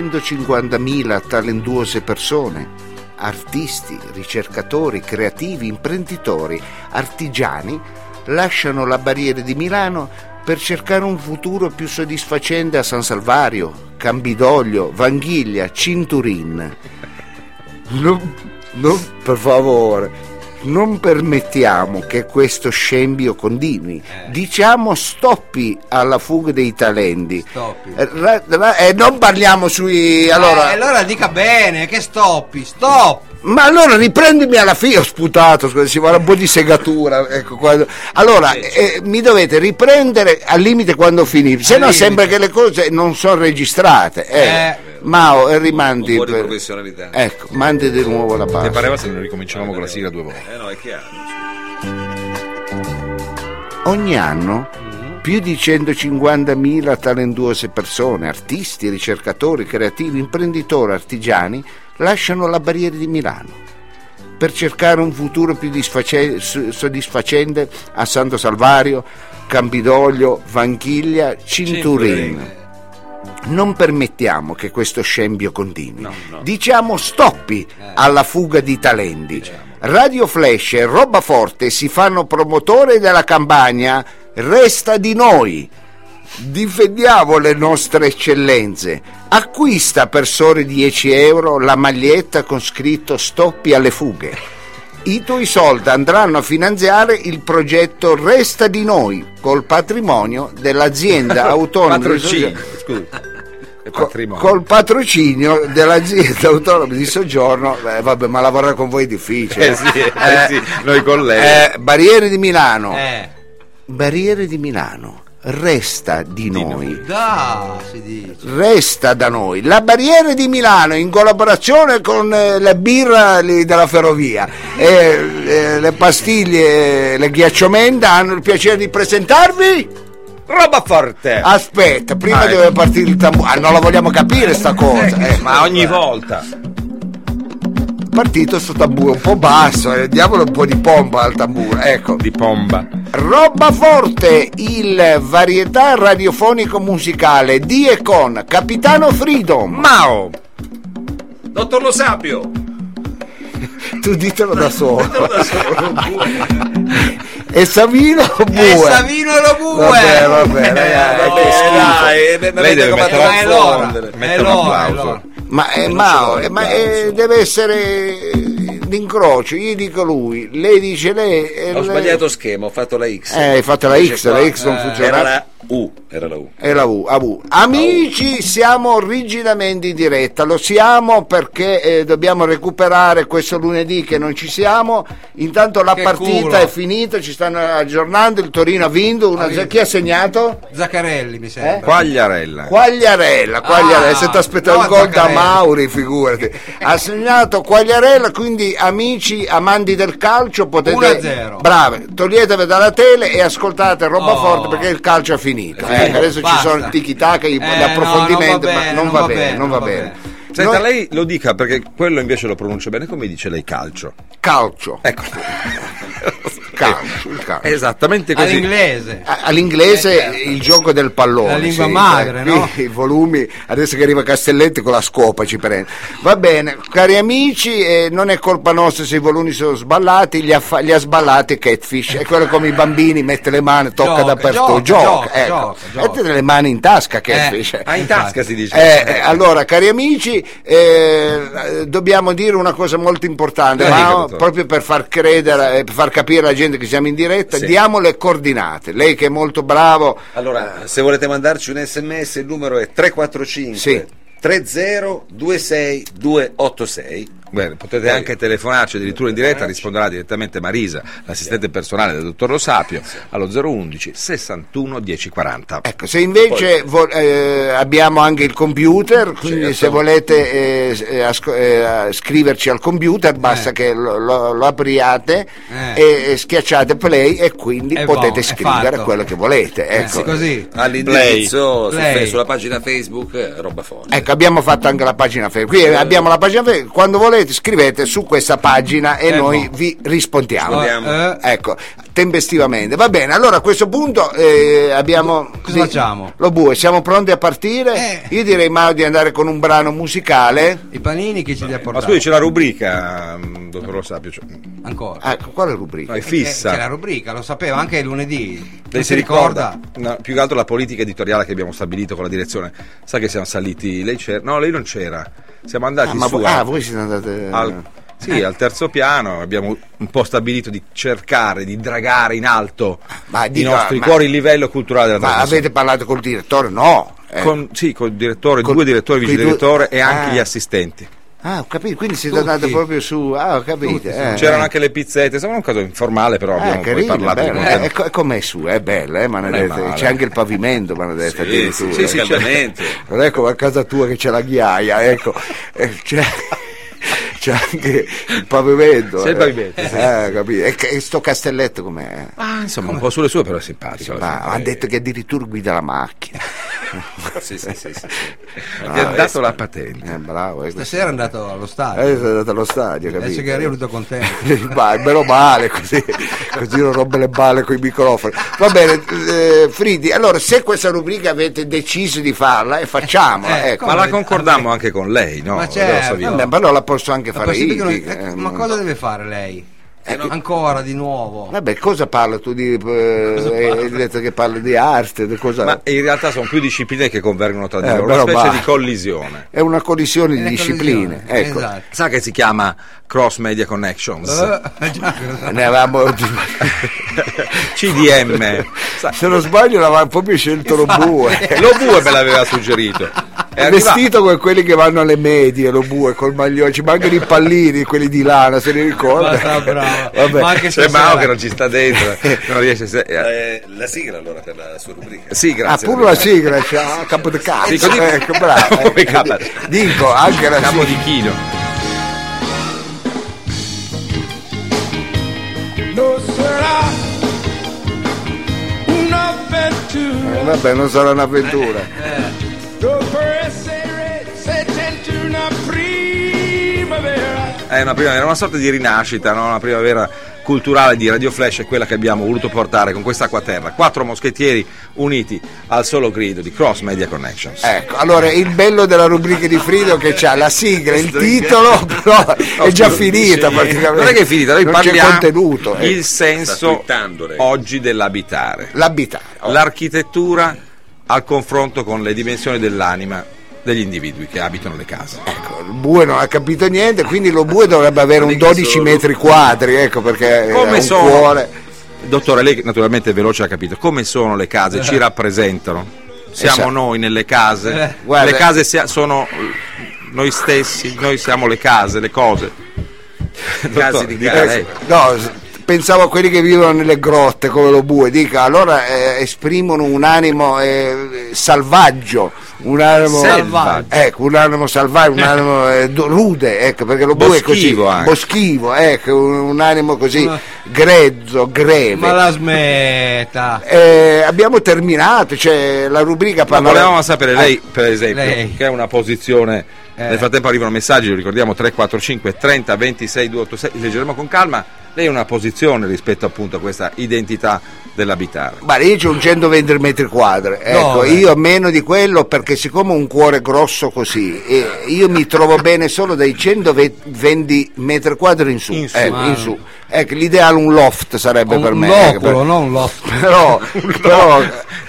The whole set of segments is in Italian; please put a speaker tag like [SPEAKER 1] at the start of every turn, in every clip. [SPEAKER 1] 150.000 talentuose persone, artisti, ricercatori, creativi, imprenditori, artigiani, lasciano la barriera di Milano per cercare un futuro più soddisfacente a San Salvario, Cambidoglio, Vanghiglia, Cinturin. Non, non, per favore, non permettiamo che questo scembio continui.
[SPEAKER 2] Eh.
[SPEAKER 1] Diciamo stoppi alla fuga dei talenti.
[SPEAKER 2] Stoppi.
[SPEAKER 1] Eh, ra- ra- E non parliamo sui... Allora,
[SPEAKER 2] Eh, allora dica bene, che stoppi, stop!
[SPEAKER 1] Ma allora riprendimi alla fine, ho sputato, scusa, ci vuole un po' di segatura. Ecco, quando- Allora, eh, mi dovete riprendere al limite quando finisce, se
[SPEAKER 2] Al
[SPEAKER 1] no
[SPEAKER 2] limite.
[SPEAKER 1] sembra che le cose non sono registrate. eh.
[SPEAKER 2] Eh.
[SPEAKER 1] Mao, eh, rimandi.
[SPEAKER 3] Un po' di
[SPEAKER 1] per-
[SPEAKER 3] professionalità.
[SPEAKER 1] Ecco, mandi di nuovo la
[SPEAKER 4] Ti
[SPEAKER 1] parte.
[SPEAKER 4] pareva Eh, se non ricominciavamo con la sigla due volte?
[SPEAKER 3] Eh no, è chiaro.
[SPEAKER 1] Ogni anno più di 150.000 talentuose persone, artisti, ricercatori, creativi, imprenditori, artigiani lasciano la barriera di Milano per cercare un futuro più disface- s- soddisfacente a Santo Salvario, Campidoglio, Vanchiglia, Cinturin. Non permettiamo che questo scembio continui. Diciamo stoppi alla fuga di talenti. Radio Flash e Roba Forte si fanno promotore della campagna Resta di noi. Difendiamo le nostre eccellenze. Acquista per soli 10 euro la maglietta con scritto Stoppi alle fughe. I tuoi soldi andranno a finanziare il progetto Resta di noi col patrimonio dell'azienda autonoma. di
[SPEAKER 4] Patrocinio,
[SPEAKER 1] soggiorno-
[SPEAKER 4] scusa. È
[SPEAKER 1] co-
[SPEAKER 4] patrimonio.
[SPEAKER 1] Col patrocinio dell'azienda autonoma di soggiorno, eh, vabbè, ma lavorare con voi è difficile.
[SPEAKER 4] Eh sì, eh sì, noi con lei.
[SPEAKER 1] Eh, Barriere di Milano.
[SPEAKER 2] Eh,
[SPEAKER 1] Barriere di Milano. Resta di noi.
[SPEAKER 2] da, si dice.
[SPEAKER 1] Resta da noi la barriera di Milano in collaborazione con eh, la birra lì della ferrovia e eh, le pastiglie, eh, le ghiacciomenda hanno il piacere di presentarvi.
[SPEAKER 4] Roba forte!
[SPEAKER 1] Aspetta, prima
[SPEAKER 4] Vai.
[SPEAKER 1] deve partire il tamburo. Ah, non la vogliamo capire sta cosa. eh, ma
[SPEAKER 4] Ma ogni volta!
[SPEAKER 1] partito sto tamburo un po' basso, eh, diamolo un po' di pompa al tamburo. Ecco.
[SPEAKER 4] Di pomba.
[SPEAKER 1] Roba Forte, il varietà radiofonico musicale di e con Capitano Freedom.
[SPEAKER 4] Mao!
[SPEAKER 3] Dottor Lo Sapio!
[SPEAKER 1] Tu ditelo da solo.
[SPEAKER 3] Da solo,
[SPEAKER 4] Eh,
[SPEAKER 3] pure.
[SPEAKER 1] E Savino o Bue?
[SPEAKER 2] E Savino e lo bue!
[SPEAKER 1] Vabbè, vabbè,
[SPEAKER 3] Eh,
[SPEAKER 1] ragazzi, che schifo.
[SPEAKER 3] dai, eh, beh, mi
[SPEAKER 4] Lei
[SPEAKER 3] avete
[SPEAKER 4] deve
[SPEAKER 3] fatto
[SPEAKER 4] mettere,
[SPEAKER 2] ma è l'ora,
[SPEAKER 3] confondere.
[SPEAKER 2] è
[SPEAKER 4] mettere un
[SPEAKER 2] l'ora, è
[SPEAKER 4] applauso.
[SPEAKER 2] l'ora.
[SPEAKER 1] Ma, eh,
[SPEAKER 3] Non
[SPEAKER 1] ma-
[SPEAKER 3] ci vuole,
[SPEAKER 1] eh, ma,
[SPEAKER 3] dai,
[SPEAKER 1] eh,
[SPEAKER 3] insomma.
[SPEAKER 1] deve essere eh, l'incrocio, io dico lui, lei dice lei. e
[SPEAKER 3] Ho
[SPEAKER 1] lei-
[SPEAKER 3] sbagliato schema, ho fatto la X.
[SPEAKER 1] Eh, hai fatto la
[SPEAKER 3] Invece
[SPEAKER 1] X,
[SPEAKER 3] qua,
[SPEAKER 1] la X non
[SPEAKER 3] eh,
[SPEAKER 1] funzionava.
[SPEAKER 3] Era la U, era la U.
[SPEAKER 1] E la U, a U. Amici, siamo rigidamente in diretta, lo siamo perché eh, dobbiamo recuperare questo lunedì che non ci siamo. Intanto la
[SPEAKER 2] Che
[SPEAKER 1] partita
[SPEAKER 2] culo.
[SPEAKER 1] è finita, ci stanno aggiornando, il Torino ha vinto, una-
[SPEAKER 2] vinto.
[SPEAKER 1] chi ha segnato?
[SPEAKER 2] Zaccarelli mi sembra.
[SPEAKER 1] Eh?
[SPEAKER 4] Quagliarella.
[SPEAKER 1] Quagliarella, Quagliarella,
[SPEAKER 2] Ah,
[SPEAKER 1] se ti aspettavi
[SPEAKER 2] no,
[SPEAKER 1] il gol da
[SPEAKER 2] Zaccarelli.
[SPEAKER 1] Mauri, figurati. Ha segnato Quagliarella, quindi amici amanti del calcio potete
[SPEAKER 2] 1-0.
[SPEAKER 1] Brave, toglietevi dalla tele e ascoltate roba
[SPEAKER 2] Oh.
[SPEAKER 1] forte perché il calcio è finito.
[SPEAKER 4] È finito,
[SPEAKER 1] Eh, adesso ci
[SPEAKER 2] basta.
[SPEAKER 1] sono i tiki taka, gli
[SPEAKER 2] Eh,
[SPEAKER 1] approfondimenti,
[SPEAKER 2] no,
[SPEAKER 1] ma non va bene, non va bene.
[SPEAKER 4] Senta,
[SPEAKER 1] Noi-
[SPEAKER 4] lei lo dica perché quello invece lo pronuncia bene come dice lei calcio.
[SPEAKER 1] calcio,
[SPEAKER 4] Ecco.
[SPEAKER 1] calcio, il calcio.
[SPEAKER 4] Esattamente così. Ah,
[SPEAKER 2] All'inglese.
[SPEAKER 1] A- All'inglese
[SPEAKER 2] Eh, certo.
[SPEAKER 1] il gioco del pallone.
[SPEAKER 2] La lingua
[SPEAKER 1] sì,
[SPEAKER 2] madre,
[SPEAKER 1] qui
[SPEAKER 2] no?
[SPEAKER 1] I volumi, adesso che arriva Castelletti con la scopa ci prende. Va bene, cari amici, eh, non è colpa nostra se i volumi sono sballati, li ha, fa- li ha sballati Catfish. È quello come i bambini, mette le mani, tocca
[SPEAKER 2] Gioca,
[SPEAKER 1] dappertutto,
[SPEAKER 2] gioca,
[SPEAKER 1] gioca,
[SPEAKER 2] gioca,
[SPEAKER 1] ecco.
[SPEAKER 2] gioca, gioca. Eh,
[SPEAKER 1] Mettete le mani in tasca Catfish.
[SPEAKER 4] Ah, in tasca si dice.
[SPEAKER 1] Eh, eh, allora, cari amici, eh, eh, dobbiamo dire una cosa molto importante,
[SPEAKER 4] Eh,
[SPEAKER 1] ma
[SPEAKER 4] dica,
[SPEAKER 1] oh,
[SPEAKER 4] dottore.
[SPEAKER 1] proprio per far credere, eh, per far capire alla gente che siamo in diretta,
[SPEAKER 4] Sì.
[SPEAKER 1] diamo le coordinate. Lei che è molto bravo,
[SPEAKER 3] Allora, se volete mandarci un sms, il numero è 345
[SPEAKER 1] Sì.
[SPEAKER 3] 3026286.
[SPEAKER 4] Bene, potete anche telefonarci addirittura in diretta, risponderà direttamente Marisa, l'assistente personale del dottor Lo Sapio, allo 011 61 1040.
[SPEAKER 1] ecco, se invece vo- eh, abbiamo anche il computer, quindi
[SPEAKER 2] certo.
[SPEAKER 1] se volete eh, s- eh, asco- eh, scriverci al computer, basta
[SPEAKER 2] Eh.
[SPEAKER 1] che lo, lo- lo apriate
[SPEAKER 2] Eh.
[SPEAKER 1] e, e schiacciate play e quindi
[SPEAKER 2] E
[SPEAKER 1] potete
[SPEAKER 2] boh, è
[SPEAKER 1] scrivere
[SPEAKER 2] fatto.
[SPEAKER 1] quello che volete.
[SPEAKER 2] Eh,
[SPEAKER 1] Ecco.
[SPEAKER 2] sì, così.
[SPEAKER 3] All'indirizzo su-
[SPEAKER 2] Play.
[SPEAKER 3] sulla pagina Facebook eh, Roba Forte.
[SPEAKER 2] Eh.
[SPEAKER 1] Ecco, abbiamo fatto anche la pagina Facebook. Qui abbiamo la pagina Facebook. Quando volete volete scrivete su questa pagina e
[SPEAKER 2] Eh,
[SPEAKER 1] noi
[SPEAKER 2] no.
[SPEAKER 1] vi
[SPEAKER 4] Ah,
[SPEAKER 1] rispondiamo.
[SPEAKER 3] Rispondiamo.
[SPEAKER 2] Eh, eh,
[SPEAKER 1] Ecco, tempestivamente. Va bene, allora a questo punto eh, abbiamo...
[SPEAKER 2] Cosa facciamo?
[SPEAKER 1] Lo bue, siamo pronti a partire?
[SPEAKER 2] Eh.
[SPEAKER 1] Io direi Mao di andare con un brano musicale.
[SPEAKER 2] I panini che ci li ha
[SPEAKER 4] Ma
[SPEAKER 2] portati?
[SPEAKER 4] scusi, c'è la rubrica, mm, dottor Lo Sapio. cioè,
[SPEAKER 2] Ancora.
[SPEAKER 1] Ah, Ecco, quale rubrica?
[SPEAKER 4] no, è
[SPEAKER 2] Eh, C'è la
[SPEAKER 4] fissa.
[SPEAKER 2] rubrica, lo sapevo anche il lunedì.
[SPEAKER 4] Lei si ricorda? No, più che altro la politica editoriale che abbiamo stabilito con la direzione. Sa che siamo saliti. Lei c'era? No, lei non c'era. Siamo andati
[SPEAKER 1] Ah, ma
[SPEAKER 4] su
[SPEAKER 1] voi,
[SPEAKER 4] a-
[SPEAKER 1] ah, Eh. voi siete andate...
[SPEAKER 4] al, sì, al terzo piano. Abbiamo un po' stabilito di cercare di dragare in alto
[SPEAKER 1] Ma
[SPEAKER 4] i
[SPEAKER 1] dica,
[SPEAKER 4] nostri
[SPEAKER 1] ma-
[SPEAKER 4] cuori il livello culturale della
[SPEAKER 1] Ma
[SPEAKER 4] trasmissione.
[SPEAKER 1] avete parlato col direttore? No. eh.
[SPEAKER 4] Con, sì, con il direttore,
[SPEAKER 1] Con-
[SPEAKER 4] due direttori,
[SPEAKER 1] coi
[SPEAKER 4] vice
[SPEAKER 1] due-
[SPEAKER 4] direttore e anche
[SPEAKER 1] Ah.
[SPEAKER 4] gli assistenti.
[SPEAKER 1] Ah, ho capito, quindi siete
[SPEAKER 2] Tutti.
[SPEAKER 1] andati proprio su... Ah, ho capito.
[SPEAKER 2] Tutti, sì.
[SPEAKER 1] eh.
[SPEAKER 4] C'erano anche le pizzette, sembra un caso informale, però
[SPEAKER 1] Eh,
[SPEAKER 4] abbiamo
[SPEAKER 1] carino,
[SPEAKER 4] poi parlato
[SPEAKER 1] bello.
[SPEAKER 4] di contenuti.
[SPEAKER 1] Eh, co- è com'è su, è bella, eh, Maledetta.
[SPEAKER 4] Non è male.
[SPEAKER 1] C'è anche il pavimento, Maledetta,
[SPEAKER 3] Sì, sì,
[SPEAKER 1] addirittura.
[SPEAKER 3] sì, sì,
[SPEAKER 1] Cioè,
[SPEAKER 3] certamente.
[SPEAKER 1] non è come a casa tua che c'è la ghiaia, ecco. Eh, c'è... c'è anche il pavimento.
[SPEAKER 4] C'è il pavimento,
[SPEAKER 1] eh.
[SPEAKER 4] sì.
[SPEAKER 1] Eh, capito. E, che- e sto castelletto com'è?
[SPEAKER 4] Ah, insomma, un po' sulle sue, però è simpatico. eh. alla
[SPEAKER 1] Ma
[SPEAKER 4] fine.
[SPEAKER 1] ha detto che addirittura guida la macchina.
[SPEAKER 3] Sì, sì, sì, sì, sì.
[SPEAKER 4] Gli ha
[SPEAKER 1] Ah,
[SPEAKER 4] dato la patente.
[SPEAKER 1] Eh, bravo. Eh, questo-
[SPEAKER 2] Stasera è andato allo stadio.
[SPEAKER 1] eh, sono andato allo stadio,
[SPEAKER 2] Adesso
[SPEAKER 1] capito?
[SPEAKER 2] che arrivo tutto contento.
[SPEAKER 1] Ma meno male così, così non rompe le balle con i microfoni. Va bene, eh, Fridi, allora se questa rubrica avete deciso di farla e facciamola,
[SPEAKER 2] Eh,
[SPEAKER 1] ecco.
[SPEAKER 4] Ma la
[SPEAKER 2] Come-
[SPEAKER 4] concordammo anche con lei, no?
[SPEAKER 2] Ma
[SPEAKER 4] Allora,
[SPEAKER 2] certo.
[SPEAKER 4] Savino.
[SPEAKER 1] Eh, Ma allora la posso anche
[SPEAKER 2] Ma,
[SPEAKER 1] fare
[SPEAKER 2] possibile
[SPEAKER 1] io.
[SPEAKER 2] che non-
[SPEAKER 1] eh,
[SPEAKER 2] eh, ma cosa deve fare lei? Ancora di nuovo?
[SPEAKER 1] Vabbè, cosa parla tu di... eh, hai detto che parli di arte, di cosa...
[SPEAKER 4] Ma in realtà sono più discipline che convergono tra di
[SPEAKER 1] Eh,
[SPEAKER 4] loro,
[SPEAKER 1] però
[SPEAKER 4] una specie
[SPEAKER 1] va.
[SPEAKER 4] di collisione.
[SPEAKER 1] È una collisione
[SPEAKER 2] È
[SPEAKER 1] di
[SPEAKER 2] una
[SPEAKER 1] discipline,
[SPEAKER 2] collisione,
[SPEAKER 1] ecco.
[SPEAKER 2] Esatto.
[SPEAKER 4] Sa che si chiama Cross Media Connections,
[SPEAKER 2] Eh, già, che lo sa.
[SPEAKER 1] Ne avevamo...
[SPEAKER 4] CDM. Sa- eh,
[SPEAKER 1] Se non sbaglio l'avevamo proprio scelto eh. lo
[SPEAKER 2] Esatto.
[SPEAKER 1] bue.
[SPEAKER 4] lo bue me l'aveva suggerito. È
[SPEAKER 1] È
[SPEAKER 4] arrivato-
[SPEAKER 1] vestito come quelli che vanno alle medie, lo bue, col maglione, ci mancano i pallini, quelli di lana, se ne
[SPEAKER 2] Ma
[SPEAKER 1] ricorda.
[SPEAKER 2] sta brava.
[SPEAKER 1] Vabbè.
[SPEAKER 2] Ma anche
[SPEAKER 4] C'è
[SPEAKER 2] stasera-
[SPEAKER 4] Mao che non ci sta dentro, non riesce a... se- eh,
[SPEAKER 3] Eh, la sigla allora per la sua rubrica.
[SPEAKER 4] Sì,
[SPEAKER 1] Ah,
[SPEAKER 4] grazie.
[SPEAKER 1] pure la sigla, c'è ah, capo di
[SPEAKER 4] Sì,
[SPEAKER 1] cazzo.
[SPEAKER 4] così-
[SPEAKER 1] Ecco, bravo.
[SPEAKER 4] Come
[SPEAKER 1] ecco,
[SPEAKER 4] capa-
[SPEAKER 1] Dico, anche la sigla.
[SPEAKER 4] Capo di chilo.
[SPEAKER 5] No será una aventura.
[SPEAKER 1] Eh, Vabbè, non sarà un'avventura.
[SPEAKER 5] Dovrei essere sentente una primavera.
[SPEAKER 4] È Eh, una primavera, una sorta di rinascita, no? una primavera culturale di Radio Flash è quella che abbiamo voluto portare con quest'acqua terra. Quattro moschettieri uniti al solo grido di Cross Media Connections.
[SPEAKER 1] Ecco, allora il bello della rubrica di Frido che c'ha la sigla, il titolo, però è già finita praticamente.
[SPEAKER 4] non è che è finita, noi
[SPEAKER 1] non
[SPEAKER 4] parliamo
[SPEAKER 1] c'è contenuto. eh.
[SPEAKER 4] il
[SPEAKER 3] Sta
[SPEAKER 4] senso
[SPEAKER 3] twittando, lei.
[SPEAKER 4] oggi dell'abitare,
[SPEAKER 1] L'abitare. oh.
[SPEAKER 4] l'architettura al confronto con le dimensioni dell'anima degli individui che abitano le case.
[SPEAKER 1] Ecco, il bue non ha capito niente, quindi lo bue dovrebbe avere un
[SPEAKER 3] Mica
[SPEAKER 1] 12
[SPEAKER 3] solo.
[SPEAKER 1] metri quadri, ecco perché ha
[SPEAKER 4] Come
[SPEAKER 1] un
[SPEAKER 4] sono?
[SPEAKER 1] cuore.
[SPEAKER 4] Dottore, lei naturalmente è veloce ha capito, come sono le case?
[SPEAKER 2] Eh.
[SPEAKER 4] Ci rappresentano? Siamo
[SPEAKER 1] Esatto.
[SPEAKER 4] noi nelle case?
[SPEAKER 1] guarda-
[SPEAKER 4] le case sia- sono noi stessi, noi siamo le case, le cose.
[SPEAKER 3] Casi di
[SPEAKER 4] dica
[SPEAKER 3] case.
[SPEAKER 4] lei.
[SPEAKER 1] No, s- pensavo a quelli che vivono nelle grotte come lo bue, dica allora eh, esprimono un animo eh, salvaggio, un animo
[SPEAKER 4] Selvaggio.
[SPEAKER 1] Ecco, un animo salvaggio, un animo eh, do- rude, ecco, perché lo bue è così
[SPEAKER 4] Boschivo anche.
[SPEAKER 1] boschivo, ecco, un, un animo così
[SPEAKER 2] Ma-
[SPEAKER 1] grezzo, greve.
[SPEAKER 2] Ma la smetta.
[SPEAKER 1] Eh, abbiamo terminato, cioè la rubrica
[SPEAKER 4] Ma
[SPEAKER 1] parla
[SPEAKER 4] volevamo sapere lei, per esempio,
[SPEAKER 2] Lei.
[SPEAKER 4] che è una posizione.
[SPEAKER 2] Eh.
[SPEAKER 4] Nel frattempo arrivano messaggi, lo ricordiamo 345 30 26 286, li leggeremo con calma. Lei ha una posizione rispetto appunto a questa identità dell'abitare.
[SPEAKER 1] Ma lì c'è un 120 metri quadri, ecco,
[SPEAKER 2] Dove?
[SPEAKER 1] io meno di quello perché siccome ho un cuore grosso così, eh, io mi trovo bene solo dai 120 metri quadri in su.
[SPEAKER 4] In su.
[SPEAKER 1] ecco,
[SPEAKER 2] Ah.
[SPEAKER 1] in su. Ecco, l'ideale un loft sarebbe per
[SPEAKER 2] Un
[SPEAKER 1] me.
[SPEAKER 2] loculo,
[SPEAKER 1] ecco,
[SPEAKER 2] non un lotto.
[SPEAKER 1] per- Però, però-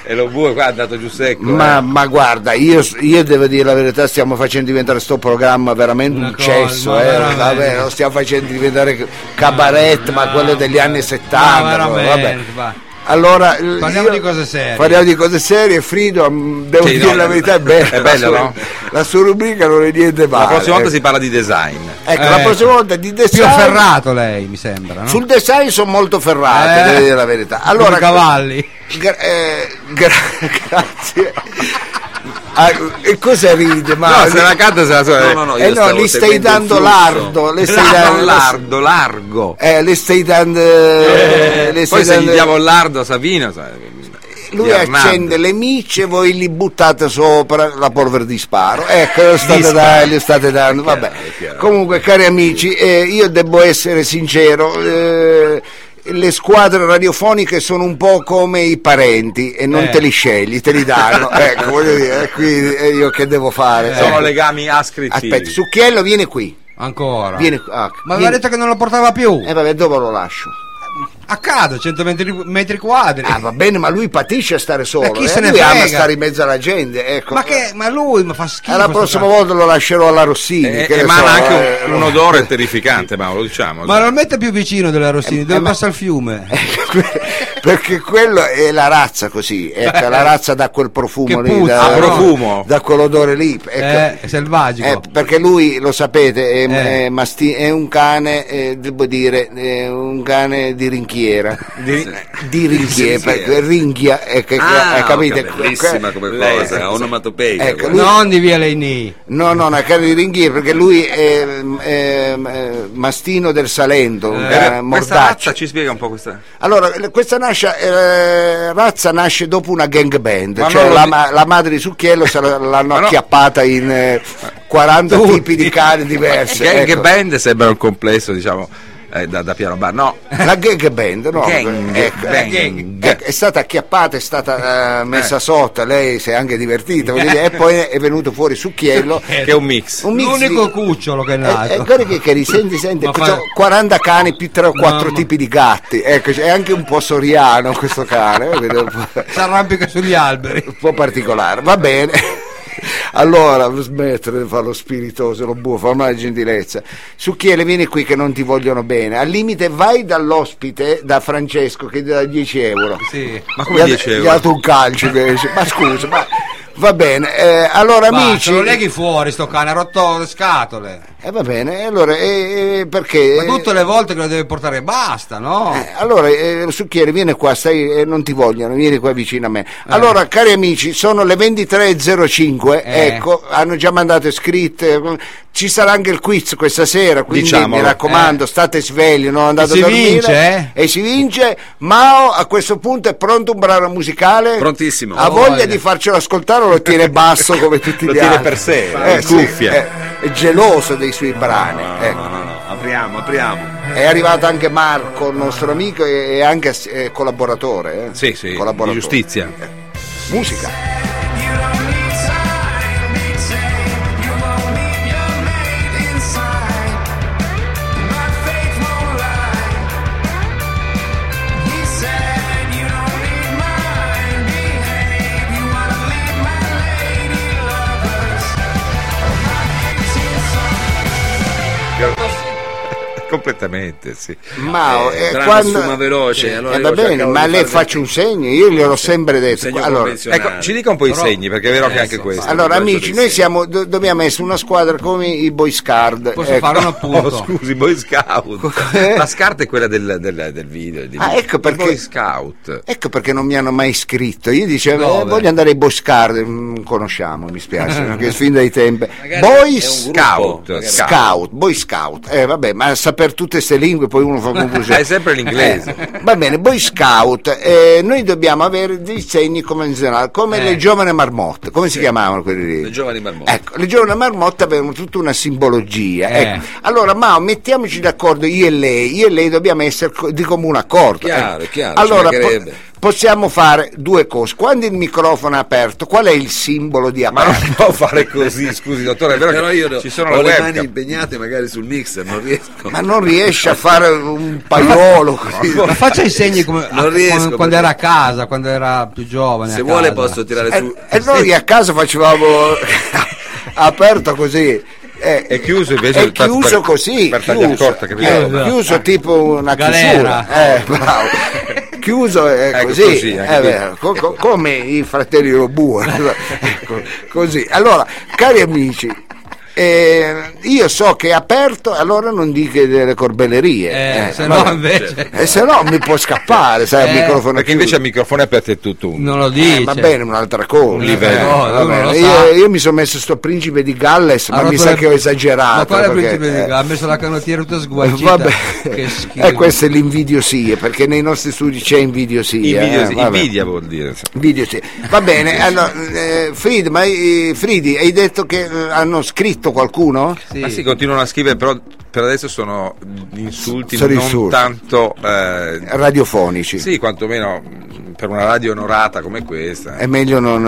[SPEAKER 4] E lo bue qua è andato giù secco.
[SPEAKER 1] ma,
[SPEAKER 4] eh.
[SPEAKER 1] ma guarda, io, io devo dire la verità, stiamo facendo diventare sto programma veramente
[SPEAKER 2] Una
[SPEAKER 1] un
[SPEAKER 2] cosa,
[SPEAKER 1] cesso,
[SPEAKER 2] ma
[SPEAKER 1] eh,
[SPEAKER 2] veramente.
[SPEAKER 1] vabbè, lo stiamo facendo diventare cabaret, ma
[SPEAKER 2] No,
[SPEAKER 1] quello degli
[SPEAKER 2] no,
[SPEAKER 1] anni 70,
[SPEAKER 2] no,
[SPEAKER 1] vabbè.
[SPEAKER 2] Ah, veramente, va.
[SPEAKER 1] Allora, l-
[SPEAKER 2] Parliamo di cose serie.
[SPEAKER 1] Parliamo di cose serie. Frido, mh, devo
[SPEAKER 4] Sì,
[SPEAKER 1] dire
[SPEAKER 4] no,
[SPEAKER 1] la
[SPEAKER 4] è-
[SPEAKER 1] verità, è bella.
[SPEAKER 4] è bella,
[SPEAKER 1] la, sua,
[SPEAKER 4] no?
[SPEAKER 1] la sua rubrica non è niente male. eh.
[SPEAKER 4] La prossima volta si parla di design.
[SPEAKER 1] Ecco, la
[SPEAKER 2] Eh,
[SPEAKER 1] prossima volta di design.
[SPEAKER 2] Più afferrato lei, mi sembra, no?
[SPEAKER 1] Sul design sono molto ferrato,
[SPEAKER 2] Eh.
[SPEAKER 1] devo dire la verità. Allora,
[SPEAKER 2] Come i cavalli.
[SPEAKER 1] gra- eh, gra- grazie. Ah, e cosa ride? Ma
[SPEAKER 4] no, se la canta se la so.
[SPEAKER 3] No, no, no,
[SPEAKER 1] eh
[SPEAKER 3] io
[SPEAKER 1] no,
[SPEAKER 3] stavo
[SPEAKER 1] gli stai
[SPEAKER 3] seguendo il
[SPEAKER 1] dando
[SPEAKER 3] flusso.
[SPEAKER 1] l'ardo, le stai dando
[SPEAKER 4] lardo, largo.
[SPEAKER 1] Eh, le stai dando. le stai
[SPEAKER 4] Poi se gli
[SPEAKER 1] dando-
[SPEAKER 4] diamo il lardo a Savino, sa-
[SPEAKER 1] lui
[SPEAKER 4] Hernandez.
[SPEAKER 1] accende le micce, voi gli buttate sopra la polvere di sparo. Ecco, lo state,
[SPEAKER 4] Di
[SPEAKER 1] dando, gli state dando. Vabbè.
[SPEAKER 4] è chiaro.
[SPEAKER 1] Comunque, cari amici, eh, io devo essere sincero. eh, le squadre radiofoniche sono un po' come i parenti e non
[SPEAKER 2] Eh.
[SPEAKER 1] te li scegli, te li danno. ecco, voglio dire, eh, qui eh, io che devo fare?
[SPEAKER 4] Sono
[SPEAKER 1] Ecco.
[SPEAKER 4] legami ascritti.
[SPEAKER 1] Aspetta, Succhiello viene qui.
[SPEAKER 2] Ancora.
[SPEAKER 1] Viene qui, ah,
[SPEAKER 2] Ma aveva
[SPEAKER 1] vieni-
[SPEAKER 2] detto che non lo portava più.
[SPEAKER 1] Eh, vabbè, dopo lo lascio.
[SPEAKER 2] A casa, 100 metri, metri quadri.
[SPEAKER 1] Ah, va bene, ma lui patisce a stare solo.
[SPEAKER 2] Ma chi
[SPEAKER 1] eh,
[SPEAKER 2] se ne
[SPEAKER 1] lui ama
[SPEAKER 2] frega?
[SPEAKER 1] stare in mezzo alla gente. Ecco.
[SPEAKER 2] ma, che, ma lui ma fa schifo.
[SPEAKER 1] Alla
[SPEAKER 2] sto
[SPEAKER 1] Eh, prossima
[SPEAKER 2] cazzo.
[SPEAKER 1] volta lo lascerò alla Rossini.
[SPEAKER 4] E-
[SPEAKER 1] che ne
[SPEAKER 4] emana
[SPEAKER 1] so,
[SPEAKER 4] anche
[SPEAKER 1] eh,
[SPEAKER 4] un, un odore terrificante, ma lo diciamo.
[SPEAKER 2] Ma lo mette più vicino della Rossini, dove
[SPEAKER 1] Eh, ma- Eh,
[SPEAKER 2] passa il fiume.
[SPEAKER 1] Perché quello è la razza così, ecco, la razza da quel profumo
[SPEAKER 2] Che
[SPEAKER 1] lì,
[SPEAKER 2] puzza,
[SPEAKER 1] da,
[SPEAKER 4] Ah, profumo.
[SPEAKER 1] da quell'odore lì.
[SPEAKER 2] Eh,
[SPEAKER 1] ecco.
[SPEAKER 2] è selvagico.
[SPEAKER 1] Eh, perché lui, lo sapete, è,
[SPEAKER 2] Eh.
[SPEAKER 1] è masti- è un cane, eh, devo dire, è un cane di rinchiera.
[SPEAKER 4] Di-
[SPEAKER 1] Di rinchiera,
[SPEAKER 3] rinchiera.
[SPEAKER 1] perché ringhia, eh, che-
[SPEAKER 3] Ah,
[SPEAKER 1] eh, capite? Eh,
[SPEAKER 3] che bellissima come
[SPEAKER 4] Lei-
[SPEAKER 3] cosa, onomatopeica.
[SPEAKER 1] Ecco,
[SPEAKER 3] guarda.
[SPEAKER 1] lui-
[SPEAKER 2] Non di via Leini.
[SPEAKER 1] No, no, una cane di ringhiera, perché lui è, è- è mastino del Salento, un
[SPEAKER 2] Eh,
[SPEAKER 1] cane
[SPEAKER 4] Eh, questa
[SPEAKER 1] mordaccio.
[SPEAKER 4] razza ci spiega un po' questa.
[SPEAKER 1] Allora, l- questa nasce- eh, razza nasce dopo una gang band,
[SPEAKER 4] Ma
[SPEAKER 1] cioè
[SPEAKER 4] non lo
[SPEAKER 1] la,
[SPEAKER 4] di-
[SPEAKER 1] ma- la madre di Succhiello se la- l'hanno
[SPEAKER 4] Ma no.
[SPEAKER 1] acchiappata in eh, 40 tipi di cani diversi.
[SPEAKER 4] Gang
[SPEAKER 1] ecco.
[SPEAKER 4] Band sembra un complesso, diciamo, eh, da, da piano bar. No,
[SPEAKER 1] La gang band, no?
[SPEAKER 4] Gang
[SPEAKER 1] Ecco.
[SPEAKER 4] Bang.
[SPEAKER 1] Ecco, è stata acchiappata, è stata eh, messa sotto, lei si è anche divertita, voglio dire, e poi è venuto fuori Succhiello.
[SPEAKER 4] che è un mix.
[SPEAKER 1] Un mix di- Eh,
[SPEAKER 2] L'unico cucciolo che è nato.
[SPEAKER 1] E guarda che, che risenti, senti,
[SPEAKER 2] Ma
[SPEAKER 1] questo-
[SPEAKER 2] fa-
[SPEAKER 1] 40 cani più 3 o 4
[SPEAKER 2] Mamma.
[SPEAKER 1] tipi di gatti, ecco, cioè, è anche un po' soriano questo cane, eh, vedo un po'-
[SPEAKER 2] Si arrampica sugli alberi.
[SPEAKER 1] un po' particolare, va bene. Allora, smettere di fare lo spiritoso, lo buffo, ormai è gentilezza. Succhiele, vieni qui che non ti vogliono bene. Al limite vai dall'ospite, da Francesco, che ti dà 10 euro.
[SPEAKER 2] Sì.
[SPEAKER 4] Ma
[SPEAKER 1] Gli
[SPEAKER 4] come
[SPEAKER 1] ha-
[SPEAKER 4] dicevo,
[SPEAKER 1] Gli ha dato un calcio, che esce. ma scusa, ma va bene. eh, allora,
[SPEAKER 2] Basta,
[SPEAKER 1] amici...
[SPEAKER 2] lo leghi fuori sto cane, ha rotto le scatole.
[SPEAKER 1] Eh, va bene, e allora, eh, eh, perché...
[SPEAKER 2] Ma tutte le volte che lo deve portare basta, no?
[SPEAKER 1] Eh, Allora, eh, Succhiere, vieni qua, stai, eh, non ti vogliono, vieni qua vicino a
[SPEAKER 2] Eh.
[SPEAKER 1] me. Allora, cari amici, sono le 23.05,
[SPEAKER 2] Eh.
[SPEAKER 1] ecco, hanno già mandato scritte, mm, ci sarà anche il quiz questa sera, quindi
[SPEAKER 4] Diciamolo.
[SPEAKER 1] mi raccomando, state svegli, non andate
[SPEAKER 2] eh. E si
[SPEAKER 1] a dormire.
[SPEAKER 2] vince, eh?
[SPEAKER 1] E si vince, Mao a questo punto è pronto un brano musicale?
[SPEAKER 3] Prontissimo.
[SPEAKER 1] Ha
[SPEAKER 2] Ha
[SPEAKER 1] voglia,
[SPEAKER 2] voglia.
[SPEAKER 1] di farcelo ascoltare o lo tiene basso come tutti
[SPEAKER 4] Lo
[SPEAKER 1] gli
[SPEAKER 4] tiene
[SPEAKER 1] altri?
[SPEAKER 4] per sé, in
[SPEAKER 1] sì,
[SPEAKER 4] cuffia. Ah.
[SPEAKER 1] eh, è geloso dei suoi brani, ecco.
[SPEAKER 3] No, no, no, apriamo, apriamo.
[SPEAKER 1] È arrivato anche Marco, il nostro amico e e anche eh, collaboratore. Eh?
[SPEAKER 4] Sì, sì,
[SPEAKER 1] Collaboratore.
[SPEAKER 4] di giustizia.
[SPEAKER 1] Musica.
[SPEAKER 4] Eh, Completamente, sì.
[SPEAKER 1] Ma
[SPEAKER 3] Eh,
[SPEAKER 1] eh,
[SPEAKER 3] Drano
[SPEAKER 1] quando...
[SPEAKER 3] suma veloce, allora
[SPEAKER 1] Eh,
[SPEAKER 3] io
[SPEAKER 1] va
[SPEAKER 3] cercavo
[SPEAKER 1] bene,
[SPEAKER 3] di
[SPEAKER 1] ma
[SPEAKER 3] fare
[SPEAKER 1] lei
[SPEAKER 3] del-
[SPEAKER 1] faccia un segno, io gliel'ho sempre detto.
[SPEAKER 3] segno
[SPEAKER 1] Allora,
[SPEAKER 3] convenzionale.
[SPEAKER 4] Ecco, ci dica un po' i
[SPEAKER 2] Però-
[SPEAKER 4] segni, perché è vero che
[SPEAKER 3] Eh,
[SPEAKER 4] anche
[SPEAKER 3] so,
[SPEAKER 4] questo.
[SPEAKER 3] sì.
[SPEAKER 1] allora,
[SPEAKER 3] Quello
[SPEAKER 1] amici,
[SPEAKER 3] dei
[SPEAKER 1] noi
[SPEAKER 3] segni.
[SPEAKER 1] siamo, do- dobbiamo essere una squadra come i Boy Scout.
[SPEAKER 2] Posso
[SPEAKER 1] ecco.
[SPEAKER 2] fare un appunto?
[SPEAKER 4] Oh, scusi, Boy Scout. La scarta è quella del, del- del video. di-
[SPEAKER 1] Ah, ecco
[SPEAKER 4] di
[SPEAKER 1] perché-
[SPEAKER 4] Boy Scout.
[SPEAKER 1] Ecco perché non mi hanno mai iscritto. Io dicevo, eh,
[SPEAKER 2] Dove?
[SPEAKER 1] voglio andare ai Boy Scout. Mm, conosciamo, mi spiace, perché fin dai tempi.
[SPEAKER 3] Magari
[SPEAKER 1] Boy
[SPEAKER 3] è un
[SPEAKER 1] Scout.
[SPEAKER 3] gruppo,
[SPEAKER 4] Scout,
[SPEAKER 3] magari.
[SPEAKER 4] Scout.
[SPEAKER 1] Boy Scout. Eh, vabbè, ma saper tutte queste lingue poi uno fa confusione.
[SPEAKER 4] È sempre l'inglese.
[SPEAKER 1] Eh, va bene, Boy Scout, eh, noi dobbiamo avere dei segni convenzionali, come
[SPEAKER 2] Eh.
[SPEAKER 1] le giovani marmotte, come si chiamavano quelli lì?
[SPEAKER 3] Le giovani marmotte.
[SPEAKER 1] Ecco, le giovani marmotte avevano tutta una simbologia.
[SPEAKER 2] Eh.
[SPEAKER 1] ecco. Allora, Mao, mettiamoci d'accordo io e lei, io e lei dobbiamo essere co- di comune accordo.
[SPEAKER 3] Chiaro,
[SPEAKER 1] ecco.
[SPEAKER 3] chiaro, ci
[SPEAKER 1] allora,
[SPEAKER 3] mancherebbe.
[SPEAKER 1] possiamo fare due cose. Quando il microfono è aperto, qual è il simbolo di
[SPEAKER 4] Ma
[SPEAKER 1] aperto?
[SPEAKER 4] non può fare così, scusi, dottore, è vero
[SPEAKER 3] Però
[SPEAKER 4] che
[SPEAKER 3] io
[SPEAKER 4] ci sono
[SPEAKER 3] ho
[SPEAKER 4] le
[SPEAKER 3] le
[SPEAKER 4] webcam.
[SPEAKER 3] mani impegnate magari sul mixer, non riesco.
[SPEAKER 1] Ma non riesce a fare un paiolo così.
[SPEAKER 2] Ma faccia i segni come
[SPEAKER 3] Non riesco,
[SPEAKER 2] quando, quando
[SPEAKER 3] perché-
[SPEAKER 2] era a casa, quando era più giovane.
[SPEAKER 3] Se
[SPEAKER 2] a
[SPEAKER 3] vuole
[SPEAKER 2] casa.
[SPEAKER 3] posso tirare
[SPEAKER 4] Eh,
[SPEAKER 1] E,
[SPEAKER 3] su.
[SPEAKER 1] e noi a casa facevamo aperto così. eh,
[SPEAKER 4] È chiuso invece
[SPEAKER 1] è
[SPEAKER 4] il pezzo
[SPEAKER 1] chiuso
[SPEAKER 4] per-
[SPEAKER 1] così
[SPEAKER 4] per tagliar
[SPEAKER 1] chiuso,
[SPEAKER 4] corta, capito?
[SPEAKER 1] eh, chiuso tipo una
[SPEAKER 2] Galera.
[SPEAKER 1] chiusura eh, bravo. chiuso è
[SPEAKER 4] Ecco,
[SPEAKER 1] così,
[SPEAKER 4] così,
[SPEAKER 1] eh,
[SPEAKER 4] ecco.
[SPEAKER 1] vero, co- co- come i fratelli Robù ecco, così allora cari amici Eh, io so che è aperto, allora non dica delle corbellerie.
[SPEAKER 2] Eh,
[SPEAKER 1] Eh,
[SPEAKER 2] se
[SPEAKER 1] vabbè.
[SPEAKER 2] no invece
[SPEAKER 1] Eh, se no mi può scappare, sai, il
[SPEAKER 2] Eh,
[SPEAKER 1] microfono
[SPEAKER 4] Perché
[SPEAKER 1] chiuso.
[SPEAKER 4] invece il microfono è aperto e tutto. uno.
[SPEAKER 2] non lo
[SPEAKER 1] Eh,
[SPEAKER 2] dice.
[SPEAKER 1] va bene, un'altra cosa.
[SPEAKER 2] livello.
[SPEAKER 1] Eh,
[SPEAKER 2] No,
[SPEAKER 1] va
[SPEAKER 2] uno lo
[SPEAKER 1] bene.
[SPEAKER 2] sa.
[SPEAKER 1] io, io mi sono messo sto principe di Galles,
[SPEAKER 2] Ha
[SPEAKER 1] ma mi
[SPEAKER 2] rotto
[SPEAKER 1] sa
[SPEAKER 2] le-
[SPEAKER 1] che ho esagerato.
[SPEAKER 2] Ma quale
[SPEAKER 1] perché,
[SPEAKER 2] principe di
[SPEAKER 1] eh,
[SPEAKER 2] Ha messo la canottiera tutta sguaicita.
[SPEAKER 1] Vabbè, Eh,
[SPEAKER 2] Che schifo.
[SPEAKER 1] e questa è l'invidiosia, perché nei nostri studi c'è invidiosia.
[SPEAKER 4] Invidia,
[SPEAKER 1] eh, vabbè.
[SPEAKER 4] invidia vuol dire.
[SPEAKER 1] Invidiosia. Va bene, allora, eh, Frid, ma, eh, Fridi, hai detto che eh, hanno scritto qualcuno?
[SPEAKER 2] Sì.
[SPEAKER 4] Ma si Ah continuano a scrivere, però per adesso sono insulti
[SPEAKER 1] Sono
[SPEAKER 4] non
[SPEAKER 1] insulti.
[SPEAKER 4] tanto eh,
[SPEAKER 1] Radiofonici.
[SPEAKER 4] sì, quantomeno mh, per una radio onorata come questa.
[SPEAKER 1] È meglio non...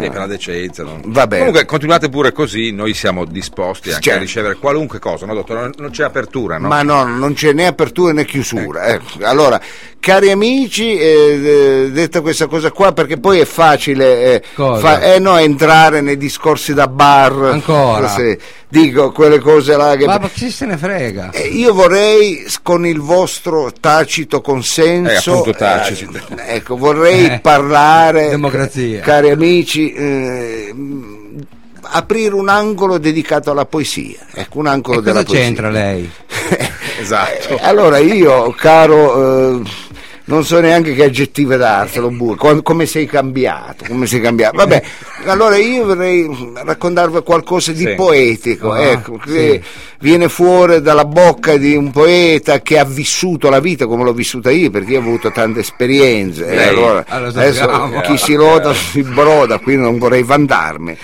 [SPEAKER 1] eh,
[SPEAKER 4] Sì, per la decenza. no?
[SPEAKER 1] Va bene.
[SPEAKER 4] Comunque continuate pure così, noi siamo disposti anche
[SPEAKER 1] Certo.
[SPEAKER 4] a ricevere qualunque cosa, no dottore? Non, non c'è apertura, no?
[SPEAKER 1] Ma no, non c'è né apertura né chiusura. Ecco, Allora, cari amici, eh, eh, detta questa cosa qua, perché poi è facile eh,
[SPEAKER 2] Cosa?
[SPEAKER 1] eh, no, entrare nei discorsi da bar.
[SPEAKER 2] Ancora?
[SPEAKER 1] Sì. dico, quelle cose là che...
[SPEAKER 2] Ma, ma chi se ne frega?
[SPEAKER 1] Eh, io vorrei, s- con il vostro tacito
[SPEAKER 4] Eh,
[SPEAKER 1] consenso,
[SPEAKER 4] appunto, tacito.
[SPEAKER 1] eh, ecco, vorrei
[SPEAKER 2] Eh,
[SPEAKER 1] parlare,
[SPEAKER 2] democrazia.
[SPEAKER 1] cari amici, eh, mh, aprire un angolo dedicato alla poesia. Ecco, un angolo
[SPEAKER 2] E
[SPEAKER 1] della
[SPEAKER 2] cosa
[SPEAKER 1] poesia.
[SPEAKER 2] c'entra lei?
[SPEAKER 4] Esatto.
[SPEAKER 1] Eh, Allora io, caro, eh, non so neanche che aggettive dartelo, Bur, com- come sei cambiato, come sei cambiato. Vabbè, allora io vorrei raccontarvi qualcosa di
[SPEAKER 4] Sì.
[SPEAKER 1] poetico,
[SPEAKER 2] Ah,
[SPEAKER 1] ecco,
[SPEAKER 2] sì.
[SPEAKER 1] che viene fuori dalla bocca di un poeta che ha vissuto la vita come l'ho vissuta io, perché io ho avuto tante esperienze. eh,
[SPEAKER 4] Lei?
[SPEAKER 1] allora,
[SPEAKER 2] Allora,
[SPEAKER 1] adesso
[SPEAKER 2] sappiamo.
[SPEAKER 1] chi si loda si broda, quindi non vorrei vantarmi.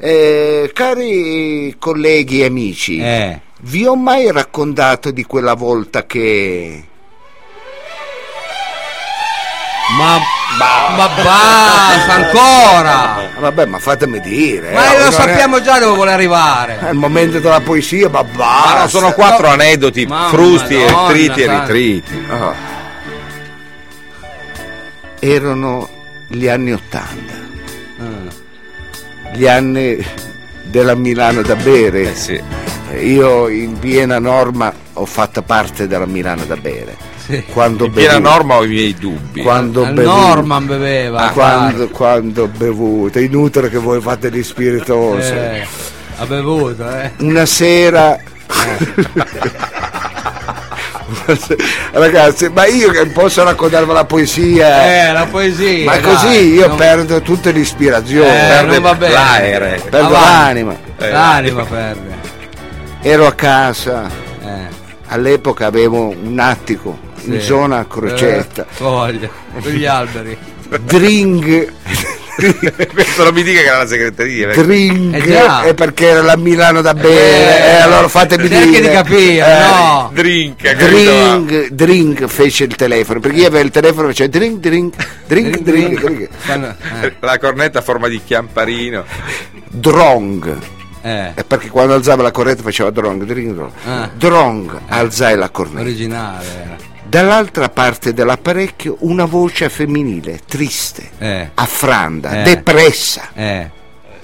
[SPEAKER 1] Eh, cari colleghi e amici,
[SPEAKER 2] Eh.
[SPEAKER 1] vi ho mai raccontato di quella volta che...
[SPEAKER 2] Ma, ma basta ancora!
[SPEAKER 1] Ah, vabbè, ma fatemi dire.
[SPEAKER 2] Ma
[SPEAKER 1] eh,
[SPEAKER 2] lo
[SPEAKER 1] non è-
[SPEAKER 2] sappiamo già dove vuole
[SPEAKER 1] È
[SPEAKER 2] arrivare.
[SPEAKER 1] il momento della poesia, ma basta.
[SPEAKER 4] Ah, no, sono quattro aneddoti
[SPEAKER 2] Mamma
[SPEAKER 4] frusti, e
[SPEAKER 2] Madonna,
[SPEAKER 4] ritriti e
[SPEAKER 2] tanto.
[SPEAKER 4] ritriti.
[SPEAKER 1] Ah. Erano gli anni Ottanta, gli anni della Milano da bere.
[SPEAKER 4] Eh sì.
[SPEAKER 1] Io in piena norma ho fatto parte della Milano da bere.
[SPEAKER 2] Sì.
[SPEAKER 1] Quando
[SPEAKER 4] In piena
[SPEAKER 1] bevuto-
[SPEAKER 4] norma ho i miei dubbi.
[SPEAKER 1] Quando
[SPEAKER 2] Al
[SPEAKER 1] bevuto-
[SPEAKER 2] Norman beveva.
[SPEAKER 1] Ah, quando, quando bevuto, è inutile che voi fate gli
[SPEAKER 2] guarda.
[SPEAKER 1] spiritosi.
[SPEAKER 2] Eh, ha bevuto, eh.
[SPEAKER 1] Una sera. Ragazzi, ma io che posso raccontarvi la poesia?
[SPEAKER 2] Eh, la poesia.
[SPEAKER 1] ma
[SPEAKER 2] dai,
[SPEAKER 1] così io
[SPEAKER 2] non-
[SPEAKER 1] perdo tutte le ispirazioni,
[SPEAKER 2] Eh,
[SPEAKER 1] perdo-
[SPEAKER 2] non va bene.
[SPEAKER 4] l'aere.
[SPEAKER 1] perdo
[SPEAKER 2] Avanti.
[SPEAKER 1] l'anima.
[SPEAKER 4] Eh.
[SPEAKER 2] L'anima perde.
[SPEAKER 1] Ero a casa,
[SPEAKER 2] Eh.
[SPEAKER 1] all'epoca avevo un attico in
[SPEAKER 2] sì.
[SPEAKER 1] zona crocetta.
[SPEAKER 2] Eh, voglia, con gli alberi.
[SPEAKER 1] Dring,
[SPEAKER 4] Questo non mi dica che era la segreteria. perché-
[SPEAKER 1] dring,
[SPEAKER 2] Eh già.
[SPEAKER 1] è perché era la Milano da bere,
[SPEAKER 2] Eh,
[SPEAKER 1] eh, allora fatemi
[SPEAKER 2] cerchi
[SPEAKER 1] dire.
[SPEAKER 2] di capire,
[SPEAKER 1] Eh,
[SPEAKER 2] no.
[SPEAKER 4] Drink, che gridava.
[SPEAKER 1] Drink, drink fece il telefono, perché io avevo il telefono e faceva drink, drink, drink, drink, drink.
[SPEAKER 2] Quando- eh,
[SPEAKER 4] La cornetta a forma di chiamparino.
[SPEAKER 1] Drong,
[SPEAKER 2] eh,
[SPEAKER 1] eh, perché quando alzava la corretta faceva drong, drink, drong.
[SPEAKER 2] Ah.
[SPEAKER 1] Drong, alzai la cornetta.
[SPEAKER 2] originale era.
[SPEAKER 1] Dall'altra parte dell'apparecchio una voce femminile, triste,
[SPEAKER 2] Eh,
[SPEAKER 1] affranda,
[SPEAKER 2] Eh.
[SPEAKER 1] depressa.
[SPEAKER 2] eh,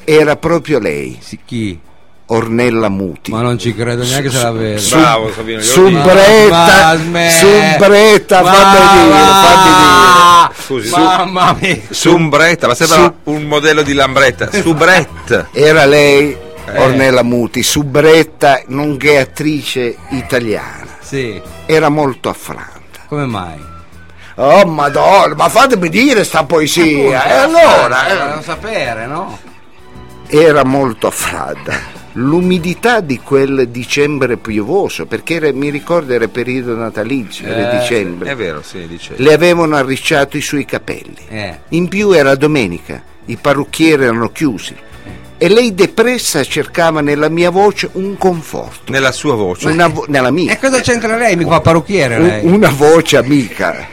[SPEAKER 1] Era proprio lei,
[SPEAKER 2] sì, chi?
[SPEAKER 1] Ornella Muti.
[SPEAKER 2] Ma non ci credo neanche se la vedo.
[SPEAKER 1] Su-
[SPEAKER 4] Bravo Savino. glielo
[SPEAKER 1] su-
[SPEAKER 4] dico.
[SPEAKER 2] Ma-
[SPEAKER 1] Bretta,
[SPEAKER 2] ma smet-
[SPEAKER 1] Sumbretta,
[SPEAKER 2] Ma-
[SPEAKER 1] fammi dire,
[SPEAKER 2] ma-
[SPEAKER 4] Scusi, su-
[SPEAKER 2] Mamma mia.
[SPEAKER 4] Sumbretta, ma sembra
[SPEAKER 1] Su- Eh.
[SPEAKER 4] un modello di Lambretta. Subretta.
[SPEAKER 1] Era lei,
[SPEAKER 2] Eh.
[SPEAKER 1] Ornella Muti, subretta, nonché attrice italiana.
[SPEAKER 2] Sì,
[SPEAKER 1] Era molto affranta.
[SPEAKER 2] come mai?
[SPEAKER 1] Oh madonna, ma fatemi dire sta poesia! E eh, allora?
[SPEAKER 2] Volevamo sapere, no?
[SPEAKER 1] eh, Era molto affranta. L'umidità di quel dicembre piovoso, perché era- mi ricordo era periodo natalizio, era
[SPEAKER 2] Eh,
[SPEAKER 4] È
[SPEAKER 1] dicembre,
[SPEAKER 4] vero, sì, dice.
[SPEAKER 1] le avevano arricciato i suoi capelli.
[SPEAKER 2] Eh,
[SPEAKER 1] In più era domenica, i parrucchieri erano chiusi e lei depressa cercava nella mia voce un conforto,
[SPEAKER 4] Nella sua voce.
[SPEAKER 1] Cioè, una vo- nella
[SPEAKER 2] E
[SPEAKER 1] mia,
[SPEAKER 2] cosa c'entra lei? Mi fa parrucchiere
[SPEAKER 1] un-
[SPEAKER 2] Ecco, lei.
[SPEAKER 1] una voce amica.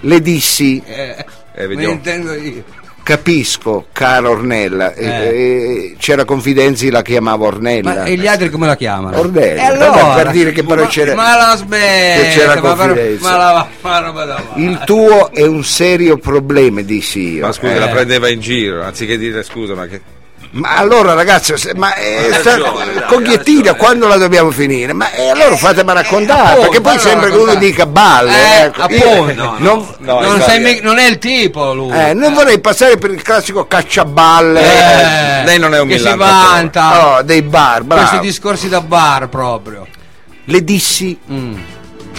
[SPEAKER 1] Le dissi,
[SPEAKER 2] Eh,
[SPEAKER 4] Eh,
[SPEAKER 2] me
[SPEAKER 4] vediamo.
[SPEAKER 2] ne intendo io.
[SPEAKER 1] capisco, cara Ornella, eh, eh, c'era Confidenzi la chiamava Ornella.
[SPEAKER 2] Ma e gli altri come la chiamano?
[SPEAKER 1] Ornella,
[SPEAKER 2] E allora?
[SPEAKER 1] vabbè, per dire che però
[SPEAKER 2] ma,
[SPEAKER 1] c'era-
[SPEAKER 2] Ma la smetta,
[SPEAKER 1] che c'era
[SPEAKER 2] ma, per-
[SPEAKER 1] confidenza.
[SPEAKER 2] ma la ma roba da va.
[SPEAKER 1] Il tuo è un serio problema, dissi io.
[SPEAKER 4] Ma scusa,
[SPEAKER 2] Eh.
[SPEAKER 4] la prendeva in giro, anziché dire scusa, ma che
[SPEAKER 1] Ma allora ragazzi, se- ma eh,
[SPEAKER 4] Ha
[SPEAKER 1] sta-
[SPEAKER 4] ragione, dai,
[SPEAKER 1] Coghettina
[SPEAKER 4] ha ragione.
[SPEAKER 1] quando la dobbiamo finire? Ma eh, allora fatemela raccontare,
[SPEAKER 2] appunto,
[SPEAKER 1] perché poi
[SPEAKER 2] allora
[SPEAKER 1] sembra che uno
[SPEAKER 2] raccontate.
[SPEAKER 1] dica balle.
[SPEAKER 2] Eh,
[SPEAKER 1] ecco.
[SPEAKER 2] appunto.
[SPEAKER 4] No, no,
[SPEAKER 1] non,
[SPEAKER 4] no,
[SPEAKER 2] non,
[SPEAKER 4] infatti-
[SPEAKER 2] sai me- non è il tipo lui.
[SPEAKER 1] eh, non vorrei passare per il classico cacciaballe
[SPEAKER 2] Eh,
[SPEAKER 4] lei non è un
[SPEAKER 2] Che si
[SPEAKER 4] Millan,
[SPEAKER 2] vanta.
[SPEAKER 1] oh, dei bar.
[SPEAKER 2] Questi
[SPEAKER 1] bravo.
[SPEAKER 2] discorsi da bar proprio.
[SPEAKER 1] Le dissi,
[SPEAKER 2] Mm,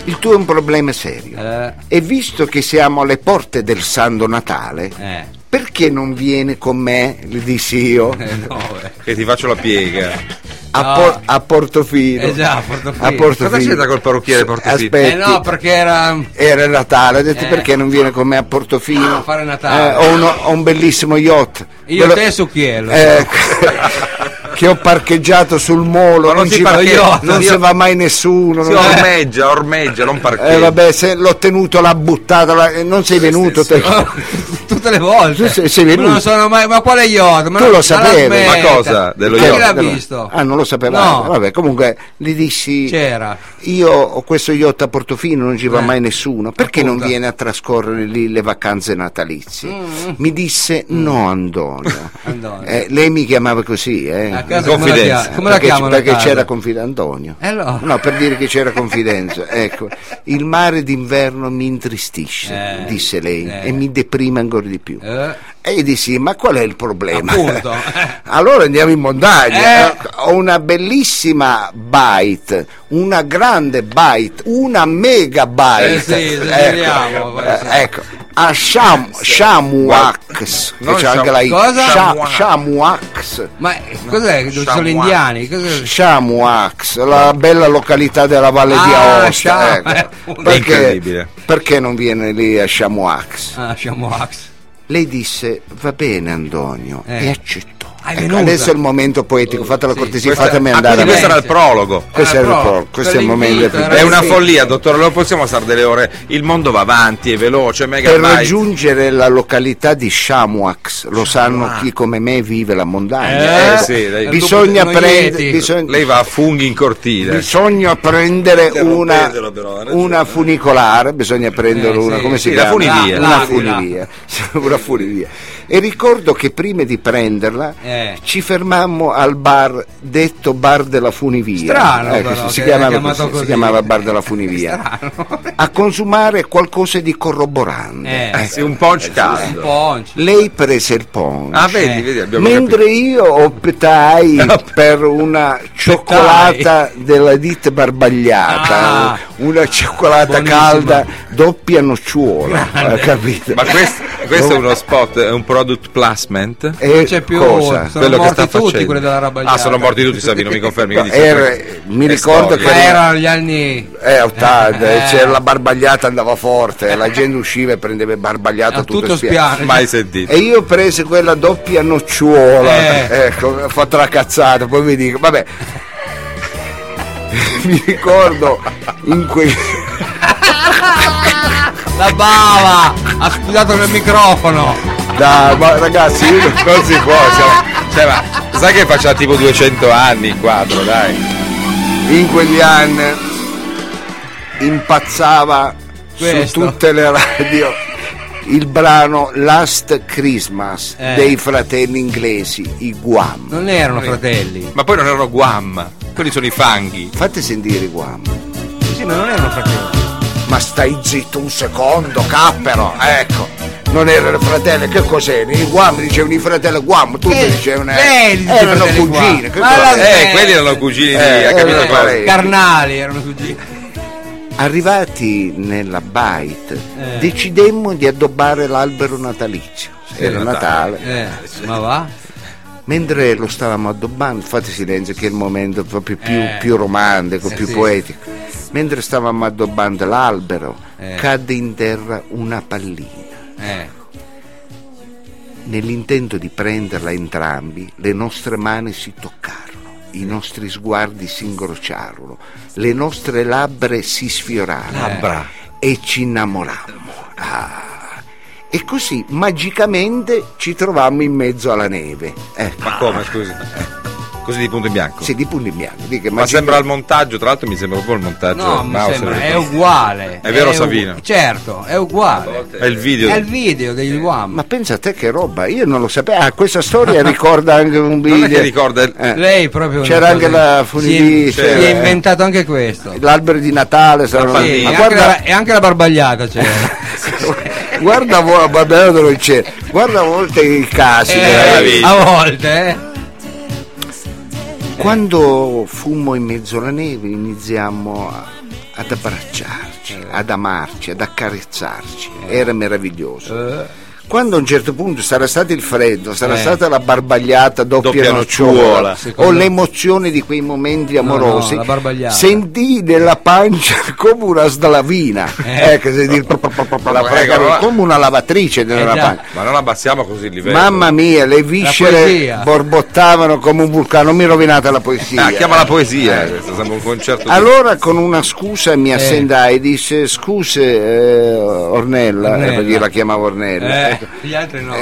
[SPEAKER 1] il tuo è un problema serio.
[SPEAKER 2] eh,
[SPEAKER 1] E visto che siamo alle porte del Santo Natale,
[SPEAKER 2] eh,
[SPEAKER 1] perché non viene con me, le dissi io,
[SPEAKER 2] eh, no, eh.
[SPEAKER 4] Che ti faccio la piega.
[SPEAKER 1] a,
[SPEAKER 2] No.
[SPEAKER 1] Por- a Portofino?
[SPEAKER 2] Eh già, a Portofino.
[SPEAKER 1] A Portofino.
[SPEAKER 4] Cosa c'entra col parrucchiere Portofino?
[SPEAKER 1] Aspetti.
[SPEAKER 2] Eh, no, perché era.
[SPEAKER 1] Era il Natale, ho detto
[SPEAKER 2] Eh.
[SPEAKER 1] perché non viene con me a Portofino?
[SPEAKER 2] A fare Natale.
[SPEAKER 1] Eh, ho, uno- ho un bellissimo yacht.
[SPEAKER 2] Io
[SPEAKER 1] Quello-
[SPEAKER 2] te su Chielo.
[SPEAKER 1] eh, che ho parcheggiato sul molo,
[SPEAKER 4] Ma
[SPEAKER 1] non,
[SPEAKER 4] non
[SPEAKER 1] ci
[SPEAKER 4] si parcheggia,
[SPEAKER 1] va- non
[SPEAKER 4] non
[SPEAKER 1] se
[SPEAKER 4] si-
[SPEAKER 1] va mai nessuno.
[SPEAKER 4] Si
[SPEAKER 1] non-
[SPEAKER 4] ormeggia, ormeggia, non parcheggia.
[SPEAKER 1] Eh, vabbè, se l'ho tenuto, l'ha buttato, l'ha- eh, non sei venuto. te-
[SPEAKER 2] Tutte le volte.
[SPEAKER 1] Tu sei- sei venuto.
[SPEAKER 2] Ma non sono mai. Ma quale yacht? Ma
[SPEAKER 1] Tu
[SPEAKER 2] non-
[SPEAKER 1] lo
[SPEAKER 2] la
[SPEAKER 1] sapevi.
[SPEAKER 2] smetta.
[SPEAKER 4] Ma cosa, dello
[SPEAKER 2] Chi
[SPEAKER 4] yacht?
[SPEAKER 2] l'ha
[SPEAKER 1] Allora-
[SPEAKER 2] visto?
[SPEAKER 1] Ah, non lo sapevamo.
[SPEAKER 2] No.
[SPEAKER 1] Vabbè, comunque gli dissi.
[SPEAKER 2] C'era.
[SPEAKER 1] Io ho questo yacht a Portofino, non ci va
[SPEAKER 2] Eh.
[SPEAKER 1] mai nessuno, perché non
[SPEAKER 2] Appunto.
[SPEAKER 1] viene a trascorrere lì le vacanze natalizie? Mi disse no Antonio.
[SPEAKER 2] Mm. Antonio.
[SPEAKER 1] Eh, lei mi chiamava così, eh.
[SPEAKER 2] A casa come la
[SPEAKER 4] Confidenza.
[SPEAKER 2] chia- come la
[SPEAKER 1] perché,
[SPEAKER 2] chiamano? a
[SPEAKER 1] perché
[SPEAKER 2] casa?
[SPEAKER 1] c'era confidenza Antonio.
[SPEAKER 2] Eh, no.
[SPEAKER 1] No, per dire che c'era confidenza. ecco, il mare d'inverno mi intristisce,
[SPEAKER 2] Eh.
[SPEAKER 1] disse lei,
[SPEAKER 2] Eh.
[SPEAKER 1] e mi deprime ancora di più.
[SPEAKER 2] Eh,
[SPEAKER 1] E io dissi, ma qual è il problema?
[SPEAKER 2] Appunto.
[SPEAKER 1] allora andiamo in montagna.
[SPEAKER 2] Eh.
[SPEAKER 1] Ho una bellissima bite, una grande bite, una megabyte.
[SPEAKER 2] Eh sì, se ne andiamo,
[SPEAKER 1] eh,
[SPEAKER 2] sì. Eh,
[SPEAKER 1] ecco. A Sham, Shamuax, che
[SPEAKER 4] Non
[SPEAKER 1] c'è anche la I.
[SPEAKER 2] Cosa?
[SPEAKER 1] Sha- Shamuax.
[SPEAKER 2] Ma eh, cos'è? Dove ci sono gli
[SPEAKER 4] Chamois.
[SPEAKER 2] indiani? Cos'è?
[SPEAKER 1] Shamuax, la bella località della Valle di
[SPEAKER 2] Ah,
[SPEAKER 1] Aosta.
[SPEAKER 2] Sham- eh,
[SPEAKER 1] ecco.
[SPEAKER 2] appunto.
[SPEAKER 1] Perché,
[SPEAKER 4] Incredibile.
[SPEAKER 1] perché non viene lì a Shamuax?
[SPEAKER 2] Ah, Chamois.
[SPEAKER 1] Lei disse va bene Antonio
[SPEAKER 2] Eh.
[SPEAKER 1] e accettò.
[SPEAKER 2] Ah, è
[SPEAKER 1] Ecco,
[SPEAKER 2] venuta.
[SPEAKER 1] adesso è il momento poetico, fate la
[SPEAKER 2] sì.
[SPEAKER 1] cortesia,
[SPEAKER 4] Questa-
[SPEAKER 1] fatemi
[SPEAKER 4] ah,
[SPEAKER 1] andare
[SPEAKER 4] quindi
[SPEAKER 1] avanti.
[SPEAKER 4] questo era il prologo.
[SPEAKER 1] Questo è il
[SPEAKER 2] pro-
[SPEAKER 1] pro- questo è il
[SPEAKER 2] per
[SPEAKER 1] momento
[SPEAKER 2] l'invito,
[SPEAKER 1] finale.
[SPEAKER 2] era
[SPEAKER 4] È una
[SPEAKER 2] il-
[SPEAKER 4] follia, dottore, non possiamo stare delle ore. Il mondo va avanti, è veloce, è mega
[SPEAKER 1] Per
[SPEAKER 4] byte.
[SPEAKER 1] raggiungere la località di Shamuax, lo sanno chi come me vive la montagna,
[SPEAKER 4] Eh,
[SPEAKER 1] ecco,
[SPEAKER 4] sì, dai.
[SPEAKER 1] bisogna,
[SPEAKER 2] Noi
[SPEAKER 1] prendere
[SPEAKER 2] lieti.
[SPEAKER 1] bisogna,
[SPEAKER 4] Lei va a funghi in cortile.
[SPEAKER 1] bisogna prendere una,
[SPEAKER 3] Interrompetelo però, ha ragione,
[SPEAKER 1] una
[SPEAKER 3] eh.
[SPEAKER 1] funicolare, bisogna prendere
[SPEAKER 2] Eh,
[SPEAKER 1] una,
[SPEAKER 2] sì.
[SPEAKER 1] come si
[SPEAKER 4] Sì, la
[SPEAKER 1] chiama?
[SPEAKER 4] funivia.
[SPEAKER 1] Una
[SPEAKER 2] L'aquila.
[SPEAKER 1] funivia. una funivia. E ricordo che prima di prenderla
[SPEAKER 2] Eh.
[SPEAKER 1] ci fermammo al bar, detto bar della funivia.
[SPEAKER 2] Strano,
[SPEAKER 1] Ecco,
[SPEAKER 2] però,
[SPEAKER 1] si,
[SPEAKER 2] che
[SPEAKER 1] chiamava
[SPEAKER 2] l'hai chiamato
[SPEAKER 1] così, si
[SPEAKER 2] così.
[SPEAKER 1] chiamava bar della funivia.
[SPEAKER 2] Strano.
[SPEAKER 1] A consumare qualcosa di corroborante.
[SPEAKER 2] Eh,
[SPEAKER 4] Eh, sì, un punch
[SPEAKER 2] Un
[SPEAKER 4] caldo.
[SPEAKER 2] poncio.
[SPEAKER 1] Lei prese il pongo.
[SPEAKER 4] Ah, vedi,
[SPEAKER 2] Eh.
[SPEAKER 4] vedi, abbiamo
[SPEAKER 1] Mentre io optai per una cioccolata della ditta barbagliata,
[SPEAKER 2] Ah.
[SPEAKER 1] una cioccolata
[SPEAKER 2] Buonissima.
[SPEAKER 1] calda doppia nocciola, ha capito?
[SPEAKER 4] capito. Ma questo, questo è uno spot, è un product placement?
[SPEAKER 1] E
[SPEAKER 2] Non c'è più,
[SPEAKER 1] cosa?
[SPEAKER 2] sono
[SPEAKER 4] Quello che
[SPEAKER 2] morti
[SPEAKER 4] sta
[SPEAKER 2] tutti
[SPEAKER 4] facendo.
[SPEAKER 2] quelli della roba
[SPEAKER 4] Ah, sono morti tutti, Savino, mi confermi. che
[SPEAKER 1] No,
[SPEAKER 4] dici-
[SPEAKER 1] era- mi
[SPEAKER 4] è
[SPEAKER 1] ricordo
[SPEAKER 4] storia.
[SPEAKER 2] Ma
[SPEAKER 1] che-
[SPEAKER 2] erano gli anni
[SPEAKER 1] Eh, 80,
[SPEAKER 2] Eh.
[SPEAKER 1] c'era la barbagliata andava forte, la gente usciva e prendeva il barbagliato
[SPEAKER 2] a
[SPEAKER 1] tutto,
[SPEAKER 2] tutto
[SPEAKER 1] spiano.
[SPEAKER 2] spiano.
[SPEAKER 4] Mai sentito.
[SPEAKER 1] E io prese quella doppia nocciola,
[SPEAKER 2] Eh.
[SPEAKER 1] ecco, ho fatto la cazzata, poi mi dico, vabbè. mi ricordo in quel
[SPEAKER 2] La bava ha sputato nel microfono.
[SPEAKER 1] Dai, ma ragazzi, io
[SPEAKER 4] Non si può, siamo- cioè, ma sai che faccia tipo 200 anni il quadro, dai.
[SPEAKER 1] in quegli anni impazzava
[SPEAKER 2] Questo.
[SPEAKER 1] su tutte le radio il brano Last Christmas
[SPEAKER 2] Eh.
[SPEAKER 1] dei fratelli inglesi, i Guam.
[SPEAKER 2] Non erano fratelli.
[SPEAKER 4] Ma poi non erano guam, quelli sono i fanghi.
[SPEAKER 1] Fate sentire i Guam.
[SPEAKER 2] Sì, ma non erano fratelli.
[SPEAKER 1] Ma stai zitto un secondo, cappero, ecco. Non erano fratelli, che cos'erano? I Guam dicevano i fratelli Guam, tutti
[SPEAKER 2] Eh,
[SPEAKER 1] dicevano
[SPEAKER 2] eh,
[SPEAKER 1] eh,
[SPEAKER 2] dici
[SPEAKER 1] erano
[SPEAKER 2] fratelli Guam.
[SPEAKER 1] cugini. che
[SPEAKER 2] Ma
[SPEAKER 1] cosa-
[SPEAKER 2] la-
[SPEAKER 4] Eh,
[SPEAKER 2] Eh,
[SPEAKER 4] quelli erano cugini di...
[SPEAKER 1] eh,
[SPEAKER 4] ha capito
[SPEAKER 1] eh,
[SPEAKER 4] cosa?
[SPEAKER 1] eh.
[SPEAKER 2] Carnali erano tutti.
[SPEAKER 1] Arrivati nella bite,
[SPEAKER 2] Eh.
[SPEAKER 1] decidemmo di addobbare l'albero natalizio. Era Natale.
[SPEAKER 4] Natale.
[SPEAKER 2] Eh, ma va? Eh.
[SPEAKER 1] Mentre lo stavamo addobbando, fate silenzio che è il momento proprio più,
[SPEAKER 2] Eh.
[SPEAKER 1] più romantico,
[SPEAKER 2] Sì,
[SPEAKER 1] più
[SPEAKER 2] sì.
[SPEAKER 1] poetico. Mentre stavamo addobbando l'albero,
[SPEAKER 2] Eh.
[SPEAKER 1] cadde in terra una pallina.
[SPEAKER 2] Eh.
[SPEAKER 1] Nell'intento di prenderla entrambi, le nostre mani si toccarono, i nostri sguardi si incrociarono, le nostre labbra si sfiorarono
[SPEAKER 2] Eh.
[SPEAKER 4] Labbra.
[SPEAKER 1] e ci innamorammo. Ah. E così magicamente ci trovammo in mezzo alla neve. Ecco.
[SPEAKER 4] Ma come, scusi? Eh, Così di punto in bianco.
[SPEAKER 1] Sì, di punto in bianco. Di che
[SPEAKER 4] Ma
[SPEAKER 1] Magic-
[SPEAKER 4] sembra il montaggio, tra l'altro mi sembra proprio il montaggio.
[SPEAKER 2] No, mi
[SPEAKER 4] mouse
[SPEAKER 2] sembra,
[SPEAKER 4] del-
[SPEAKER 2] è uguale.
[SPEAKER 4] È vero,
[SPEAKER 2] u-
[SPEAKER 4] Savino?
[SPEAKER 2] Certo, è uguale.
[SPEAKER 4] È il video.
[SPEAKER 2] È il video degli uomini.
[SPEAKER 1] Eh, Ma pensa a te che roba, io non lo sapevo. Ah, questa storia ricorda anche un video.
[SPEAKER 4] Non è che ricorda il-
[SPEAKER 1] Eh.
[SPEAKER 2] Lei proprio una
[SPEAKER 1] C'era
[SPEAKER 2] cosa-
[SPEAKER 1] anche la
[SPEAKER 2] si è-
[SPEAKER 1] funivista.
[SPEAKER 2] si è
[SPEAKER 1] eh.
[SPEAKER 2] inventato anche questo.
[SPEAKER 1] L'albero di Natale sarà
[SPEAKER 4] La
[SPEAKER 2] Sì,
[SPEAKER 4] Ma
[SPEAKER 2] anche
[SPEAKER 1] guarda,
[SPEAKER 2] la- e anche la barbagliata c'era.
[SPEAKER 1] guarda, vo- vabbè, non c'è. guarda a volte i casi.
[SPEAKER 2] Eh,
[SPEAKER 4] meraviglia.
[SPEAKER 2] a volte, eh.
[SPEAKER 1] Eh. Quando fummo in mezzo alla neve iniziammo a- ad abbracciarci,
[SPEAKER 2] Eh.
[SPEAKER 1] ad amarci, ad accarezzarci. Era meraviglioso. Quando a un certo punto sarà stato il freddo, sarà
[SPEAKER 2] Eh.
[SPEAKER 1] stata la barbagliata doppia,
[SPEAKER 4] Doppia
[SPEAKER 1] nocciola,
[SPEAKER 4] nocciola.
[SPEAKER 1] o
[SPEAKER 2] Secondo-
[SPEAKER 1] l'emozione di quei momenti amorosi,
[SPEAKER 2] no, la barbagliata.
[SPEAKER 1] sentì nella pancia come una slavina,
[SPEAKER 2] Eh.
[SPEAKER 1] eh, che si dice,
[SPEAKER 4] La prego,
[SPEAKER 1] come una lavatrice nella
[SPEAKER 2] Eh, già.
[SPEAKER 1] pancia.
[SPEAKER 4] Ma non abbassiamo così il livello.
[SPEAKER 1] Mamma mia, le viscere
[SPEAKER 2] poesia.
[SPEAKER 1] borbottavano come un vulcano, mi rovinate la poesia.
[SPEAKER 4] Ah, chiama la poesia, eh, questo sembra un concerto di-
[SPEAKER 1] Allora con una scusa
[SPEAKER 2] Eh.
[SPEAKER 1] mi assendai e disse scuse eh, Ornella,
[SPEAKER 2] Ornella.
[SPEAKER 1] eh, perché io la chiamavo Ornella.
[SPEAKER 2] Eh,
[SPEAKER 1] ecco.
[SPEAKER 2] gli altri no.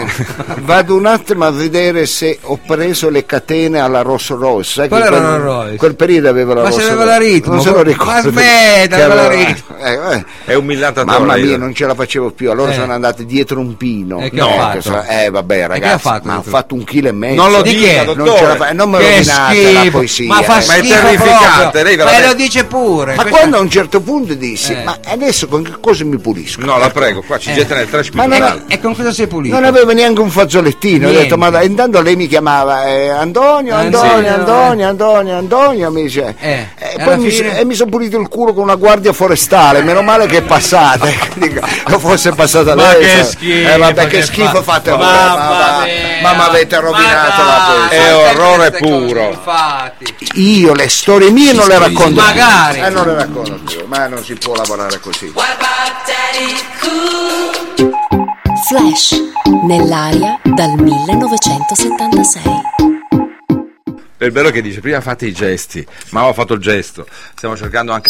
[SPEAKER 1] Vado un attimo a vedere se ho preso le catene alla Rolls Royce. Sai
[SPEAKER 2] Quella
[SPEAKER 1] che
[SPEAKER 2] era
[SPEAKER 1] quel-
[SPEAKER 2] la Rolls.
[SPEAKER 1] Quel periodo aveva la
[SPEAKER 2] Ma
[SPEAKER 1] Rolls
[SPEAKER 2] se aveva
[SPEAKER 1] Royce.
[SPEAKER 2] la ritmo,
[SPEAKER 1] Non se lo
[SPEAKER 2] ma-
[SPEAKER 1] ricordo.
[SPEAKER 2] ma smetta,
[SPEAKER 1] Che
[SPEAKER 2] aveva la
[SPEAKER 1] aveva-
[SPEAKER 2] ritmo.
[SPEAKER 1] eh, eh.
[SPEAKER 4] È un millantatore.
[SPEAKER 1] Mamma mia,
[SPEAKER 4] io.
[SPEAKER 1] non ce la facevo più, allora
[SPEAKER 2] Eh.
[SPEAKER 1] sono andati dietro un pino.
[SPEAKER 2] E che ha fatto?
[SPEAKER 1] so- eh, vabbè, ragazzi,
[SPEAKER 2] ha fatto?
[SPEAKER 1] ma ha fatto un chilo e mezzo.
[SPEAKER 4] Non lo
[SPEAKER 2] Di
[SPEAKER 4] dica,
[SPEAKER 2] che?
[SPEAKER 1] Non, ce la fa-
[SPEAKER 4] dottore.
[SPEAKER 1] non me
[SPEAKER 2] Che
[SPEAKER 1] rovinate la
[SPEAKER 2] schifo.
[SPEAKER 1] poesia.
[SPEAKER 2] Ma fa
[SPEAKER 1] eh.
[SPEAKER 4] Ma è
[SPEAKER 2] schifo
[SPEAKER 4] terrificante,
[SPEAKER 2] proprio.
[SPEAKER 4] lei
[SPEAKER 2] Ma
[SPEAKER 4] veramente-
[SPEAKER 2] lo dice pure.
[SPEAKER 1] Ma
[SPEAKER 2] Eh, Questa-
[SPEAKER 1] quando a un certo punto dissi,
[SPEAKER 2] Eh.
[SPEAKER 1] ma adesso con che cosa mi pulisco?
[SPEAKER 4] No, la prego, qua ci
[SPEAKER 2] Eh.
[SPEAKER 4] getta nel trash
[SPEAKER 1] Ma non-
[SPEAKER 4] culturale.
[SPEAKER 2] E con cosa sei pulito?
[SPEAKER 1] Non avevo neanche un fazzolettino, ho
[SPEAKER 2] Niente.
[SPEAKER 1] detto, ma dai, intanto lei mi chiamava eh, Antonio, Antonio,
[SPEAKER 2] Antonio,
[SPEAKER 1] Antonio, Antonio, Antonio, mi dice.
[SPEAKER 2] Eh,
[SPEAKER 1] e
[SPEAKER 2] alla
[SPEAKER 1] poi mi,
[SPEAKER 2] fine-
[SPEAKER 1] sono pulito il culo con una guardia forestale, meno male che è passata, Dico, non fosse passata
[SPEAKER 2] Ma
[SPEAKER 1] lei. sa-
[SPEAKER 2] che schifo
[SPEAKER 1] eh, vabbè, che
[SPEAKER 2] che
[SPEAKER 1] schifo
[SPEAKER 2] fa-
[SPEAKER 1] fate voi,
[SPEAKER 2] Mamma
[SPEAKER 1] ma-
[SPEAKER 2] mia.
[SPEAKER 1] ma mi avete
[SPEAKER 2] Ma
[SPEAKER 1] rovinato
[SPEAKER 2] dai, Eh, oh.
[SPEAKER 1] la poesia.
[SPEAKER 4] È
[SPEAKER 2] ma che
[SPEAKER 4] orrore
[SPEAKER 2] queste cose,
[SPEAKER 4] puro.
[SPEAKER 2] Infatti.
[SPEAKER 1] Io le storie mie non le racconto. più.
[SPEAKER 2] Magari.
[SPEAKER 1] Eh, non le racconto più, ma non si può lavorare così.
[SPEAKER 6] What about Daddy Cool?
[SPEAKER 7] Flash, nell'aria dal 1976.
[SPEAKER 4] È bello che dice, prima fate i gesti, ma ho fatto il gesto. Stiamo cercando anche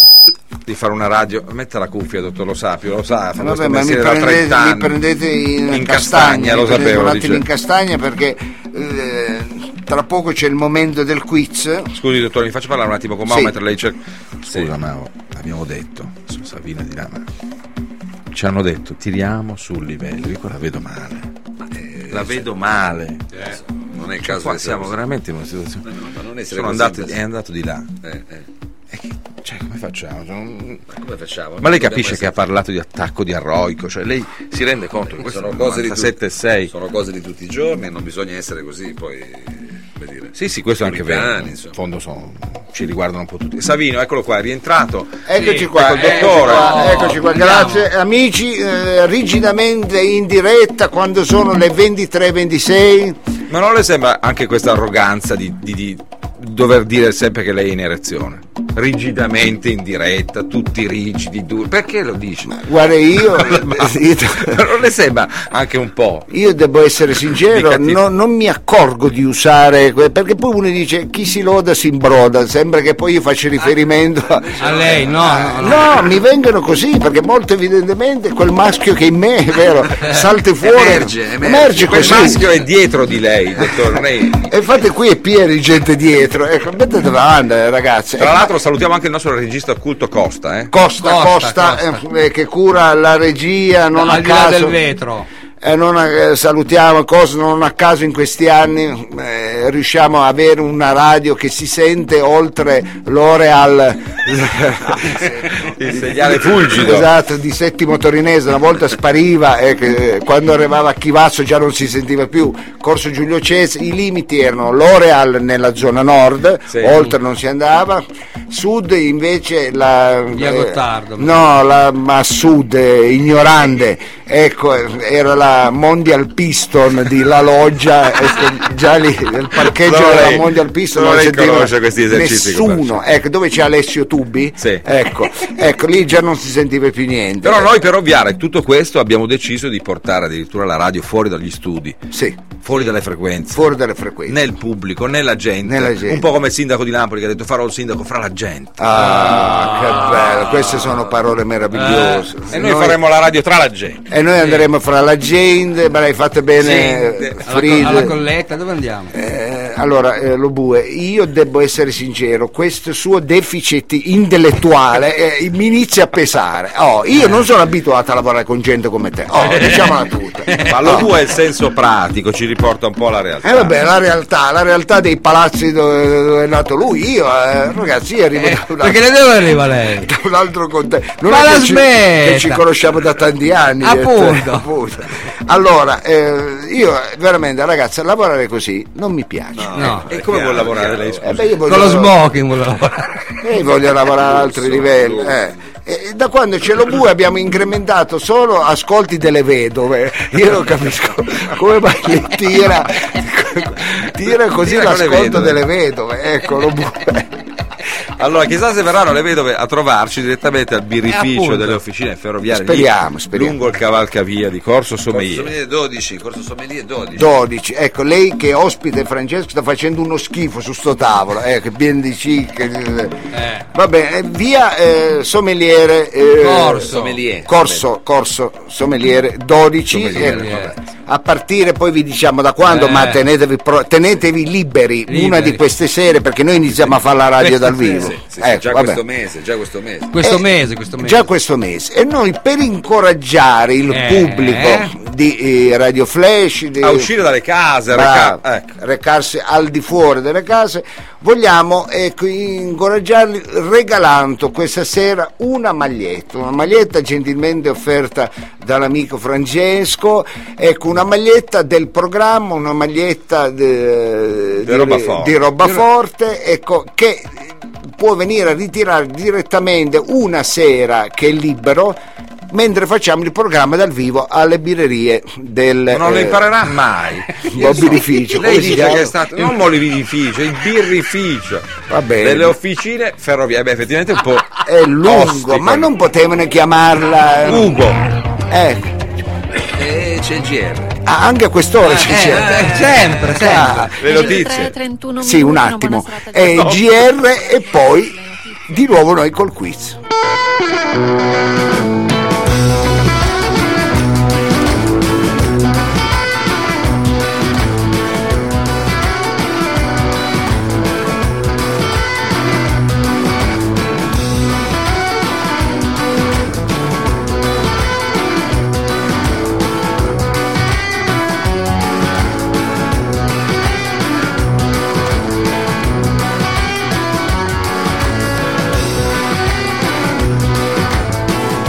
[SPEAKER 4] di fare una radio. Metta la cuffia, dottor Lo Sapio, lo sa, fa
[SPEAKER 1] Vabbè,
[SPEAKER 4] questo
[SPEAKER 1] ma mi
[SPEAKER 4] mestiere da
[SPEAKER 1] prendete,
[SPEAKER 4] 30 anni.
[SPEAKER 1] mi prendete in,
[SPEAKER 4] In castagna,
[SPEAKER 1] mi
[SPEAKER 4] lo
[SPEAKER 1] prendete
[SPEAKER 4] sapevo,
[SPEAKER 1] Un attimo
[SPEAKER 4] dice.
[SPEAKER 1] in castagna perché eh, tra poco c'è il momento del quiz.
[SPEAKER 4] Scusi dottore, mi faccio parlare un attimo con Mao
[SPEAKER 1] Sì.
[SPEAKER 4] mentre lei cerca. Scusa Mao, abbiamo detto su Savina di Lama. Ci hanno detto tiriamo sul livello, io qua la vedo male. Eh, la vedo male.
[SPEAKER 3] Non è il
[SPEAKER 4] Cioè,
[SPEAKER 3] caso
[SPEAKER 4] qua
[SPEAKER 3] che
[SPEAKER 4] siamo
[SPEAKER 3] siamo
[SPEAKER 4] veramente in una situazione.
[SPEAKER 3] Ma non essere
[SPEAKER 4] Sono
[SPEAKER 3] così
[SPEAKER 4] andati-
[SPEAKER 3] imbas-
[SPEAKER 4] è andato di là.
[SPEAKER 3] eh, eh.
[SPEAKER 4] Cioè, come facciamo? Cioè, non-
[SPEAKER 3] Ma come facciamo?
[SPEAKER 4] Ma lei
[SPEAKER 3] Dobbiamo
[SPEAKER 4] capisce che
[SPEAKER 3] essere-
[SPEAKER 4] ha parlato di attacco di arroico, cioè lei si rende conto che questo
[SPEAKER 3] sono cose, di tutti,
[SPEAKER 4] 6.
[SPEAKER 3] sono cose di tutti i giorni, non bisogna essere così, poi come dire.
[SPEAKER 4] Sì, sì, questo è anche vero.
[SPEAKER 3] Americani,
[SPEAKER 4] In
[SPEAKER 3] insomma.
[SPEAKER 4] fondo sono- ci riguardano un po' tutti. Savino, eccolo qua, è rientrato.
[SPEAKER 1] Eccoci qua,
[SPEAKER 4] ecco il
[SPEAKER 1] eccoci
[SPEAKER 4] dottore.
[SPEAKER 1] qua,
[SPEAKER 2] Oh,
[SPEAKER 1] eccoci qua,
[SPEAKER 2] andiamo.
[SPEAKER 1] grazie. Amici, eh, rigidamente in diretta quando sono le 23.26.
[SPEAKER 4] Ma non le sembra anche questa arroganza di, di- di dover dire sempre che lei è in erezione? Rigidamente in diretta, tutti rigidi, duri. Perché lo dici?
[SPEAKER 1] Guarda, io, eh,
[SPEAKER 4] non le sembra anche un po'?
[SPEAKER 1] io devo essere sincero,
[SPEAKER 4] Dica, tipo.
[SPEAKER 1] no- non mi accorgo di usare, que- perché poi uno dice chi si loda si imbroda, sembra che poi io faccia riferimento a,
[SPEAKER 2] A lei, no, no, no.
[SPEAKER 1] No, mi vengono così perché molto evidentemente quel maschio che in me, è vero, salta fuori,
[SPEAKER 3] Emerge, emerge.
[SPEAKER 4] Quel
[SPEAKER 1] così.
[SPEAKER 4] maschio è dietro di lei, dottore. Lei-
[SPEAKER 1] E infatti qui è pieno di gente dietro, ecco, mettete la mano ragazzi.
[SPEAKER 4] Tra l'altro salutiamo anche il nostro regista occulto Costa, eh?
[SPEAKER 1] Costa, Costa,
[SPEAKER 2] Costa,
[SPEAKER 1] eh, che cura la regia, non a
[SPEAKER 2] Al di là
[SPEAKER 1] caso.
[SPEAKER 2] del vetro.
[SPEAKER 1] eh, non a- eh, salutiamo Costa, non a caso in questi anni eh, riusciamo a avere una radio che si sente oltre l'Oreal.
[SPEAKER 4] Il segnale fulgido.
[SPEAKER 1] Esatto, di settimo torinese, una volta spariva e che- eh, quando arrivava a Chivazzo già non si sentiva più. Corso Giulio Cesi, i limiti erano l'Oreal nella zona nord,
[SPEAKER 4] Sì.
[SPEAKER 1] oltre non si andava, sud invece la... eh,
[SPEAKER 2] Via Gottardo.
[SPEAKER 1] no, la, ma sud, eh, ignorante, ecco, eh, era la Mondial Piston di La Loggia, e che già lì nel parcheggio
[SPEAKER 4] Solo
[SPEAKER 1] della
[SPEAKER 4] lei-
[SPEAKER 1] Mondial Piston
[SPEAKER 4] solo
[SPEAKER 1] non
[SPEAKER 4] lei
[SPEAKER 1] sentiva
[SPEAKER 4] conosce questi esercizi che
[SPEAKER 1] nessuno. No, ecco, dove c'è Alessio Tubi?
[SPEAKER 4] Sì.
[SPEAKER 1] Ecco, ecco, lì già non si sentiva più niente.
[SPEAKER 4] Però noi per ovviare tutto questo abbiamo deciso di portare addirittura la radio fuori dagli studi,
[SPEAKER 1] Sì,
[SPEAKER 4] fuori dalle frequenze.
[SPEAKER 1] fuori dalle frequenze.
[SPEAKER 4] nel pubblico, nella gente.
[SPEAKER 1] Nella gente.
[SPEAKER 4] Un po' come il sindaco di Napoli che ha detto farò il sindaco fra la gente.
[SPEAKER 1] Ah, che bello, queste sono parole meravigliose.
[SPEAKER 4] Eh, e noi, faremo la radio tra la gente.
[SPEAKER 1] e noi andremo fra la Saint, ma l'hai fatta bene, eh,
[SPEAKER 2] alla,
[SPEAKER 1] Fried.
[SPEAKER 2] alla colletta, dove andiamo?
[SPEAKER 1] Eh, allora, eh, lo bue, io devo essere sincero, questo suo deficit intellettuale eh, mi inizia a pesare. Oh,
[SPEAKER 4] Eh.
[SPEAKER 1] io non sono abituato a lavorare con gente come te. Oh, diciamola tutta. Oh,
[SPEAKER 4] Ma lo tuo è il senso pratico, ci riporta un po' alla realtà.
[SPEAKER 1] Eh vabbè, la realtà, la realtà dei palazzi dove, dove è nato lui, io, eh, ragazzi, io arrivo
[SPEAKER 2] Eh,
[SPEAKER 1] da un
[SPEAKER 2] perché
[SPEAKER 1] altro,
[SPEAKER 2] da dove arriva lei?
[SPEAKER 1] da un altro contesto. Non
[SPEAKER 2] Ma
[SPEAKER 1] è
[SPEAKER 2] la
[SPEAKER 1] che ci,
[SPEAKER 2] smetta!
[SPEAKER 1] che ci conosciamo da tanti anni. eh,
[SPEAKER 2] Appunto.
[SPEAKER 1] appunto. Allora, eh, io veramente, ragazzi, lavorare così non mi piace.
[SPEAKER 2] No,
[SPEAKER 4] Eh, E come vuol lavorare lei?
[SPEAKER 1] Eh,
[SPEAKER 4] scusa?
[SPEAKER 1] beh, io
[SPEAKER 2] con
[SPEAKER 1] voglio-
[SPEAKER 2] lo smoking vuole lavorare.
[SPEAKER 1] e voglio lavorare ad altri livelli. eh. E da quando c'è lo bue abbiamo incrementato solo ascolti delle vedove. Io non capisco come mai tira, tira così
[SPEAKER 4] Tira con le
[SPEAKER 1] l'ascolto
[SPEAKER 4] vedove.
[SPEAKER 1] delle vedove. Ecco lo bue. eh,
[SPEAKER 4] Allora, chissà se verranno le vedove a trovarci direttamente al
[SPEAKER 2] Eh,
[SPEAKER 4] birrificio
[SPEAKER 2] appunto.
[SPEAKER 4] delle officine ferroviarie. lì,
[SPEAKER 1] Speriamo, speriamo.
[SPEAKER 4] Lungo il cavalcavia di Corso
[SPEAKER 3] Corso
[SPEAKER 4] Sommelier.
[SPEAKER 3] Sommelier 12, Corso Sommelier 12.
[SPEAKER 1] 12. Ecco, lei che è ospite Francesco sta facendo uno schifo su sto tavolo. Ecco, bien di chic. Vabbè, eh, via eh, sommeliere. eh,
[SPEAKER 2] Corso.
[SPEAKER 3] Sommelier.
[SPEAKER 1] Corso, corso sommeliere 12 eh,
[SPEAKER 2] vabbè.
[SPEAKER 1] a partire poi vi diciamo da quando
[SPEAKER 2] Eh.
[SPEAKER 1] ma tenetevi, pro- tenetevi liberi, una
[SPEAKER 2] Liberi.
[SPEAKER 1] di queste sere perché noi iniziamo a fare la radio dal
[SPEAKER 3] Sì,
[SPEAKER 1] vivo
[SPEAKER 3] sì, sì,
[SPEAKER 1] Ecco,
[SPEAKER 3] già
[SPEAKER 1] vabbè.
[SPEAKER 3] questo mese, già questo mese.
[SPEAKER 2] Questo
[SPEAKER 1] Eh,
[SPEAKER 2] mese, questo mese.
[SPEAKER 1] Già questo mese e noi per incoraggiare il
[SPEAKER 2] Eh.
[SPEAKER 1] pubblico di eh, Radio Flash di-
[SPEAKER 4] A uscire dalle case, a
[SPEAKER 1] Bravo.
[SPEAKER 4] reca- ecco.
[SPEAKER 1] eh, recarsi al di fuori delle case vogliamo ecco, incoraggiarli regalando questa sera una maglietta una maglietta gentilmente offerta dall'amico Francesco ecco una maglietta del programma una maglietta de- di,
[SPEAKER 4] roba forte.
[SPEAKER 1] di roba forte, ecco che può venire a ritirare direttamente una sera che è libero mentre facciamo il programma dal vivo alle birrerie del
[SPEAKER 4] Ma non lo
[SPEAKER 1] eh,
[SPEAKER 4] imparerà mai.
[SPEAKER 1] Birrificio,
[SPEAKER 4] Lei
[SPEAKER 1] come si
[SPEAKER 4] dice
[SPEAKER 1] chiama?
[SPEAKER 4] che è stato non l'olivificio, il birrificio
[SPEAKER 1] Va bene.
[SPEAKER 4] delle officine ferroviarie. Beh, effettivamente un po'
[SPEAKER 1] è lungo,
[SPEAKER 4] ostico.
[SPEAKER 1] ma non potevano chiamarla.
[SPEAKER 2] Uh.
[SPEAKER 4] Ugo.
[SPEAKER 1] Eh,
[SPEAKER 3] E c'è il GR.
[SPEAKER 1] ah, anche a quest'ora ci
[SPEAKER 2] Eh,
[SPEAKER 1] c'è.
[SPEAKER 2] eh, certo. sempre, sempre.
[SPEAKER 1] Ah,
[SPEAKER 4] Le notizie.
[SPEAKER 8] 31
[SPEAKER 1] sì, un attimo. È il GR e poi di nuovo noi col quiz.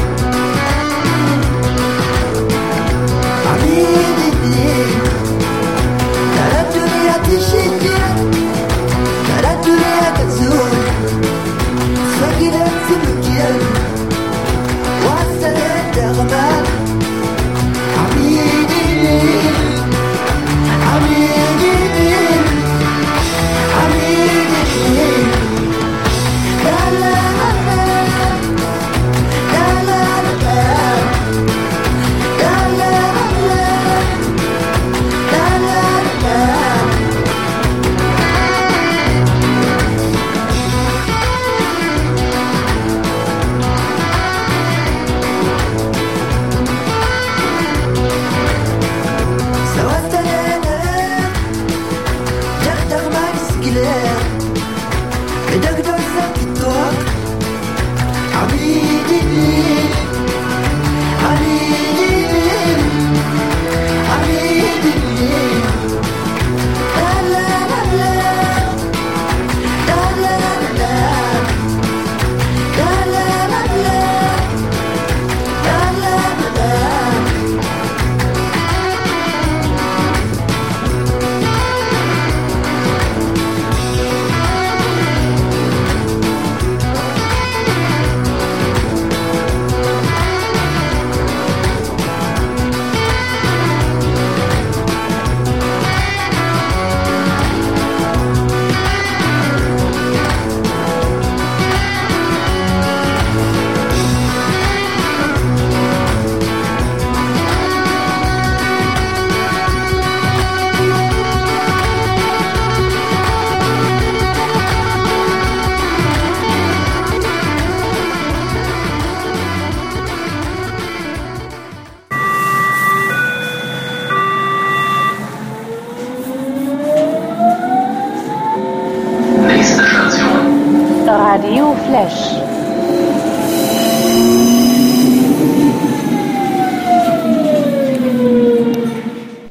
[SPEAKER 8] Thank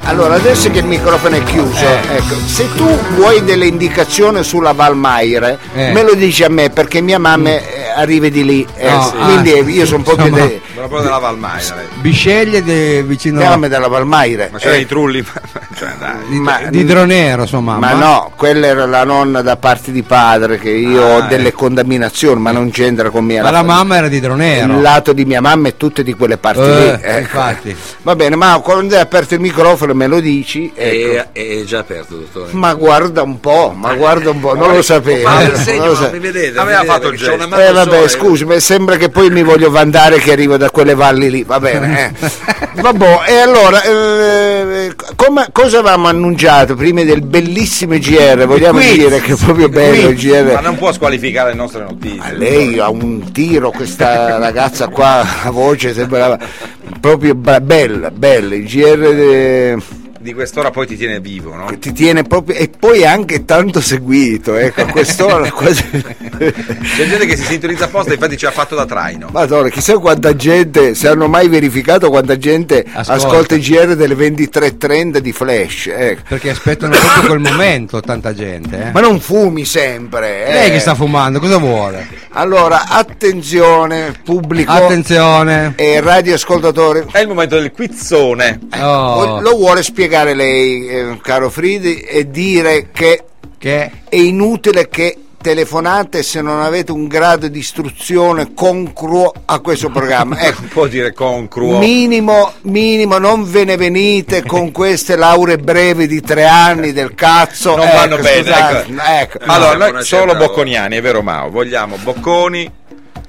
[SPEAKER 1] Allora, adesso che il microfono è chiuso,
[SPEAKER 2] Eh.
[SPEAKER 1] ecco, se tu vuoi delle indicazioni sulla Valmaire,
[SPEAKER 2] Eh. Mm.
[SPEAKER 1] me lo dici a me perché mia mamma eh, arriva di lì. eh,
[SPEAKER 2] No,
[SPEAKER 1] sì. quindi
[SPEAKER 2] ah,
[SPEAKER 1] io sono un po' più
[SPEAKER 2] insomma,
[SPEAKER 1] de-
[SPEAKER 4] Proprio della Valmaina. lei.
[SPEAKER 2] Bisceglie de- vicino
[SPEAKER 1] chiamami della Valmaire.
[SPEAKER 4] Ma c'erano
[SPEAKER 1] eh,
[SPEAKER 4] i trulli. cioè, dai.
[SPEAKER 2] di,
[SPEAKER 1] ma-
[SPEAKER 2] di Dronero, sua
[SPEAKER 1] ma
[SPEAKER 2] mamma.
[SPEAKER 1] no, quella era la nonna da parte di padre che io ho
[SPEAKER 4] Ah,
[SPEAKER 1] delle contaminazioni, ma non c'entra con mia
[SPEAKER 2] ecco. Ma la
[SPEAKER 1] fam-
[SPEAKER 2] mamma era di Dronero.
[SPEAKER 1] il lato di mia mamma e tutte di quelle parti
[SPEAKER 2] Eh,
[SPEAKER 1] lì. ecco.
[SPEAKER 2] infatti.
[SPEAKER 1] Va bene, ma quando hai aperto il microfono me lo dici. Ecco.
[SPEAKER 3] È, è già aperto, dottore.
[SPEAKER 1] Ma guarda un po', ma guarda un po', non lo sapevo.
[SPEAKER 3] Eh, Ma
[SPEAKER 1] Eh, non
[SPEAKER 3] mi
[SPEAKER 1] lo
[SPEAKER 3] segno, ma
[SPEAKER 1] sapevo.
[SPEAKER 3] mi vedete?
[SPEAKER 4] Aveva
[SPEAKER 3] mi vedete,
[SPEAKER 4] fatto il
[SPEAKER 3] perché
[SPEAKER 4] gesto.
[SPEAKER 3] c'ho una mano
[SPEAKER 1] Eh vabbè,
[SPEAKER 3] sola,
[SPEAKER 1] scusi, mi sembra che poi mi voglio vantare che arrivo da quelle valli lì, va bene. Eh. Vabbè, e allora, eh, come- cosa avevamo annunciato prima del bellissimo GR? Vogliamo
[SPEAKER 2] quiz.
[SPEAKER 1] dire che è proprio bello il
[SPEAKER 4] Ma
[SPEAKER 1] GR.
[SPEAKER 4] non può squalificare le nostre
[SPEAKER 1] eh, Ma
[SPEAKER 4] notizie.
[SPEAKER 1] lei ha un tiro, questa ragazza qua, a voce sembrava proprio ba- bella, bella. Il GR... de-
[SPEAKER 4] Di quest'ora poi ti tiene vivo, no?
[SPEAKER 1] ti tiene proprio e poi è anche tanto seguito ecco a quest'ora quasi
[SPEAKER 4] C'è gente che si sintonizza apposta, infatti ci ha fatto da traino.
[SPEAKER 1] Madonna, chissà quanta gente, se hanno mai verificato quanta gente
[SPEAKER 2] Ascolta.
[SPEAKER 1] ascolta, il GR delle 23.30 di Flash. ecco.
[SPEAKER 2] Perché aspettano proprio quel momento tanta gente. eh.
[SPEAKER 1] Ma non fumi sempre. eh.
[SPEAKER 2] Lei che sta fumando, cosa vuole?
[SPEAKER 1] Allora, attenzione, pubblico
[SPEAKER 2] Attenzione.
[SPEAKER 1] e radioascoltatore.
[SPEAKER 4] È il momento del quizzone.
[SPEAKER 2] Oh,
[SPEAKER 1] Eh, Lo vuole spiegare lei, eh, caro Fridi, e dire che
[SPEAKER 2] che
[SPEAKER 1] è inutile che telefonate se non avete un grado di istruzione congruo a questo programma. Ecco,
[SPEAKER 4] Non può Eh, dire concruo.
[SPEAKER 1] Minimo, minimo, non ve ne venite con queste lauree brevi di tre anni del cazzo.
[SPEAKER 4] Non
[SPEAKER 1] Ecco,
[SPEAKER 4] vanno bene,
[SPEAKER 1] scusate,
[SPEAKER 4] ecco.
[SPEAKER 1] ecco.
[SPEAKER 4] Allora,
[SPEAKER 3] No,
[SPEAKER 4] noi
[SPEAKER 3] buonasera,
[SPEAKER 4] solo
[SPEAKER 3] bravo.
[SPEAKER 4] bocconiani, è vero Mao? Vogliamo bocconi,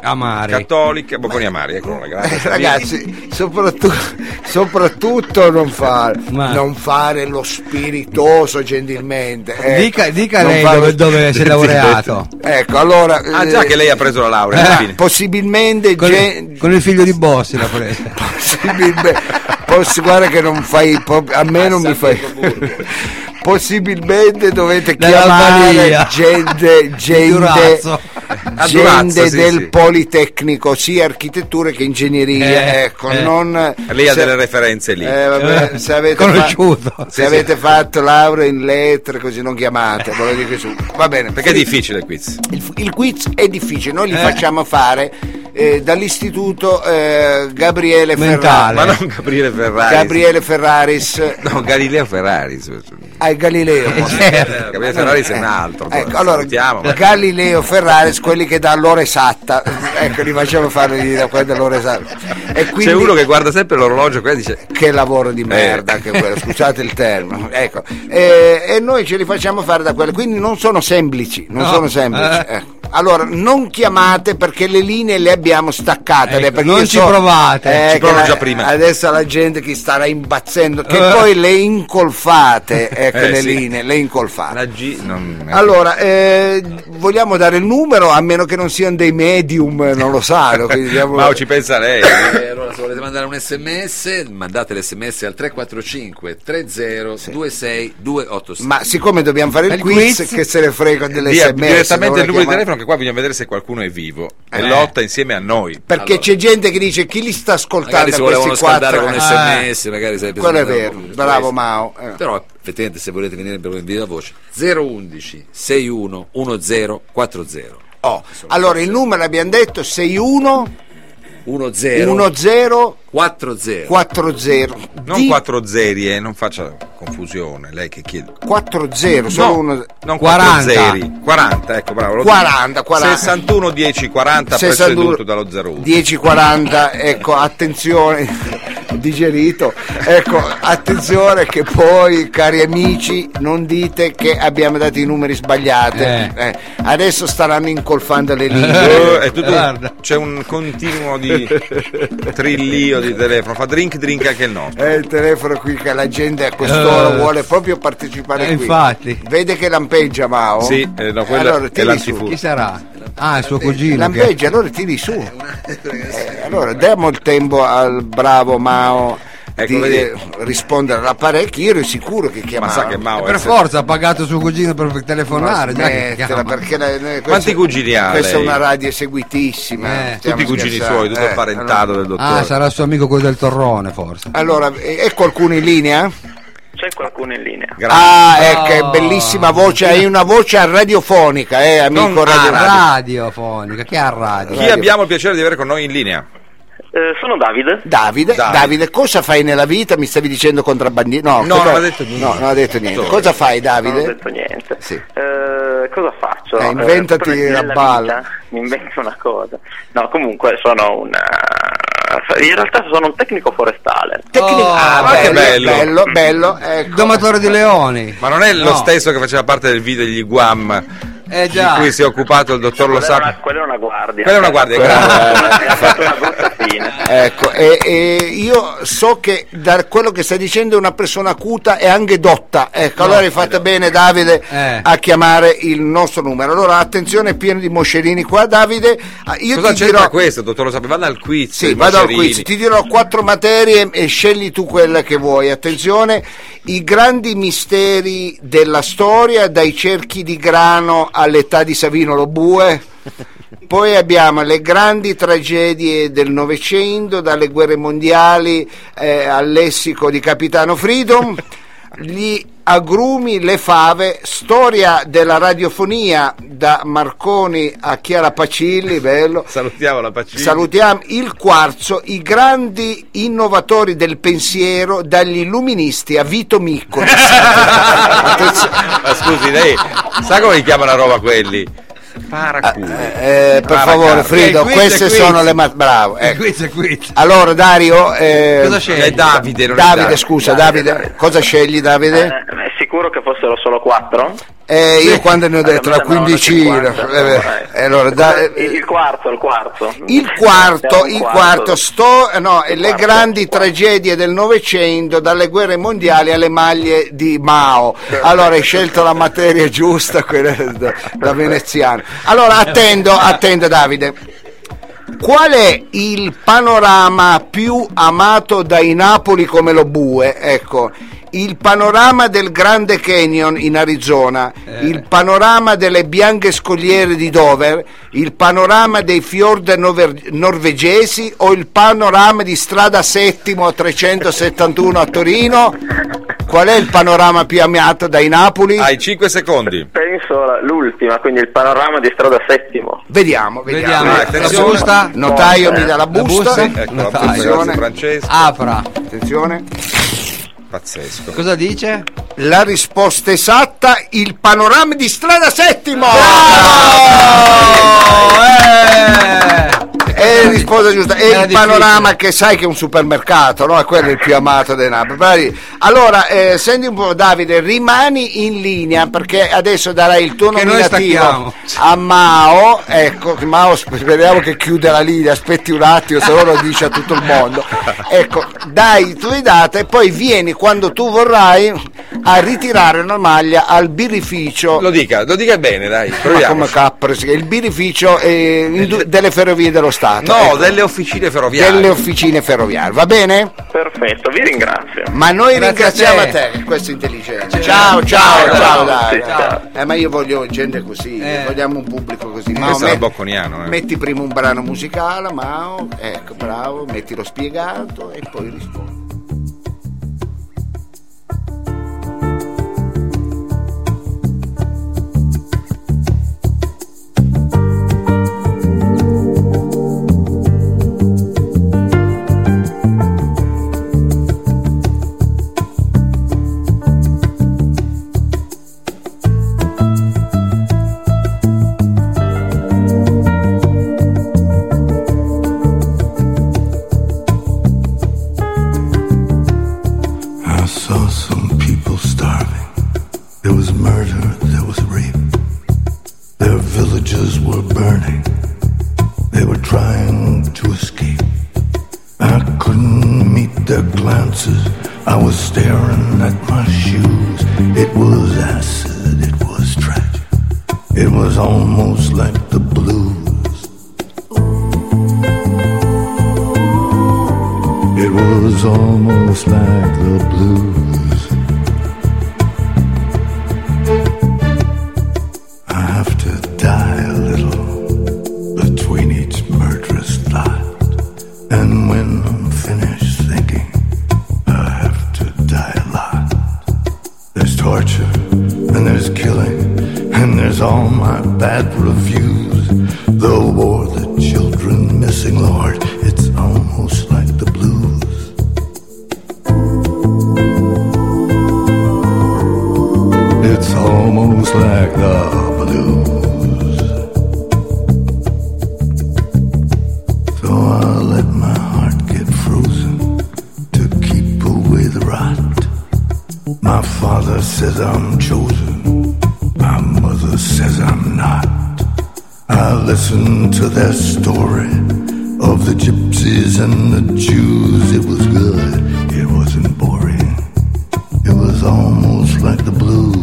[SPEAKER 2] amare.
[SPEAKER 4] cattolica, bocconi amari, ecco una grande.
[SPEAKER 1] Eh, Ragazzi, soprattutto, soprattutto non, fare,
[SPEAKER 2] Ma-
[SPEAKER 1] non fare lo spiritoso gentilmente. ecco.
[SPEAKER 2] Dica, dica
[SPEAKER 1] Non
[SPEAKER 2] lei
[SPEAKER 1] fare-
[SPEAKER 2] dove, dove si è laureato.
[SPEAKER 1] Ecco, allora...
[SPEAKER 4] Ah già
[SPEAKER 1] eh,
[SPEAKER 4] che lei ha preso la laurea, alla fine.
[SPEAKER 1] Possibilmente,
[SPEAKER 2] Con,
[SPEAKER 1] gen-
[SPEAKER 2] il- con il figlio di Bossi l'ha presa.
[SPEAKER 1] possibilmente posso guardare che non fai proprio- a me non mi fai possibilmente dovete
[SPEAKER 2] Dall'Albania.
[SPEAKER 1] chiamare gente
[SPEAKER 2] Di
[SPEAKER 1] gente
[SPEAKER 2] Durazzo.
[SPEAKER 4] A Durazzo,
[SPEAKER 1] gente
[SPEAKER 4] sì,
[SPEAKER 1] del
[SPEAKER 4] sì.
[SPEAKER 1] Politecnico sia architettura che ingegneria
[SPEAKER 2] Eh,
[SPEAKER 1] ecco
[SPEAKER 2] eh.
[SPEAKER 1] non
[SPEAKER 4] Lei ha
[SPEAKER 1] se-
[SPEAKER 4] delle referenze lì.
[SPEAKER 1] eh, vabbè, se avete
[SPEAKER 2] Conosciuto.
[SPEAKER 1] fa- se avete fatto laurea in lettere così non chiamate ve lo dico su. va bene
[SPEAKER 4] Perché è difficile il quiz.
[SPEAKER 1] il, il quiz è difficile, noi li facciamo fare eh, dall'istituto eh, Gabriele Ferraris.
[SPEAKER 2] Mentale.
[SPEAKER 4] Ma non Gabriele Ferrari.
[SPEAKER 1] Gabriele Eh, Ferraris
[SPEAKER 4] No, Galileo Ferrari.
[SPEAKER 1] ai Galileo.
[SPEAKER 2] Certo.
[SPEAKER 4] Gabriele Ferrari è un altro.
[SPEAKER 1] Ecco, allora,
[SPEAKER 4] salutiamo, ma-
[SPEAKER 1] Galileo Ferraris, quelli che da l'ora esatta, ecco, li facciamo fare di- da quelli dall'ora esatta. E quindi,
[SPEAKER 4] C'è uno che guarda sempre l'orologio qua e dice
[SPEAKER 1] che lavoro
[SPEAKER 2] Eh.
[SPEAKER 1] di merda anche quello, scusate il termine. Ecco. E, e noi ce li facciamo fare da quelli, quindi non sono semplici, non
[SPEAKER 2] No.
[SPEAKER 1] sono semplici.
[SPEAKER 2] Eh.
[SPEAKER 1] ecco. Allora, non chiamate perché le linee le abbiamo staccate.
[SPEAKER 2] Ecco,
[SPEAKER 1] perché
[SPEAKER 2] non
[SPEAKER 1] io eh,
[SPEAKER 2] ci provate. Ci
[SPEAKER 1] che
[SPEAKER 4] provano
[SPEAKER 1] la-
[SPEAKER 4] già prima.
[SPEAKER 1] Adesso la gente che starà imbazzendo, che
[SPEAKER 2] Eh.
[SPEAKER 1] poi le incolfate, ecco,
[SPEAKER 4] Eh,
[SPEAKER 1] le
[SPEAKER 4] sì.
[SPEAKER 1] linee, le incolfate.
[SPEAKER 4] la G non
[SPEAKER 1] Allora, eh, vogliamo dare il numero a meno che non siano dei medium, non lo sa. no? Quindi diamo-
[SPEAKER 4] Mao ci pensa lei.
[SPEAKER 3] Eh, allora, se volete mandare un sms, mandate l'sms al 345 30 26 286.
[SPEAKER 1] Ma siccome dobbiamo fare il,
[SPEAKER 2] Il
[SPEAKER 1] quiz,
[SPEAKER 2] quiz.
[SPEAKER 1] che se ne frega delle
[SPEAKER 4] Dia
[SPEAKER 1] sms
[SPEAKER 4] direttamente
[SPEAKER 1] non
[SPEAKER 4] il numero di
[SPEAKER 1] chiama-
[SPEAKER 4] telefono che qua vogliamo vedere se qualcuno è vivo e
[SPEAKER 1] Eh.
[SPEAKER 4] lotta insieme a noi.
[SPEAKER 1] Perché
[SPEAKER 3] Allora.
[SPEAKER 1] c'è gente che dice chi li sta ascoltando
[SPEAKER 3] magari si
[SPEAKER 1] questi
[SPEAKER 3] volevano scaldare
[SPEAKER 1] quattro Ah,
[SPEAKER 3] con un sms, magari sarebbe
[SPEAKER 1] quello è
[SPEAKER 3] stato
[SPEAKER 1] vero
[SPEAKER 3] un-
[SPEAKER 1] bravo Mao eh.
[SPEAKER 3] Però effettivamente se volete venire per invio la voce 011 61 1040
[SPEAKER 1] Oh, allora il numero abbiamo detto 61
[SPEAKER 3] 1040
[SPEAKER 1] 1040
[SPEAKER 4] Non
[SPEAKER 1] di-
[SPEAKER 4] quattro zeri, eh, non faccia confusione, lei che chiede.
[SPEAKER 1] 40
[SPEAKER 4] No,
[SPEAKER 1] solo uno
[SPEAKER 4] non 40.
[SPEAKER 2] 40.
[SPEAKER 4] 40, ecco, bravo. lo dico.
[SPEAKER 1] 40, 40.
[SPEAKER 4] 61 10 40 preceduto dallo 01.
[SPEAKER 1] 1040 ecco attenzione digerito ecco attenzione che poi cari amici non dite che abbiamo dato i numeri sbagliati
[SPEAKER 2] Eh.
[SPEAKER 1] Eh, adesso staranno incolfando le linee
[SPEAKER 4] Eh, è tutto-
[SPEAKER 2] Guarda.
[SPEAKER 4] c'è un continuo di trillio di telefono. Fa drink, drink anche il nostro.
[SPEAKER 1] È il telefono qui che la gente a quest'ora
[SPEAKER 2] Eh.
[SPEAKER 1] vuole proprio partecipare
[SPEAKER 2] Eh,
[SPEAKER 1] qui.
[SPEAKER 2] infatti.
[SPEAKER 1] Vede che lampeggia Mao?
[SPEAKER 4] Sì, eh, no, quella è
[SPEAKER 1] tiri
[SPEAKER 4] l'antifurto.
[SPEAKER 2] Chi sarà? Ah, il suo
[SPEAKER 1] su.
[SPEAKER 2] cugino. che-
[SPEAKER 1] Lampeggia, allora tiri su. Eh, allora diamo il tempo al bravo Mao
[SPEAKER 4] Ecco,
[SPEAKER 1] di
[SPEAKER 4] vedi.
[SPEAKER 1] eh, rispondere all'apparecchio. Io ero sicuro che chiamava.
[SPEAKER 4] Ma sa che
[SPEAKER 1] Eh,
[SPEAKER 4] Mao è
[SPEAKER 2] Per
[SPEAKER 4] se-
[SPEAKER 2] forza ha pagato suo cugino per telefonare. già che
[SPEAKER 1] Smettila,
[SPEAKER 2] chiama.
[SPEAKER 1] perché la- eh,
[SPEAKER 4] Quanti cugini ha
[SPEAKER 1] Questa è
[SPEAKER 4] lei?
[SPEAKER 1] una radio seguitissima.
[SPEAKER 2] Eh.
[SPEAKER 1] stiamo
[SPEAKER 4] Tutti i cugini
[SPEAKER 1] scherzando.
[SPEAKER 4] suoi, tutto
[SPEAKER 1] Eh,
[SPEAKER 4] il parentato del dottore.
[SPEAKER 2] Ah, sarà il suo amico quello del torrone, forse.
[SPEAKER 1] Allora, allora, eh, è qualcuno in linea?
[SPEAKER 8] Sì, c'è qualcuno in linea.
[SPEAKER 4] Grazie.
[SPEAKER 1] Ah,
[SPEAKER 2] Oh.
[SPEAKER 1] ecco, è bellissima voce, hai una voce radiofonica, eh, amico
[SPEAKER 4] Non
[SPEAKER 1] radio-
[SPEAKER 4] ara.
[SPEAKER 2] Radiofonica, chi ha radio?
[SPEAKER 4] Chi abbiamo il piacere di avere con noi in linea?
[SPEAKER 8] Eh, sono Davide.
[SPEAKER 1] Davide,
[SPEAKER 4] Davide.
[SPEAKER 1] Davide, cosa fai nella vita? Mi stavi dicendo contrabbandiero? No,
[SPEAKER 4] No,
[SPEAKER 1] cosa-
[SPEAKER 4] non ha detto niente.
[SPEAKER 1] No, non ha detto niente.
[SPEAKER 4] Dove?
[SPEAKER 1] Cosa fai,
[SPEAKER 8] Non ho
[SPEAKER 1] Davide?
[SPEAKER 8] detto niente.
[SPEAKER 1] Sì.
[SPEAKER 8] Eh, cosa faccio?
[SPEAKER 1] Eh,
[SPEAKER 8] Eh,
[SPEAKER 1] inventati
[SPEAKER 8] proprio
[SPEAKER 1] la
[SPEAKER 8] nella
[SPEAKER 1] balla.
[SPEAKER 8] vita Mi invento una cosa. No, comunque sono una. In realtà sono un tecnico forestale.
[SPEAKER 1] Tecnico-
[SPEAKER 2] Oh,
[SPEAKER 1] ah,
[SPEAKER 4] ma che
[SPEAKER 1] bello, bello,
[SPEAKER 4] bello.
[SPEAKER 1] bello, ecco.
[SPEAKER 2] Domatore di leoni.
[SPEAKER 4] Ma non è lo
[SPEAKER 2] No.
[SPEAKER 4] stesso che faceva parte del video degli Guam
[SPEAKER 2] Eh
[SPEAKER 4] di
[SPEAKER 2] già.
[SPEAKER 4] cui si è occupato il dottor Lo
[SPEAKER 8] Quella era, una,
[SPEAKER 4] Sapio?
[SPEAKER 8] quella era una guardia.
[SPEAKER 4] Quella è una guardia,
[SPEAKER 1] grazie.
[SPEAKER 8] Ha fatto una brutta fine.
[SPEAKER 1] Ecco, e, e io so che da quello che stai dicendo è una persona acuta e anche dotta. Ecco, allora hai fatto bene Davide
[SPEAKER 2] Eh.
[SPEAKER 1] a chiamare il nostro numero. Allora, attenzione, è pieno di moscerini qua, Davide. Ah, Io
[SPEAKER 4] Cosa
[SPEAKER 1] ti
[SPEAKER 4] c'entra
[SPEAKER 1] dirò
[SPEAKER 4] questo, dottor Lo Sapio? Vada al quiz.
[SPEAKER 1] Sì,
[SPEAKER 4] i
[SPEAKER 1] vado al
[SPEAKER 4] moscerini.
[SPEAKER 1] quiz. Ti dirò quattro materie e scegli tu quella che vuoi. Attenzione, i grandi misteri della storia, dai cerchi di grano all'età di Savino lo Bue. Poi abbiamo le grandi tragedie del Novecento, dalle guerre mondiali eh, al lessico di Capitano Freedom. Gli agrumi, le fave, storia della radiofonia da Marconi a Chiara Pacilli, bello.
[SPEAKER 4] Salutiamo la Pacini.
[SPEAKER 1] Salutiamo il quarzo, i grandi innovatori del pensiero, dagli illuministi a Vito Miccoli.
[SPEAKER 4] Ma scusi, lei sa come li chiamano a roba quelli? Paraculo.
[SPEAKER 1] Eh, per
[SPEAKER 4] Paracarro.
[SPEAKER 1] favore, Frido,
[SPEAKER 2] Eh, quiz è
[SPEAKER 1] queste
[SPEAKER 2] quiz.
[SPEAKER 1] sono le ma- bravo. ecco.
[SPEAKER 2] Qui c'è qui.
[SPEAKER 1] Allora, Dario, eh,
[SPEAKER 2] Cosa scegli?
[SPEAKER 4] È Davide, non è
[SPEAKER 1] Davide,
[SPEAKER 4] Davide.
[SPEAKER 1] scusa, Davide, cosa scegli, Davide?
[SPEAKER 8] Eh, è sicuro che fossero solo quattro?
[SPEAKER 1] Eh, io quando ne ho
[SPEAKER 8] Allora,
[SPEAKER 1] detto la
[SPEAKER 8] mi danno
[SPEAKER 1] quindicina,
[SPEAKER 8] 50.
[SPEAKER 1] eh, beh,
[SPEAKER 8] Dai.
[SPEAKER 1] eh, allora, da-
[SPEAKER 8] Eh, il quarto, il quarto.
[SPEAKER 1] Il quarto,
[SPEAKER 8] Eh,
[SPEAKER 1] il quarto, sto, eh, no,
[SPEAKER 8] Il
[SPEAKER 1] le
[SPEAKER 8] quarto,
[SPEAKER 1] grandi
[SPEAKER 8] il quarto.
[SPEAKER 1] tragedie del Novecento, dalle guerre mondiali alle maglie di Mao. Allora hai scelto la materia giusta, quella da, da veneziano. Allora attendo, attendo Davide. Qual è il panorama più amato dai Napoli come lo bue? Ecco, il panorama del Grande Canyon in Arizona,
[SPEAKER 2] Eh.
[SPEAKER 1] il panorama delle bianche scogliere di Dover, il panorama dei fiord nover- norvegesi o il panorama di strada settimo 371 a Torino? Qual è il panorama più amato dai Napoli?
[SPEAKER 4] Hai 5 secondi.
[SPEAKER 8] Penso la- l'ultima, quindi il panorama di strada settimo.
[SPEAKER 1] Vediamo, vediamo.
[SPEAKER 2] Vediamo,
[SPEAKER 4] Eh,
[SPEAKER 2] la
[SPEAKER 4] attenzione.
[SPEAKER 2] busta. Eh,
[SPEAKER 1] Notaio mi dà la
[SPEAKER 2] La
[SPEAKER 1] busta.
[SPEAKER 2] busta?
[SPEAKER 4] Ecco
[SPEAKER 2] Notaio.
[SPEAKER 4] la busta, grazie
[SPEAKER 1] Attenzione.
[SPEAKER 4] Francesco.
[SPEAKER 2] Apra.
[SPEAKER 1] Attenzione.
[SPEAKER 4] Pazzesco.
[SPEAKER 2] Cosa dice?
[SPEAKER 1] La risposta esatta, il panorama di strada settimo!
[SPEAKER 2] Eh!
[SPEAKER 1] È la risposta giusta, è
[SPEAKER 2] Era
[SPEAKER 1] il
[SPEAKER 2] difficile.
[SPEAKER 1] panorama che sai che è un supermercato, no? È quello il più amato dei Napoli. Bravi. Allora, eh, senti un po' Davide, rimani in linea perché adesso darai il tuo
[SPEAKER 2] Che noi
[SPEAKER 1] nominativo
[SPEAKER 2] stacchiamo.
[SPEAKER 1] a Mao, ecco, che Mao sp- speriamo che chiuda la linea, aspetti un attimo, se no lo dice a tutto il mondo. Ecco, dai i tuoi data e poi vieni quando tu vorrai a ritirare una maglia al birrificio.
[SPEAKER 4] Lo dica, lo dica bene, dai.
[SPEAKER 1] Ma
[SPEAKER 4] Proviamo.
[SPEAKER 1] come capre, sì, il birrificio eh, indu- delle ferrovie dello Stato.
[SPEAKER 4] No,
[SPEAKER 1] ecco
[SPEAKER 4] delle officine ferroviarie.
[SPEAKER 1] delle officine ferroviarie, va bene?
[SPEAKER 8] Perfetto, vi ringrazio.
[SPEAKER 1] Ma noi
[SPEAKER 2] Grazie
[SPEAKER 1] ringraziamo
[SPEAKER 2] a
[SPEAKER 1] a
[SPEAKER 2] te.
[SPEAKER 1] te, questo è intelligente. Ciao, ciao, ciao,
[SPEAKER 8] Ciao,
[SPEAKER 1] dai.
[SPEAKER 8] sì,
[SPEAKER 1] dai.
[SPEAKER 8] ciao.
[SPEAKER 1] Eh, ma io voglio gente così,
[SPEAKER 2] Eh.
[SPEAKER 1] vogliamo un pubblico così. Ma
[SPEAKER 4] Questo era bocconiano, eh.
[SPEAKER 1] Metti prima un brano musicale, Mao, ecco, bravo, mettilo spiegato e poi rispondi.
[SPEAKER 9] I saw some people starving. There was murder, there was rape. Their villages were burning. They were trying to escape. I couldn't meet their glances. I was staring at my shoes. It was acid, it was tragic. It was almost like the blues. It was almost like the blues. I have to die a little between each murderous thought. And when I'm finished thinking, I have to die a lot. torture, and there's killing, and there's all my bad reviews. The war, the children missing, Lord, it's almost like the blues. It's almost like the blues. So I let my heart get frozen to keep away the rot. My father says I'm chosen, my mother says I'm not. I listened to their story of the gypsies and the Jews. It was good, it wasn't boring, it was almost like the blues.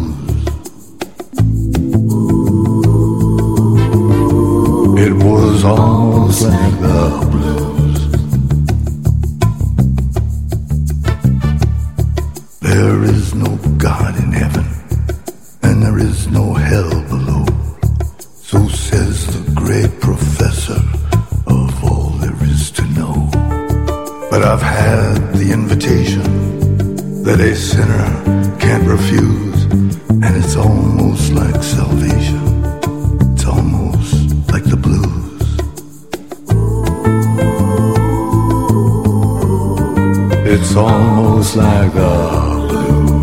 [SPEAKER 9] It was almost like the blues. There is no God in heaven, and there is no hell below. So says the great professor of all there is to know. But I've had the invitation that a sinner can't refuse, and it's almost like salvation. It's almost like the blues. It's almost like the blues.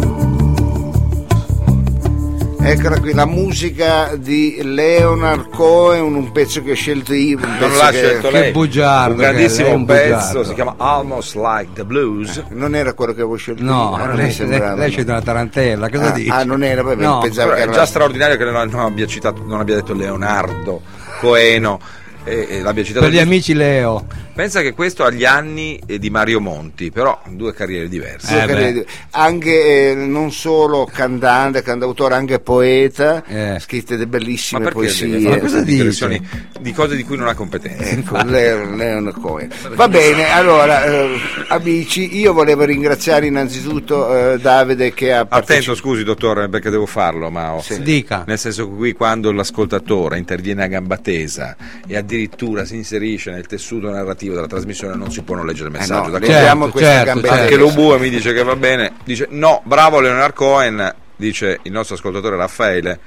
[SPEAKER 1] Eccola qui la musica di Leonard Cohen, un, un pezzo che ho scelto io. Un
[SPEAKER 4] Non
[SPEAKER 1] pezzo
[SPEAKER 4] l'ha
[SPEAKER 1] che-
[SPEAKER 4] scelto
[SPEAKER 1] che
[SPEAKER 4] lei.
[SPEAKER 2] bugiardo
[SPEAKER 4] un
[SPEAKER 2] che è,
[SPEAKER 4] grandissimo
[SPEAKER 2] lei è un
[SPEAKER 4] pezzo,
[SPEAKER 2] bugiardo.
[SPEAKER 4] si chiama Almost Like the Blues.
[SPEAKER 1] Non era quello che avevo scelto
[SPEAKER 2] No,
[SPEAKER 1] io. Ah, non mi
[SPEAKER 2] lei, lei,
[SPEAKER 1] sembrava,
[SPEAKER 2] lei
[SPEAKER 1] no.
[SPEAKER 2] c'è una tarantella, cosa
[SPEAKER 1] Ah,
[SPEAKER 2] dici?
[SPEAKER 1] ah, non era, vabbè,
[SPEAKER 2] No,
[SPEAKER 1] pensavo
[SPEAKER 4] Però
[SPEAKER 1] che
[SPEAKER 4] è
[SPEAKER 1] era-
[SPEAKER 4] già straordinario che non, non abbia citato, non abbia detto Leonardo Coeno e, e l'abbia citato.
[SPEAKER 2] Per gli amici Leo.
[SPEAKER 4] Pensa che questo agli anni eh, di Mario Monti, però due carriere diverse.
[SPEAKER 1] Sì,
[SPEAKER 2] Eh,
[SPEAKER 1] carriere
[SPEAKER 2] beh.
[SPEAKER 1] di- anche eh, non solo cantante, cantautore, anche poeta,
[SPEAKER 2] Eh.
[SPEAKER 1] scritte delle
[SPEAKER 4] Ma
[SPEAKER 1] bellissime
[SPEAKER 4] perché
[SPEAKER 1] poesie.
[SPEAKER 4] deve fare
[SPEAKER 2] Ma cosa
[SPEAKER 4] queste
[SPEAKER 2] dice?
[SPEAKER 4] dichiarazioni di cose di cui non ha competenza?
[SPEAKER 1] Ecco, Leon, Leon Cohen. Va bene, allora eh, amici, io volevo ringraziare innanzitutto eh, Davide che ha
[SPEAKER 4] Attento,
[SPEAKER 1] partecipato.
[SPEAKER 4] scusi dottore, perché devo farlo, ma ho-
[SPEAKER 2] Dica.
[SPEAKER 4] Nel senso che qui quando l'ascoltatore interviene a gamba tesa e addirittura si inserisce nel tessuto narrativo della trasmissione non si può non leggere il
[SPEAKER 1] Eh
[SPEAKER 4] messaggio.
[SPEAKER 1] no, eh,
[SPEAKER 4] d'accordo?
[SPEAKER 1] leggiamo
[SPEAKER 2] Certo,
[SPEAKER 1] questa
[SPEAKER 2] certo,
[SPEAKER 1] gambetta
[SPEAKER 2] certo.
[SPEAKER 4] Anche
[SPEAKER 1] adesso.
[SPEAKER 4] l'Ubue mi dice che va bene, dice no, bravo Leonard Cohen, dice il nostro ascoltatore Raffaele,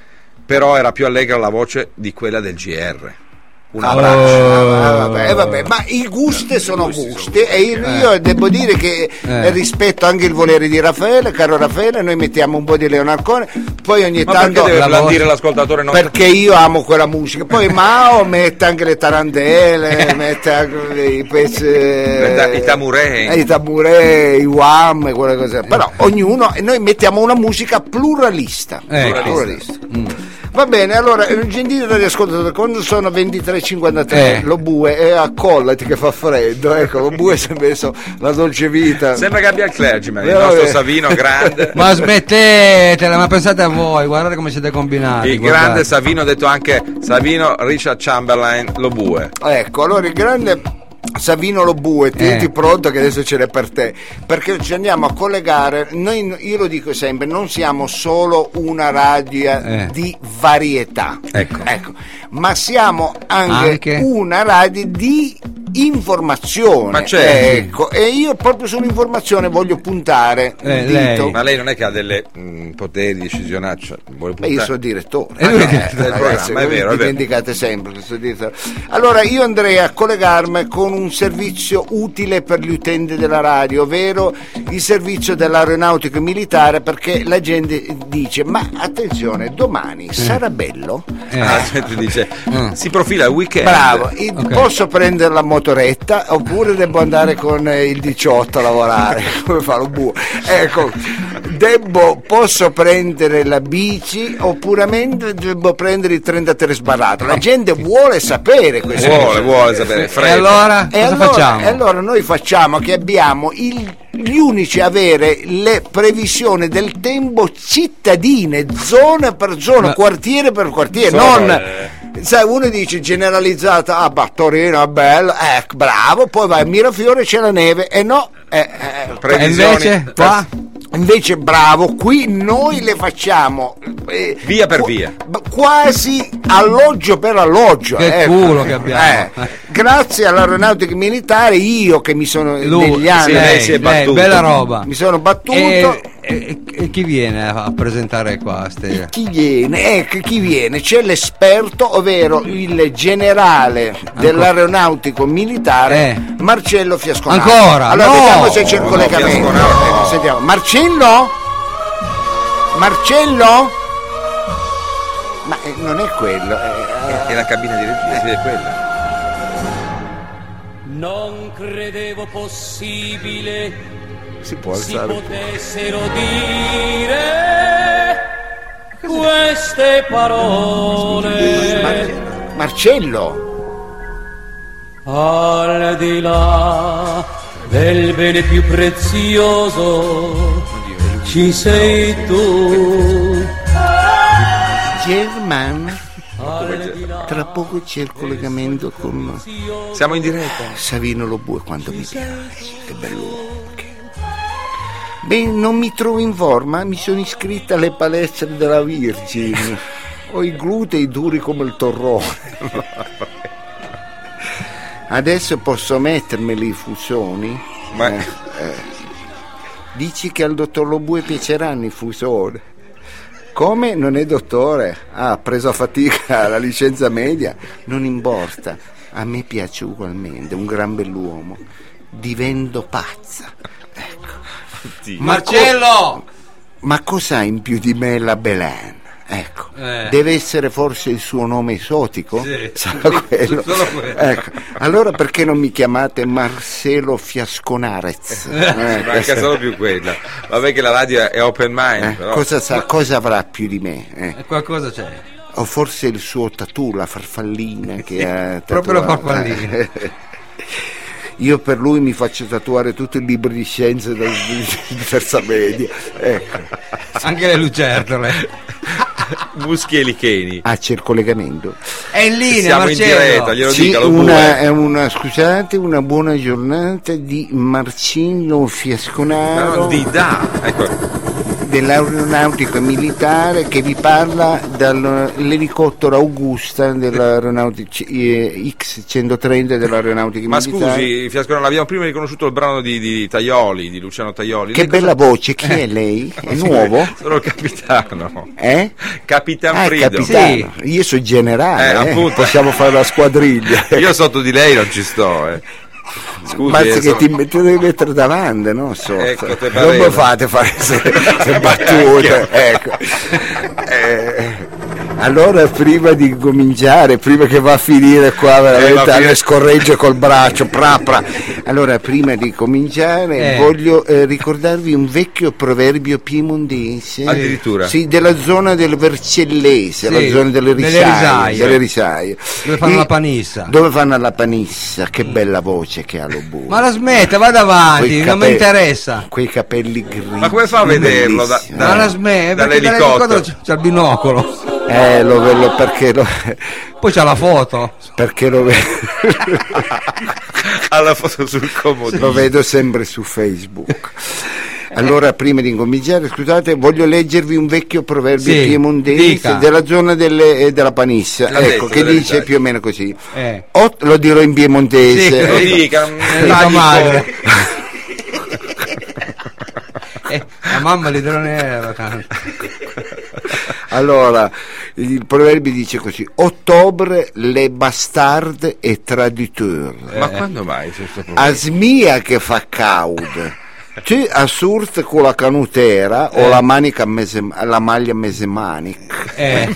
[SPEAKER 4] però era più allegra la voce di quella del GR. Un abbraccio.
[SPEAKER 1] Ah, vabbè, eh, vabbè, ma i gusti sono gusti e il- io devo dire che
[SPEAKER 2] Eh.
[SPEAKER 1] rispetto anche il volere di Raffaele, caro Raffaele, noi mettiamo un po' di Leonard Cohen, poi ogni
[SPEAKER 4] Ma perché
[SPEAKER 1] tanto
[SPEAKER 4] deve
[SPEAKER 2] la
[SPEAKER 4] blandire
[SPEAKER 2] voce-
[SPEAKER 4] l'ascoltatore? Non...
[SPEAKER 1] perché io amo quella musica. Poi Mao mette anche le tarandele, mette anche i pezzi.
[SPEAKER 4] I tamurei. Eh.
[SPEAKER 1] eh, I tamurei, i wham, quelle cose. Però ognuno, e noi mettiamo una musica pluralista.
[SPEAKER 4] Eh,
[SPEAKER 2] Ecco.
[SPEAKER 1] Pluralista. Va bene, allora, eh, gentili radioascoltatori, quando sono 23.53,
[SPEAKER 2] Eh.
[SPEAKER 1] lo bue è accollati che fa freddo, ecco, lo bue si è messo la dolce vita.
[SPEAKER 4] Sembra che abbia il clergyman, il
[SPEAKER 1] Eh,
[SPEAKER 4] nostro
[SPEAKER 1] vabbè.
[SPEAKER 4] Savino grande.
[SPEAKER 2] Ma smettetela, ma pensate a voi, guardate come siete combinati.
[SPEAKER 4] Il
[SPEAKER 2] guardate.
[SPEAKER 4] grande Savino, detto anche Savino Richard Chamberlain Lobue.
[SPEAKER 1] Ecco, allora il grande Savino Lobue, tieniti
[SPEAKER 2] Eh.
[SPEAKER 1] pronto che adesso ce l'è per te, perché ci andiamo a collegare, noi, io lo dico sempre, non siamo solo una radio
[SPEAKER 2] Eh.
[SPEAKER 1] di varietà,
[SPEAKER 2] Ecco.
[SPEAKER 1] ma siamo anche,
[SPEAKER 2] Anche?
[SPEAKER 1] una radio di informazione
[SPEAKER 4] Ma certo.
[SPEAKER 1] ecco e io proprio sull'informazione voglio puntare
[SPEAKER 2] Eh,
[SPEAKER 1] il dito
[SPEAKER 2] lei.
[SPEAKER 4] Ma lei non è che ha dei poteri decisionali? Cioè, vuole
[SPEAKER 1] Beh, io
[SPEAKER 4] puntare-
[SPEAKER 1] sono direttore.
[SPEAKER 2] E lui è
[SPEAKER 1] Eh,
[SPEAKER 2] direttore
[SPEAKER 4] del
[SPEAKER 1] ragazzi,
[SPEAKER 4] programma, è
[SPEAKER 1] voi
[SPEAKER 4] vero, è vero.
[SPEAKER 1] dimenticate sempre che sono direttore. Allora, io andrei a collegarmi con un servizio utile per gli utenti della radio, ovvero il servizio dell'aeronautico militare, perché la gente dice: Ma attenzione, domani sarà bello.
[SPEAKER 2] Eh,
[SPEAKER 4] Ah, cioè, tu dice,
[SPEAKER 2] Mm.
[SPEAKER 4] si profila il weekend.
[SPEAKER 1] Bravo, i-
[SPEAKER 2] Ok.
[SPEAKER 1] posso prendere la motoretta oppure devo andare con eh, il 18 a lavorare, come fa lo buo. Ecco, debbo, posso prendere la bici oppure devo prendere il 33 sbarrato. La gente vuole sapere questo.
[SPEAKER 4] Eh, Vuole, vuole sapere.
[SPEAKER 2] e
[SPEAKER 4] Freddo.
[SPEAKER 2] allora
[SPEAKER 1] E
[SPEAKER 2] cosa
[SPEAKER 1] allora,
[SPEAKER 2] facciamo?
[SPEAKER 1] e allora noi facciamo che abbiamo il- gli unici a avere le previsioni del tempo cittadine, zona per zona, quartiere per quartiere, non... Sai, uno dice generalizzata, ah, bah, Torino è bello, ecco, bravo, poi vai a Mirafiore c'è la neve, e no, eh, eh,
[SPEAKER 2] e
[SPEAKER 4] Previsioni.
[SPEAKER 2] invece qua?
[SPEAKER 1] Ah, Invece, bravo, qui noi le facciamo eh,
[SPEAKER 4] Via per
[SPEAKER 1] qu-
[SPEAKER 4] via.
[SPEAKER 1] b- quasi alloggio per alloggio.
[SPEAKER 2] Che
[SPEAKER 1] ecco.
[SPEAKER 2] culo che abbiamo.
[SPEAKER 1] grazie all'aeronautica militare, io che mi sono
[SPEAKER 2] Lui,
[SPEAKER 1] negli anni
[SPEAKER 4] sì, lei si è battuto.
[SPEAKER 2] bella roba.
[SPEAKER 1] mi sono battuto.
[SPEAKER 2] E E, e chi viene a presentare qua? Ste...
[SPEAKER 1] Chi viene? Ecco, chi viene? C'è l'esperto, ovvero il generale dell'aeronautico militare
[SPEAKER 2] Eh.
[SPEAKER 1] Marcello Fiasconato.
[SPEAKER 2] Ancora?
[SPEAKER 1] Allora
[SPEAKER 2] No!
[SPEAKER 1] vediamo se c'è il
[SPEAKER 4] No,
[SPEAKER 1] collegamento.
[SPEAKER 4] Fiasconato.
[SPEAKER 1] Sentiamo. Marcello? Marcello? Ma eh, non è quello. eh, eh,
[SPEAKER 4] E la cabina di regia, sì, è quella.
[SPEAKER 10] Non credevo possibile
[SPEAKER 1] si può
[SPEAKER 10] si
[SPEAKER 1] alzare.
[SPEAKER 10] potessero dire queste parole
[SPEAKER 1] eh, Marcello?
[SPEAKER 10] al di là del bene più prezioso ci sei tu
[SPEAKER 1] German?
[SPEAKER 10] al di là
[SPEAKER 1] Tra poco c'è il collegamento con
[SPEAKER 4] Siamo in diretta.
[SPEAKER 1] Savino Lobue quando mi piace. Che bello. Beh, non mi trovo in forma, mi sono iscritta alle palestre della Virgin. Ho i glutei duri come il torrone. Adesso posso mettermeli i fusoni?
[SPEAKER 4] Ma-
[SPEAKER 1] eh, Dici che al dottor Lobue piaceranno i fusoni. Come non è dottore? Ah, ha preso a fatica la licenza media. Non importa, a me piace ugualmente, un gran bell'uomo. Divento pazza.
[SPEAKER 2] Marcello!
[SPEAKER 1] Ma cos'ha in più di me la Belen? Ecco.
[SPEAKER 2] Eh.
[SPEAKER 1] Deve essere forse il suo nome esotico?
[SPEAKER 2] Sì.
[SPEAKER 1] Sarà quello.
[SPEAKER 2] Solo quello.
[SPEAKER 1] Ecco. Allora perché non mi chiamate Marcelo Fiasconarez? Eh,
[SPEAKER 4] Manca solo più quella. Vabbè che la radio è open mind,
[SPEAKER 1] eh,
[SPEAKER 4] però.
[SPEAKER 1] cosa, sa- cosa avrà più di me? eh?
[SPEAKER 2] Qualcosa c'è.
[SPEAKER 1] O forse il suo tatù, la farfallina che ha
[SPEAKER 2] Proprio la
[SPEAKER 1] tatuato.
[SPEAKER 2] farfallina.
[SPEAKER 1] Io per lui mi faccio tatuare tutti i libri di scienze del- di terza media. Ecco.
[SPEAKER 2] Anche le lucertole.
[SPEAKER 4] Muschi e licheni.
[SPEAKER 1] Ah, c'è il collegamento.
[SPEAKER 2] È in linea,
[SPEAKER 4] Siamo in
[SPEAKER 2] Marcello.
[SPEAKER 4] diretta, glielo
[SPEAKER 1] Sì,
[SPEAKER 4] dica lo
[SPEAKER 1] una,
[SPEAKER 4] pure.
[SPEAKER 1] è una, scusate, una buona giornata di Marcino Fiasconaro
[SPEAKER 4] No, di da. Ecco,
[SPEAKER 1] dell'aeronautico militare che vi parla dall'elicottero Augusta dell'aeronautica eh, X130 dell'aeronautica
[SPEAKER 4] ma
[SPEAKER 1] militare.
[SPEAKER 4] scusi, Fiasco, non abbiamo prima riconosciuto il brano di, di Taioli, di Luciano Taioli.
[SPEAKER 1] Che
[SPEAKER 4] Lei
[SPEAKER 1] bella voce, chi è lei? È nuovo?
[SPEAKER 4] cosa- Sono il capitano.
[SPEAKER 1] Eh?
[SPEAKER 4] Capitan
[SPEAKER 1] Ah, è
[SPEAKER 4] Frido.
[SPEAKER 1] capitano. Io sono generale,
[SPEAKER 4] Eh,
[SPEAKER 1] eh.
[SPEAKER 4] appunto.
[SPEAKER 1] possiamo fare la squadriglia.
[SPEAKER 4] Io sotto di lei non ci sto, eh. Scusi,
[SPEAKER 1] Ma
[SPEAKER 4] eh,
[SPEAKER 1] che
[SPEAKER 4] sono-
[SPEAKER 1] ti, ti devi mettere davanti, no? So.
[SPEAKER 4] Ecco, te
[SPEAKER 1] non
[SPEAKER 4] pareva.
[SPEAKER 1] mi fate fare se, se battute. ecco. Eh, allora, prima di cominciare, prima che va a finire qua
[SPEAKER 4] Eh, va a
[SPEAKER 1] veramente
[SPEAKER 4] finire-
[SPEAKER 1] alle scorregge col braccio, pra, pra. allora prima di cominciare
[SPEAKER 2] Eh.
[SPEAKER 1] voglio eh, ricordarvi un vecchio proverbio piemontese.
[SPEAKER 4] Addirittura.
[SPEAKER 1] Sì, della zona del Vercellese,
[SPEAKER 2] Sì,
[SPEAKER 1] la zona delle
[SPEAKER 2] delle
[SPEAKER 1] risaie.
[SPEAKER 2] risaie.
[SPEAKER 1] delle risaie.
[SPEAKER 2] Dove fanno
[SPEAKER 1] E-
[SPEAKER 2] la panissa.
[SPEAKER 1] Dove fanno la panissa? Che bella voce che ha lo buio.
[SPEAKER 2] Ma la smetta, va
[SPEAKER 1] Quei
[SPEAKER 2] avanti, non mi
[SPEAKER 1] cape-
[SPEAKER 2] interessa.
[SPEAKER 1] Quei capelli grigi.
[SPEAKER 4] Ma come fa a vederlo da-
[SPEAKER 1] bellissimi.
[SPEAKER 4] da-
[SPEAKER 2] Ma la smetta, perché
[SPEAKER 4] Dall'elicottero.
[SPEAKER 2] dall'elicottero c'è, c'è il binocolo.
[SPEAKER 1] Eh, lo vedo perché lo,
[SPEAKER 2] Poi c'è la foto.
[SPEAKER 1] perché lo, ve-
[SPEAKER 4] alla foto sul comodino.
[SPEAKER 1] lo vedo sempre su Facebook.
[SPEAKER 2] Eh.
[SPEAKER 1] Allora, prima di incominciare, scusate, voglio leggervi un vecchio proverbio
[SPEAKER 2] Sì,
[SPEAKER 1] piemontese
[SPEAKER 2] dica.
[SPEAKER 1] della zona delle- eh, della Panissa,
[SPEAKER 4] L'ha
[SPEAKER 1] ecco,
[SPEAKER 4] detto,
[SPEAKER 1] che
[SPEAKER 4] della
[SPEAKER 1] dice
[SPEAKER 4] Italia.
[SPEAKER 1] più o meno così.
[SPEAKER 2] Eh.
[SPEAKER 1] O- lo dirò in piemontese.
[SPEAKER 2] Sì,
[SPEAKER 4] Lo
[SPEAKER 1] ecco.
[SPEAKER 4] dica,
[SPEAKER 2] Eh,
[SPEAKER 4] tagli
[SPEAKER 2] fa
[SPEAKER 4] il
[SPEAKER 2] male.
[SPEAKER 4] po'.
[SPEAKER 2] Eh, la mamma l'idronera tanto.
[SPEAKER 1] Allora, il proverbio dice così: Ottobre le bastarde e traditeur.
[SPEAKER 4] Ma quando mai c'è questo problema?
[SPEAKER 1] Asmia che fa caud. Tu assurt con la canutera o
[SPEAKER 4] Eh.
[SPEAKER 1] la, manica mese, la maglia mesemanic
[SPEAKER 2] Eh.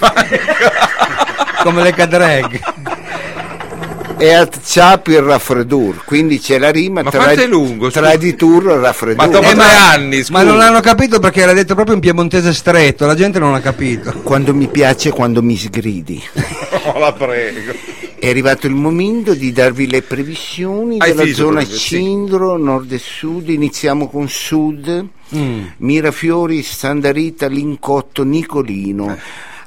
[SPEAKER 2] Come le cadreg.
[SPEAKER 1] e a ciapi il raffreddur, quindi c'è la rima
[SPEAKER 4] Ma
[SPEAKER 1] tra,
[SPEAKER 4] quanto è lungo, scusa?
[SPEAKER 1] traditur e
[SPEAKER 4] Ma
[SPEAKER 1] raffreddur.
[SPEAKER 4] dopo
[SPEAKER 1] Eh,
[SPEAKER 4] tre
[SPEAKER 1] ma
[SPEAKER 4] anni, scusa.
[SPEAKER 2] Ma non hanno capito perché l'ha detto proprio in piemontese stretto, la gente non ha capito.
[SPEAKER 1] quando mi piace, quando mi sgridi.
[SPEAKER 4] Oh, la prego.
[SPEAKER 1] È arrivato il momento di darvi le previsioni
[SPEAKER 4] Hai
[SPEAKER 1] della
[SPEAKER 4] finito
[SPEAKER 1] zona
[SPEAKER 4] proprio, sì.
[SPEAKER 1] cindro, nord e sud. Iniziamo con sud.
[SPEAKER 2] Mm.
[SPEAKER 1] Mirafiori, Sandarita, Lincotto, Nicolino.
[SPEAKER 2] Eh.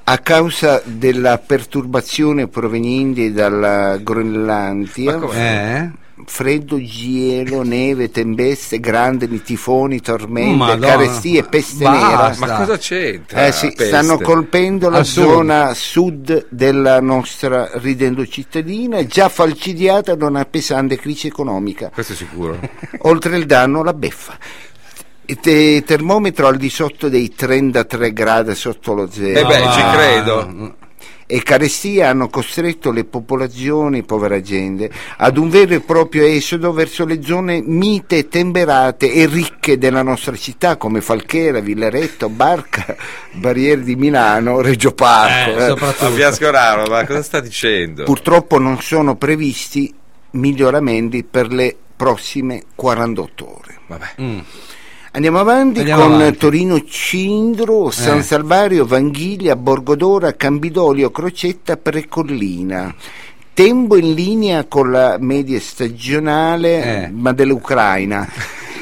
[SPEAKER 1] A causa della perturbazione proveniente dalla Groenlandia,
[SPEAKER 2] Eh?
[SPEAKER 1] freddo, gelo, neve, tempeste, grandi, tifoni, tormenti,
[SPEAKER 2] Madonna.
[SPEAKER 1] carestie, peste
[SPEAKER 2] Basta. Ah,
[SPEAKER 1] nera.
[SPEAKER 4] Ma
[SPEAKER 2] Sta-
[SPEAKER 4] cosa c'entra?
[SPEAKER 1] Eh sì,
[SPEAKER 4] peste?
[SPEAKER 1] stanno colpendo la
[SPEAKER 2] Al sud.
[SPEAKER 1] zona sud della nostra ridendo cittadina, già falcidiata da una pesante crisi economica.
[SPEAKER 4] Questo è sicuro.
[SPEAKER 1] Oltre il danno, la beffa. Il te- termometro al di sotto dei 33 gradi sotto lo zero.
[SPEAKER 4] Eh beh, ci credo.
[SPEAKER 1] E carestia hanno costretto le popolazioni, povera gente, ad un vero e proprio esodo verso le zone mite, temperate e ricche della nostra città, come Falchera, Villaretto, Barca, Barriere di Milano, Reggio
[SPEAKER 2] Ecco,
[SPEAKER 1] Parco. eh.
[SPEAKER 4] Ma Fiascoraro, ma cosa sta dicendo?
[SPEAKER 1] Purtroppo non sono previsti miglioramenti per le prossime 48 ore.
[SPEAKER 4] Vabbè.
[SPEAKER 1] Andiamo avanti
[SPEAKER 2] Andiamo
[SPEAKER 1] con
[SPEAKER 2] avanti. Eh.
[SPEAKER 1] Torino Cindro, San Salvario, Vanghiglia, Borgodora, Campidoglio, Crocetta, Precollina. Tempo in linea con la media stagionale,
[SPEAKER 2] Eh.
[SPEAKER 1] ma dell'Ucraina.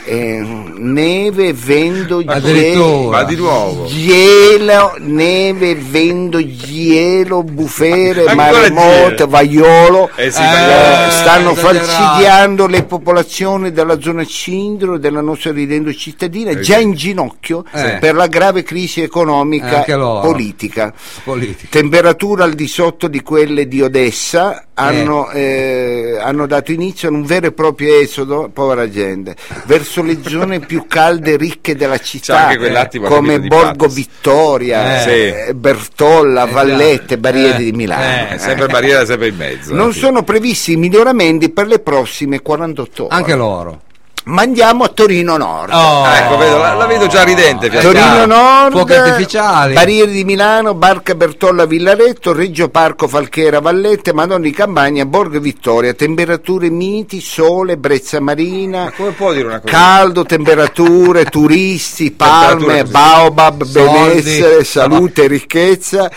[SPEAKER 1] Eh, neve, vento,
[SPEAKER 2] Addirittura.
[SPEAKER 1] gelo,
[SPEAKER 4] Ma di nuovo.
[SPEAKER 1] Gelo, neve, vento, gelo, bufere,
[SPEAKER 4] Ancora
[SPEAKER 1] maremoto,
[SPEAKER 4] gelo.
[SPEAKER 1] vaiolo.
[SPEAKER 4] Eh sì,
[SPEAKER 1] Eh,
[SPEAKER 4] ma-
[SPEAKER 1] stanno
[SPEAKER 2] esagerato.
[SPEAKER 1] falcidiando le popolazioni della zona cindro della nostra ridendo cittadina,
[SPEAKER 4] Eh,
[SPEAKER 1] già in ginocchio
[SPEAKER 2] Eh.
[SPEAKER 1] per la grave crisi
[SPEAKER 2] Eh,
[SPEAKER 1] economica
[SPEAKER 2] anche
[SPEAKER 1] e
[SPEAKER 2] loro.
[SPEAKER 1] politica.
[SPEAKER 2] Politica.
[SPEAKER 1] Temperatura al di sotto di quelle di Odessa hanno, eh, hanno dato inizio a un vero e proprio esodo, povera gente, verso le zone più calde e ricche della
[SPEAKER 4] C'è
[SPEAKER 1] città,
[SPEAKER 4] anche quell'attimo
[SPEAKER 1] come
[SPEAKER 4] capito di
[SPEAKER 1] Borgo
[SPEAKER 4] Patras.
[SPEAKER 1] Vittoria,
[SPEAKER 4] Eh.
[SPEAKER 1] eh, Bertolla,
[SPEAKER 2] già.
[SPEAKER 1] Vallette, Barriere
[SPEAKER 2] Eh.
[SPEAKER 1] di Milano.
[SPEAKER 4] Eh, sempre barriera, sempre in mezzo.
[SPEAKER 1] Non
[SPEAKER 4] alla fine.
[SPEAKER 1] sono previsti miglioramenti per le prossime 48 ore.
[SPEAKER 2] Anche loro.
[SPEAKER 1] Ma andiamo a Torino Nord.
[SPEAKER 2] Oh. eh,
[SPEAKER 4] Ah, ecco, vedo, la, la vedo già ridente.
[SPEAKER 1] Torino
[SPEAKER 4] Fiascoraro.
[SPEAKER 1] Nord,
[SPEAKER 2] fuochi artificiali.
[SPEAKER 1] Barriere di Milano, Barca Bertolla Villaretto, Reggio Parco Falchera Vallette, Madonna di Campagna, Borgo Vittoria, temperature miti, sole, brezza marina,
[SPEAKER 4] Ma come può dire una cosa?
[SPEAKER 1] caldo, temperature, turisti, palme,
[SPEAKER 4] Temperature così.
[SPEAKER 1] baobab,
[SPEAKER 2] Soldi.
[SPEAKER 1] benessere, salute, ricchezza,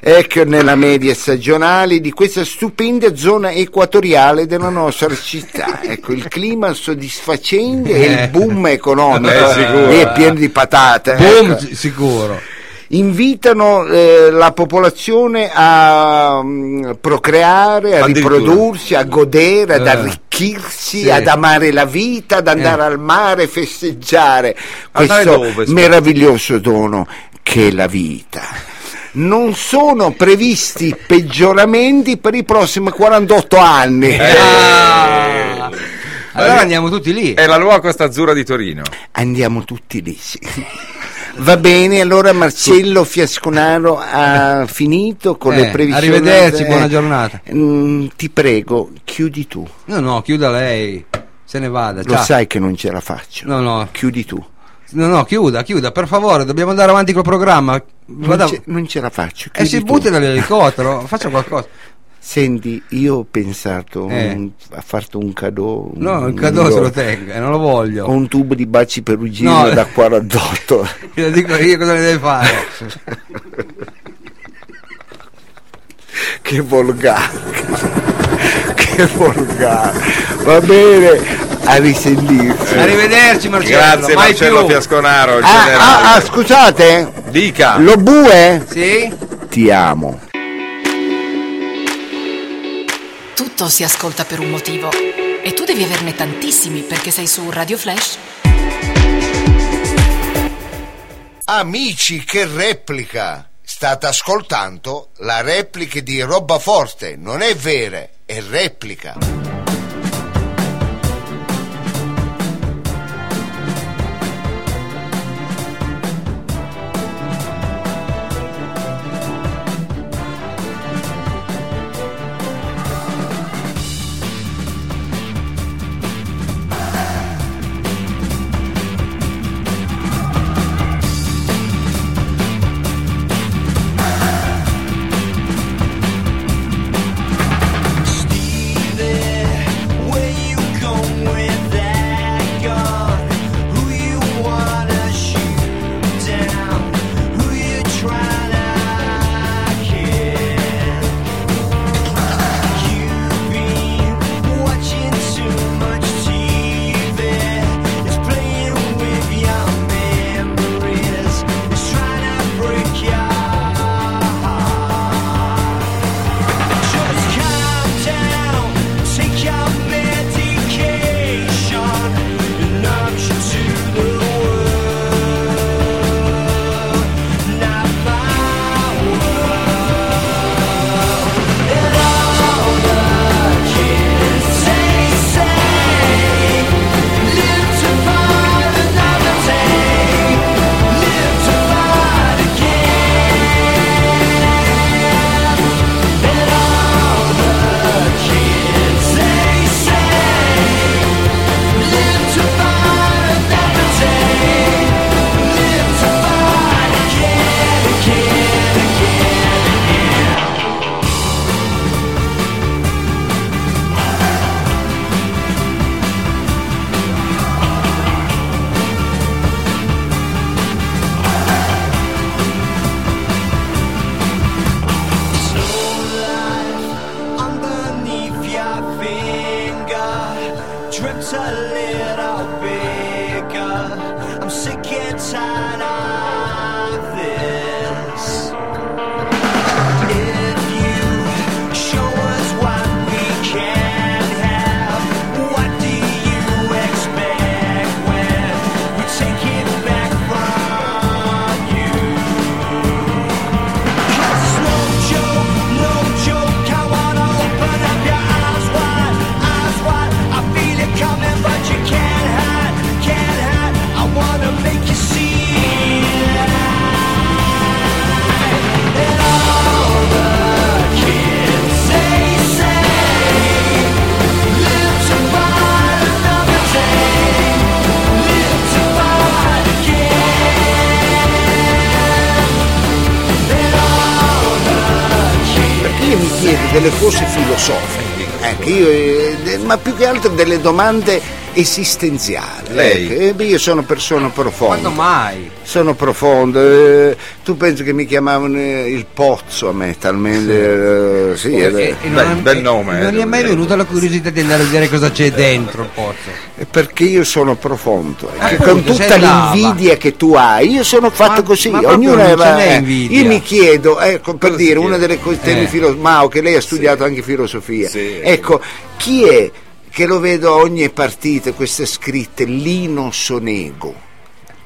[SPEAKER 1] ecco nella media stagionale di questa stupenda zona equatoriale della nostra città. Ecco, il clima soddisfacente e il boom economico
[SPEAKER 4] Eh, sicuro.
[SPEAKER 1] lì è pieno di patate.
[SPEAKER 2] Boom,
[SPEAKER 1] ecco.
[SPEAKER 2] si- sicuro.
[SPEAKER 1] Invitano eh, la popolazione a mm, procreare, a
[SPEAKER 4] Addirittura.
[SPEAKER 1] riprodursi, a godere, ad
[SPEAKER 2] Eh.
[SPEAKER 1] arricchirsi,
[SPEAKER 2] Sì.
[SPEAKER 1] ad amare la vita, ad andare al mare, festeggiare
[SPEAKER 4] Andare
[SPEAKER 1] questo
[SPEAKER 4] Eh. dove, scusa?
[SPEAKER 1] meraviglioso dono che è la vita. Non sono previsti peggioramenti per i prossimi 48 anni.
[SPEAKER 4] Eh,
[SPEAKER 2] Ah. Allora andiamo tutti lì.
[SPEAKER 1] eh,
[SPEAKER 4] È la nuova Costa Azzurra di Torino.
[SPEAKER 1] Andiamo tutti lì, sì. Va bene, allora Marcello Fiasconaro ha finito con le
[SPEAKER 2] Eh,
[SPEAKER 1] previsioni.
[SPEAKER 2] Arrivederci,
[SPEAKER 1] Eh,
[SPEAKER 2] buona giornata.
[SPEAKER 1] mm, ti prego, chiudi tu.
[SPEAKER 2] No, no, chiuda lei. Se ne vada.
[SPEAKER 1] Lo
[SPEAKER 2] ciao.
[SPEAKER 1] sai che non ce la faccio.
[SPEAKER 2] No, no.
[SPEAKER 1] Chiudi tu.
[SPEAKER 2] No, no, chiuda, chiuda, per favore, dobbiamo andare avanti col programma.
[SPEAKER 1] Non,
[SPEAKER 2] Vada...
[SPEAKER 1] ce, non ce la faccio.
[SPEAKER 2] E
[SPEAKER 1] chiudi
[SPEAKER 2] si
[SPEAKER 1] tu.
[SPEAKER 2] butti dall'elicottero, faccia qualcosa.
[SPEAKER 1] Senti, io ho pensato
[SPEAKER 2] Eh.
[SPEAKER 1] un- a farti un cadeau.
[SPEAKER 2] No, il
[SPEAKER 1] un-
[SPEAKER 2] cadeau se
[SPEAKER 1] io
[SPEAKER 2] lo tenga, eh, non lo
[SPEAKER 1] Ho
[SPEAKER 2] voglio.
[SPEAKER 1] Mm. un tubo di baci perugino
[SPEAKER 2] No.
[SPEAKER 1] da 48.
[SPEAKER 2] Glielo dico io cosa ne deve fare.
[SPEAKER 1] che volgare. che volgare. Va bene, a risentirci.
[SPEAKER 2] Arrivederci Marcello,
[SPEAKER 4] Grazie
[SPEAKER 2] mai
[SPEAKER 4] Marcello
[SPEAKER 2] più.
[SPEAKER 4] Fiasconaro, il
[SPEAKER 1] Ah,
[SPEAKER 4] generale.
[SPEAKER 1] ah, ah, scusate,
[SPEAKER 4] Dica.
[SPEAKER 1] lo bue
[SPEAKER 2] Sì?
[SPEAKER 1] ti amo.
[SPEAKER 7] Tutto si ascolta per un motivo e tu devi averne tantissimi perché sei su Radio Flash
[SPEAKER 1] Amici che replica, state ascoltando la replica di Roba Forte, non è vera, è replica.
[SPEAKER 6] Steven
[SPEAKER 11] that I'll pick up. I'm sick and tired of this. If you show us what we can have, what do you expect when we take it back from you? 'Cause it's no joke, no joke. I wanna open up your eyes wide, eyes wide. I feel it coming, but you can't hide, can't hide. I wanna make you see that. And all the kids say, say, live to fight another day, live to fight again. And all
[SPEAKER 1] Perché io mi chiedo delle cose filosofiche, anche io, eh, de- ma più che altro delle domande esistenziali.
[SPEAKER 4] Lei?
[SPEAKER 1] ecco. Eh, beh, io sono persona profonda.
[SPEAKER 2] Quando mai?
[SPEAKER 1] Sono profondo. eh, tu pensi che mi chiamavano eh, il pozzo a me, talmente... eh, Sì,
[SPEAKER 2] Perché-
[SPEAKER 1] ed è-
[SPEAKER 2] e non è- e- Non
[SPEAKER 1] eh,
[SPEAKER 2] gli è mai venuta la curiosità di andare a vedere cosa c'è dentro il pozzo.
[SPEAKER 1] Perché io sono profondo, e che
[SPEAKER 2] appunto,
[SPEAKER 1] con tutta
[SPEAKER 2] Ah, sei brava.
[SPEAKER 1] l'invidia che tu hai, io sono fatto così,
[SPEAKER 2] ma proprio
[SPEAKER 1] ognuno
[SPEAKER 2] non ce
[SPEAKER 1] aveva-
[SPEAKER 2] n'è
[SPEAKER 1] eh,
[SPEAKER 2] invidia.
[SPEAKER 1] Io mi chiedo, ecco, per dire, una delle cose temi
[SPEAKER 2] Eh.
[SPEAKER 1] filo- Mao, che lei ha studiato anche filosofia, ecco, chi è che lo vedo a ogni partita, queste scritte, Lino Sonego?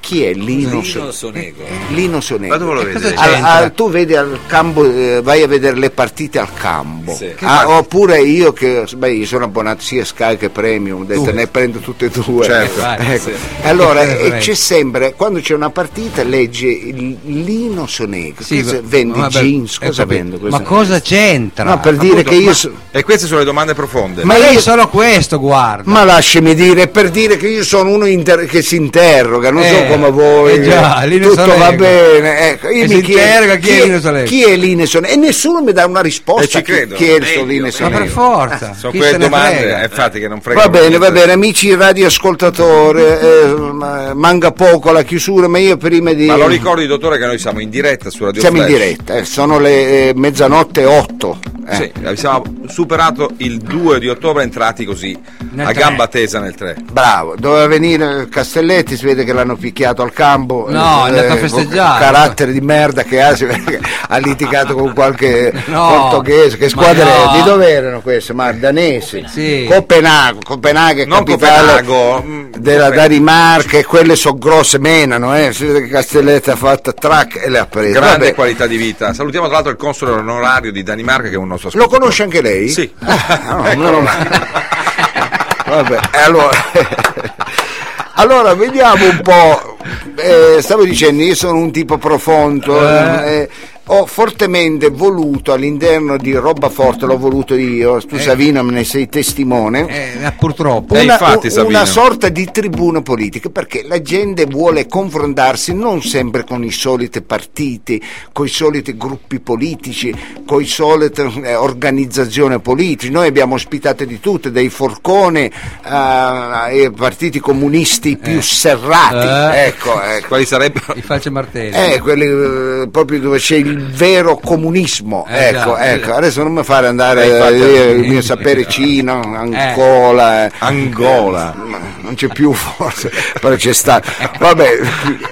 [SPEAKER 1] Chi è Lino,
[SPEAKER 3] Lino
[SPEAKER 1] Sonego?
[SPEAKER 3] Sonego.
[SPEAKER 1] Lino Sonego.
[SPEAKER 3] Ma dove lo E vede? cosa
[SPEAKER 1] Al-
[SPEAKER 3] c'entra?
[SPEAKER 1] al- tu vedi al campo, eh, vai a vedere le partite al campo.
[SPEAKER 3] Sì.
[SPEAKER 1] Ah, oppure io che beh, io sono abbonato sia Sky che Premium, ho detto,
[SPEAKER 3] Tu.
[SPEAKER 1] ne prendo tutte e due.
[SPEAKER 3] Certo. Vai,
[SPEAKER 1] Ecco.
[SPEAKER 3] sì.
[SPEAKER 1] Allora,
[SPEAKER 3] Eh,
[SPEAKER 1] e
[SPEAKER 3] vai.
[SPEAKER 1] c'è sempre, quando c'è una partita, legge il Lino Sonego.
[SPEAKER 4] Sì,
[SPEAKER 1] Cosa-
[SPEAKER 4] va-
[SPEAKER 1] vendi
[SPEAKER 4] vabbè,
[SPEAKER 1] jeans,
[SPEAKER 4] ho
[SPEAKER 1] cosa
[SPEAKER 4] capito.
[SPEAKER 1] vendo? Cosa-
[SPEAKER 4] Ma
[SPEAKER 2] eh, Cosa c'entra?
[SPEAKER 1] No, per dire
[SPEAKER 4] Appunto,
[SPEAKER 1] che io
[SPEAKER 4] ma-
[SPEAKER 1] so-
[SPEAKER 4] E queste sono le domande profonde.
[SPEAKER 1] Ma
[SPEAKER 2] Lei
[SPEAKER 1] io-
[SPEAKER 2] solo questo guarda.
[SPEAKER 1] Ma lasciami dire, per dire che io sono uno inter- che si interroga, non
[SPEAKER 2] Eh,
[SPEAKER 1] so come voi.
[SPEAKER 2] eh già,
[SPEAKER 1] eh,
[SPEAKER 2] Lino
[SPEAKER 1] tutto
[SPEAKER 2] Sonego.
[SPEAKER 1] va bene. Ecco, io
[SPEAKER 2] E
[SPEAKER 1] mi
[SPEAKER 2] si
[SPEAKER 1] chiedo,
[SPEAKER 2] interroga chi è
[SPEAKER 1] Sonego
[SPEAKER 2] Lino Sonego.
[SPEAKER 1] Chi è Lino Sonego? E nessuno mi dà una risposta.
[SPEAKER 4] E Eh, ci
[SPEAKER 1] chi-
[SPEAKER 4] credo,
[SPEAKER 1] Chi è il
[SPEAKER 4] meglio,
[SPEAKER 1] suo Lino
[SPEAKER 4] meglio.
[SPEAKER 1] Sonego?
[SPEAKER 2] Ma per
[SPEAKER 1] Eh,
[SPEAKER 2] forza.
[SPEAKER 4] Sono
[SPEAKER 2] chi
[SPEAKER 4] quelle
[SPEAKER 2] se ne
[SPEAKER 4] domande,
[SPEAKER 2] frega?
[SPEAKER 4] infatti, che non fregano.
[SPEAKER 1] Va bene, va
[SPEAKER 4] niente.
[SPEAKER 1] bene, amici radioascoltatori, eh, ma- manca poco la chiusura, ma io prima di...
[SPEAKER 4] Ma lo ricordi, dottore, che noi siamo in diretta su Radio
[SPEAKER 1] Siamo in
[SPEAKER 4] Flash.
[SPEAKER 1] diretta, eh, sono le eh, mezzanotte eh. 8.
[SPEAKER 4] Sì, abbiamo superato il 2 di ottobre, entrati così, a
[SPEAKER 1] tre.
[SPEAKER 4] gamba tesa nel 3.
[SPEAKER 1] Bravo, doveva venire Castelletti, si vede che l'hanno picchiato al campo. Eh,
[SPEAKER 4] No, è andato a festeggiare.
[SPEAKER 1] Carattere di merda che ha, si vede che ha litigato con qualche
[SPEAKER 2] No,
[SPEAKER 1] portoghese. Che
[SPEAKER 2] ma
[SPEAKER 1] squadre
[SPEAKER 2] no.
[SPEAKER 1] di dove erano queste? Ma danesi.
[SPEAKER 2] Sì.
[SPEAKER 1] Copenaghen, Copenaghen,
[SPEAKER 4] Non
[SPEAKER 1] capitale
[SPEAKER 4] Copenaghen, mm,
[SPEAKER 1] della
[SPEAKER 4] Copenaghen.
[SPEAKER 1] Danimarca, e quelle sono grosse, menano. Eh. Si vede che Castelletti ha fatto track e le ha prese.
[SPEAKER 4] Grande
[SPEAKER 1] Eh, Vabbè,
[SPEAKER 4] qualità di vita. Salutiamo tra l'altro il console onorario di Danimarca che è un nostro
[SPEAKER 1] Lo
[SPEAKER 4] ascoltatore.
[SPEAKER 1] conosce anche lei?
[SPEAKER 4] Sì.
[SPEAKER 1] Ah, no, meno male. Vabbè, e allora, allora vediamo un po'. Eh, stavo dicendo, io sono un tipo profondo.
[SPEAKER 2] Eh.
[SPEAKER 1] eh, ho fortemente voluto all'interno di Roba Forte, l'ho voluto io, tu Savino me ne sei testimone.
[SPEAKER 2] Eh, purtroppo.
[SPEAKER 1] Una, u- una sorta di tribuna politica perché la gente vuole confrontarsi non sempre con i soliti partiti, con i soliti gruppi politici, con i solite eh, organizzazioni politiche. Noi abbiamo ospitato di tutte, dai forcone eh, ai partiti comunisti più serrati.
[SPEAKER 2] Eh.
[SPEAKER 1] Ecco, ecco.
[SPEAKER 4] Quali sarebbero?
[SPEAKER 2] I falce martelli.
[SPEAKER 1] Eh, quelli eh, proprio dove c'è il vero comunismo.
[SPEAKER 2] Eh,
[SPEAKER 1] ecco,
[SPEAKER 2] già.
[SPEAKER 1] ecco. Adesso non mi fare andare
[SPEAKER 4] Eh, infatti,
[SPEAKER 1] a dire il
[SPEAKER 4] eh,
[SPEAKER 1] mio sapere cino, Angola. eh.
[SPEAKER 4] Angola.
[SPEAKER 1] Ma non c'è più forse, però c'è stato. Vabbè.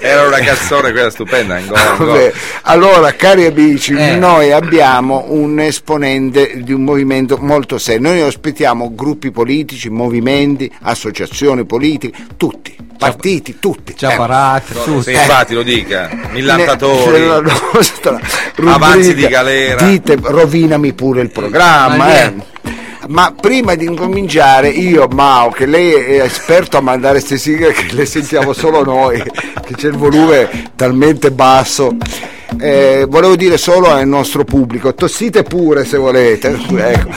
[SPEAKER 4] Era una canzone quella stupenda,
[SPEAKER 2] Ah,
[SPEAKER 4] Angola, Angola.
[SPEAKER 1] Vabbè, allora cari amici,
[SPEAKER 4] Eh.
[SPEAKER 1] noi abbiamo un esponente di un movimento molto serio, noi ospitiamo gruppi politici, movimenti, associazioni politiche, tutti, partiti, tutti. Ecco.
[SPEAKER 2] Ci ha parato,
[SPEAKER 4] Sì,
[SPEAKER 2] tutti.
[SPEAKER 4] infatti lo dica.
[SPEAKER 1] Ne- nella
[SPEAKER 4] Millantatori.
[SPEAKER 1] nostra
[SPEAKER 4] Avanzi di
[SPEAKER 1] rubrica.
[SPEAKER 4] galera.
[SPEAKER 1] Dite, rovinami pure il programma.
[SPEAKER 2] Ma
[SPEAKER 1] eh.
[SPEAKER 2] niente.
[SPEAKER 1] Ma prima di incominciare, io, Mao, che lei è esperto a mandare queste sigle che le sentiamo solo noi, che c'è il volume talmente basso. eh, volevo dire solo al nostro pubblico, tossite pure se volete. Ecco.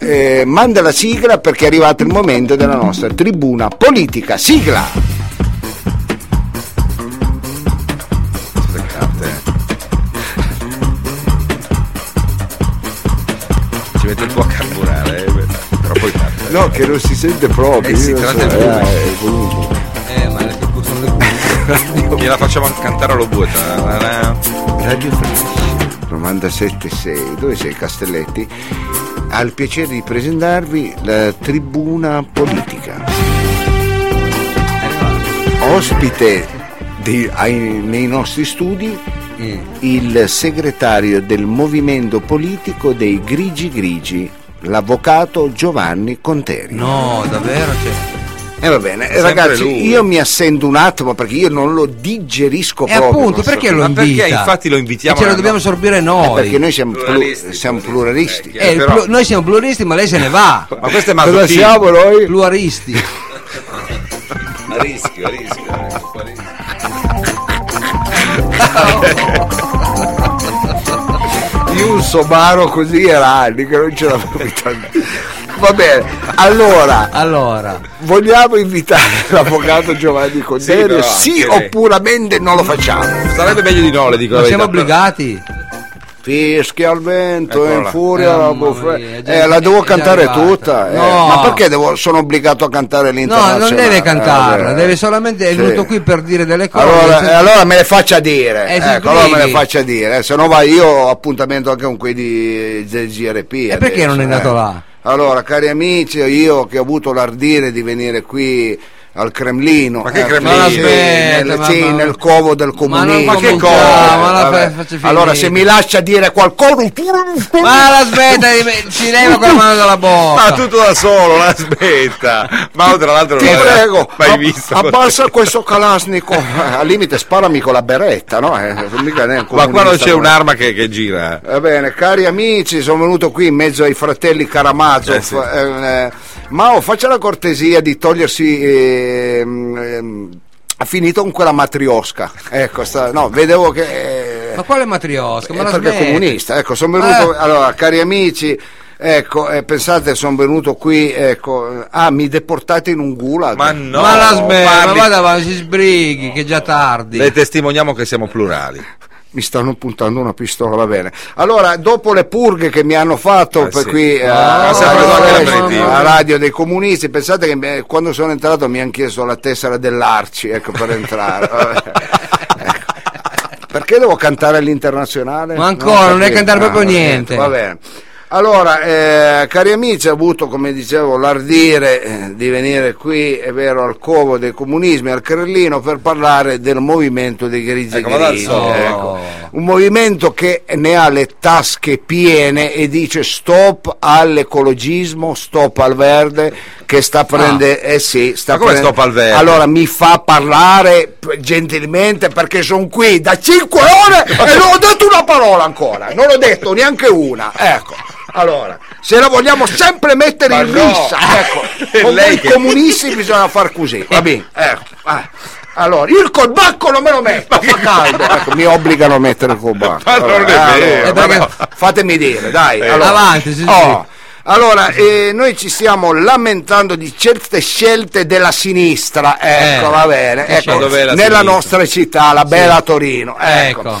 [SPEAKER 1] Eh, manda la sigla perché è arrivato il momento della nostra tribuna politica. Sigla!
[SPEAKER 4] Ci mette un po' a carburare, eh, però poi parte.
[SPEAKER 1] No, che non si sente proprio.
[SPEAKER 4] Eh sì,
[SPEAKER 1] io lo
[SPEAKER 4] tratta
[SPEAKER 1] so,
[SPEAKER 4] il volume.
[SPEAKER 1] eh, il volume.
[SPEAKER 2] Eh, ma le cucù sono le cucù.
[SPEAKER 4] Gliela facciamo cantare eh, allo bue. ta-ra-ra.
[SPEAKER 1] Radio Flash 976, dove sei Castelletti? Ha il piacere di presentarvi la tribuna politica. ospite di- ai- nei nostri studi
[SPEAKER 2] Mm.
[SPEAKER 1] il segretario del movimento politico dei Grigi Grigi, l'avvocato Giovanni Conteri.
[SPEAKER 2] No, davvero? Cioè...
[SPEAKER 1] E va bene,
[SPEAKER 2] Sempre
[SPEAKER 1] ragazzi,
[SPEAKER 2] lui.
[SPEAKER 1] io mi assento un attimo perché io non lo digerisco
[SPEAKER 2] E
[SPEAKER 1] proprio.
[SPEAKER 2] appunto,
[SPEAKER 1] non so
[SPEAKER 2] perché
[SPEAKER 1] come.
[SPEAKER 2] lo invita? E ce lo dobbiamo sorbire
[SPEAKER 1] Eh,
[SPEAKER 2] noi.
[SPEAKER 1] perché noi siamo plu- siamo pluralisti.
[SPEAKER 2] Eh, il plu- noi siamo pluralisti, ma lei se ne va.
[SPEAKER 1] Ma questo è Cosa masochismo. siamo noi?
[SPEAKER 2] Pluralisti.
[SPEAKER 3] A rischio, a rischio. a rischio.
[SPEAKER 1] Io un somaro così era anni che non ce l'avevo più tanto. Va bene, allora, vogliamo invitare l'avvocato Giovanni Conterio? Sì,
[SPEAKER 4] Sì, però, anche lei.
[SPEAKER 1] o puramente non lo facciamo?
[SPEAKER 4] Sarebbe meglio di no, le dico
[SPEAKER 1] Ma
[SPEAKER 4] la
[SPEAKER 1] siamo
[SPEAKER 4] verità.
[SPEAKER 2] Obbligati.
[SPEAKER 1] Fischia al vento, è in
[SPEAKER 4] Eccola.
[SPEAKER 1] furia, la, buffa- eh, la devo cantare tutta. eh.
[SPEAKER 2] No.
[SPEAKER 1] Ma perché devo- sono obbligato a cantare
[SPEAKER 2] No,
[SPEAKER 1] l'internazionale?
[SPEAKER 2] non deve cantarla,
[SPEAKER 1] Eh,
[SPEAKER 2] deve solamente. È
[SPEAKER 1] sì.
[SPEAKER 2] venuto qui per dire delle cose.
[SPEAKER 1] Allora,
[SPEAKER 2] Cioè-
[SPEAKER 1] eh, allora me le faccia dire,
[SPEAKER 2] Eh, si
[SPEAKER 1] ecco, allora me le
[SPEAKER 2] sbrighi.
[SPEAKER 1] faccia dire, eh, se no vai io ho appuntamento anche con quelli di ZGRP. E
[SPEAKER 2] perché non è andato là?
[SPEAKER 1] eh. Allora, cari amici, io che ho avuto l'ardire di venire qui al Cremlino,
[SPEAKER 4] Ma che
[SPEAKER 1] eh,
[SPEAKER 4] Cremlino?
[SPEAKER 1] sì,
[SPEAKER 4] Aspetta,
[SPEAKER 1] nel,
[SPEAKER 4] ma-
[SPEAKER 1] sì,
[SPEAKER 4] ma-
[SPEAKER 1] nel covo del comunismo.
[SPEAKER 4] Ma che covo? Ma la
[SPEAKER 1] Vabbè.
[SPEAKER 4] fa- faccio
[SPEAKER 1] allora,
[SPEAKER 4] finire.
[SPEAKER 1] se mi lascia dire qualcono, tu-
[SPEAKER 2] Ma la smetta di me- ci leva con la mano dalla bocca.
[SPEAKER 4] Ma tutto da solo, la smetta. Ma tra l'altro
[SPEAKER 1] Ti
[SPEAKER 4] non l'aveva
[SPEAKER 1] prego,
[SPEAKER 4] mai
[SPEAKER 1] ab-
[SPEAKER 4] visto.
[SPEAKER 1] abbassa questo Kalashnikov, Eh, al limite sparami con la beretta, no? Eh, mica ne è un
[SPEAKER 4] Ma qua non
[SPEAKER 1] comunista,
[SPEAKER 4] c'è
[SPEAKER 1] no?
[SPEAKER 4] un'arma che, che gira. eh.
[SPEAKER 1] Va bene, cari amici, sono venuto qui in mezzo ai fratelli Karamazov.
[SPEAKER 4] Eh, sì.
[SPEAKER 1] eh, eh, Mao, faccia la cortesia di togliersi. ehm, ehm, ha finito con quella matriosca. Ecco, sta- no, vedevo che. eh,
[SPEAKER 2] Ma quale matriosca? Ma
[SPEAKER 1] eh,
[SPEAKER 2] la
[SPEAKER 1] perché è
[SPEAKER 2] smetta.
[SPEAKER 1] comunista. Ecco, sono venuto.
[SPEAKER 2] Eh.
[SPEAKER 1] Allora, cari amici. Ecco, eh, pensate, sono venuto qui, ecco, eh, ah, mi deportate in un gulag. Ma
[SPEAKER 4] no,
[SPEAKER 2] ma la smetta, ma
[SPEAKER 4] parli-
[SPEAKER 2] vada, ma si sbrighi, che è già tardi.
[SPEAKER 4] Le testimoniamo che siamo plurali.
[SPEAKER 1] mi stanno puntando una pistola, va bene. Allora, dopo le purghe che mi hanno fatto per
[SPEAKER 4] sì.
[SPEAKER 1] qui eh,
[SPEAKER 4] Ah,
[SPEAKER 1] a,
[SPEAKER 4] si è preso anche
[SPEAKER 1] Radio Flash,
[SPEAKER 4] l'aperitivo.
[SPEAKER 1] a Radio dei Comunisti, pensate che mi- quando sono entrato mi hanno chiesto la tessera dell'Arci ecco, per entrare. Vabbè. Ecco.
[SPEAKER 4] Eh,
[SPEAKER 1] Perché devo cantare all'internazionale?
[SPEAKER 2] Ma ancora, non è
[SPEAKER 1] capito.
[SPEAKER 2] cantare proprio
[SPEAKER 1] no,
[SPEAKER 2] niente.
[SPEAKER 1] Va bene. Allora, eh, cari amici, ho avuto, come dicevo, l'ardire eh, di venire qui, è vero, al covo del comunismo e al Crellino per parlare del movimento dei grigi
[SPEAKER 4] Ecco, ma dal
[SPEAKER 1] grigi.
[SPEAKER 4] solo.
[SPEAKER 1] ecco un movimento che ne ha le tasche piene e dice stop all'ecologismo, stop al verde, che
[SPEAKER 2] Ah.
[SPEAKER 1] sta prendendo... Eh sì, sta
[SPEAKER 4] Ma come
[SPEAKER 1] prende-
[SPEAKER 4] stop al verde?
[SPEAKER 1] Allora mi fa parlare p- gentilmente perché sono qui da 5 ore e non ho detto una parola ancora, non ho detto neanche una, ecco. Allora, se la vogliamo sempre mettere
[SPEAKER 4] Ma
[SPEAKER 1] in
[SPEAKER 4] no.
[SPEAKER 1] rissa, ecco, con
[SPEAKER 4] Lei
[SPEAKER 1] voi
[SPEAKER 4] che-
[SPEAKER 1] comunisti bisogna far così, va bene, ecco. ah. Allora, il colbacco non me lo metto, fa caldo. Ecco, mi obbligano a mettere il colbacco.
[SPEAKER 4] Ma non è
[SPEAKER 1] allora, eh,
[SPEAKER 4] vero,
[SPEAKER 1] allora,
[SPEAKER 4] ma no.
[SPEAKER 1] fatemi dire, dai.
[SPEAKER 4] Eh,
[SPEAKER 1] allora.
[SPEAKER 4] avanti, sì, sì.
[SPEAKER 1] Oh, Allora, eh, noi ci stiamo lamentando di certe scelte della sinistra, ecco,
[SPEAKER 4] Eh,
[SPEAKER 1] va bene,
[SPEAKER 4] che
[SPEAKER 1] ecco,
[SPEAKER 4] scelte? Dov'è la
[SPEAKER 1] nella
[SPEAKER 4] sinistra?
[SPEAKER 1] nostra città, la bella Torino, ecco.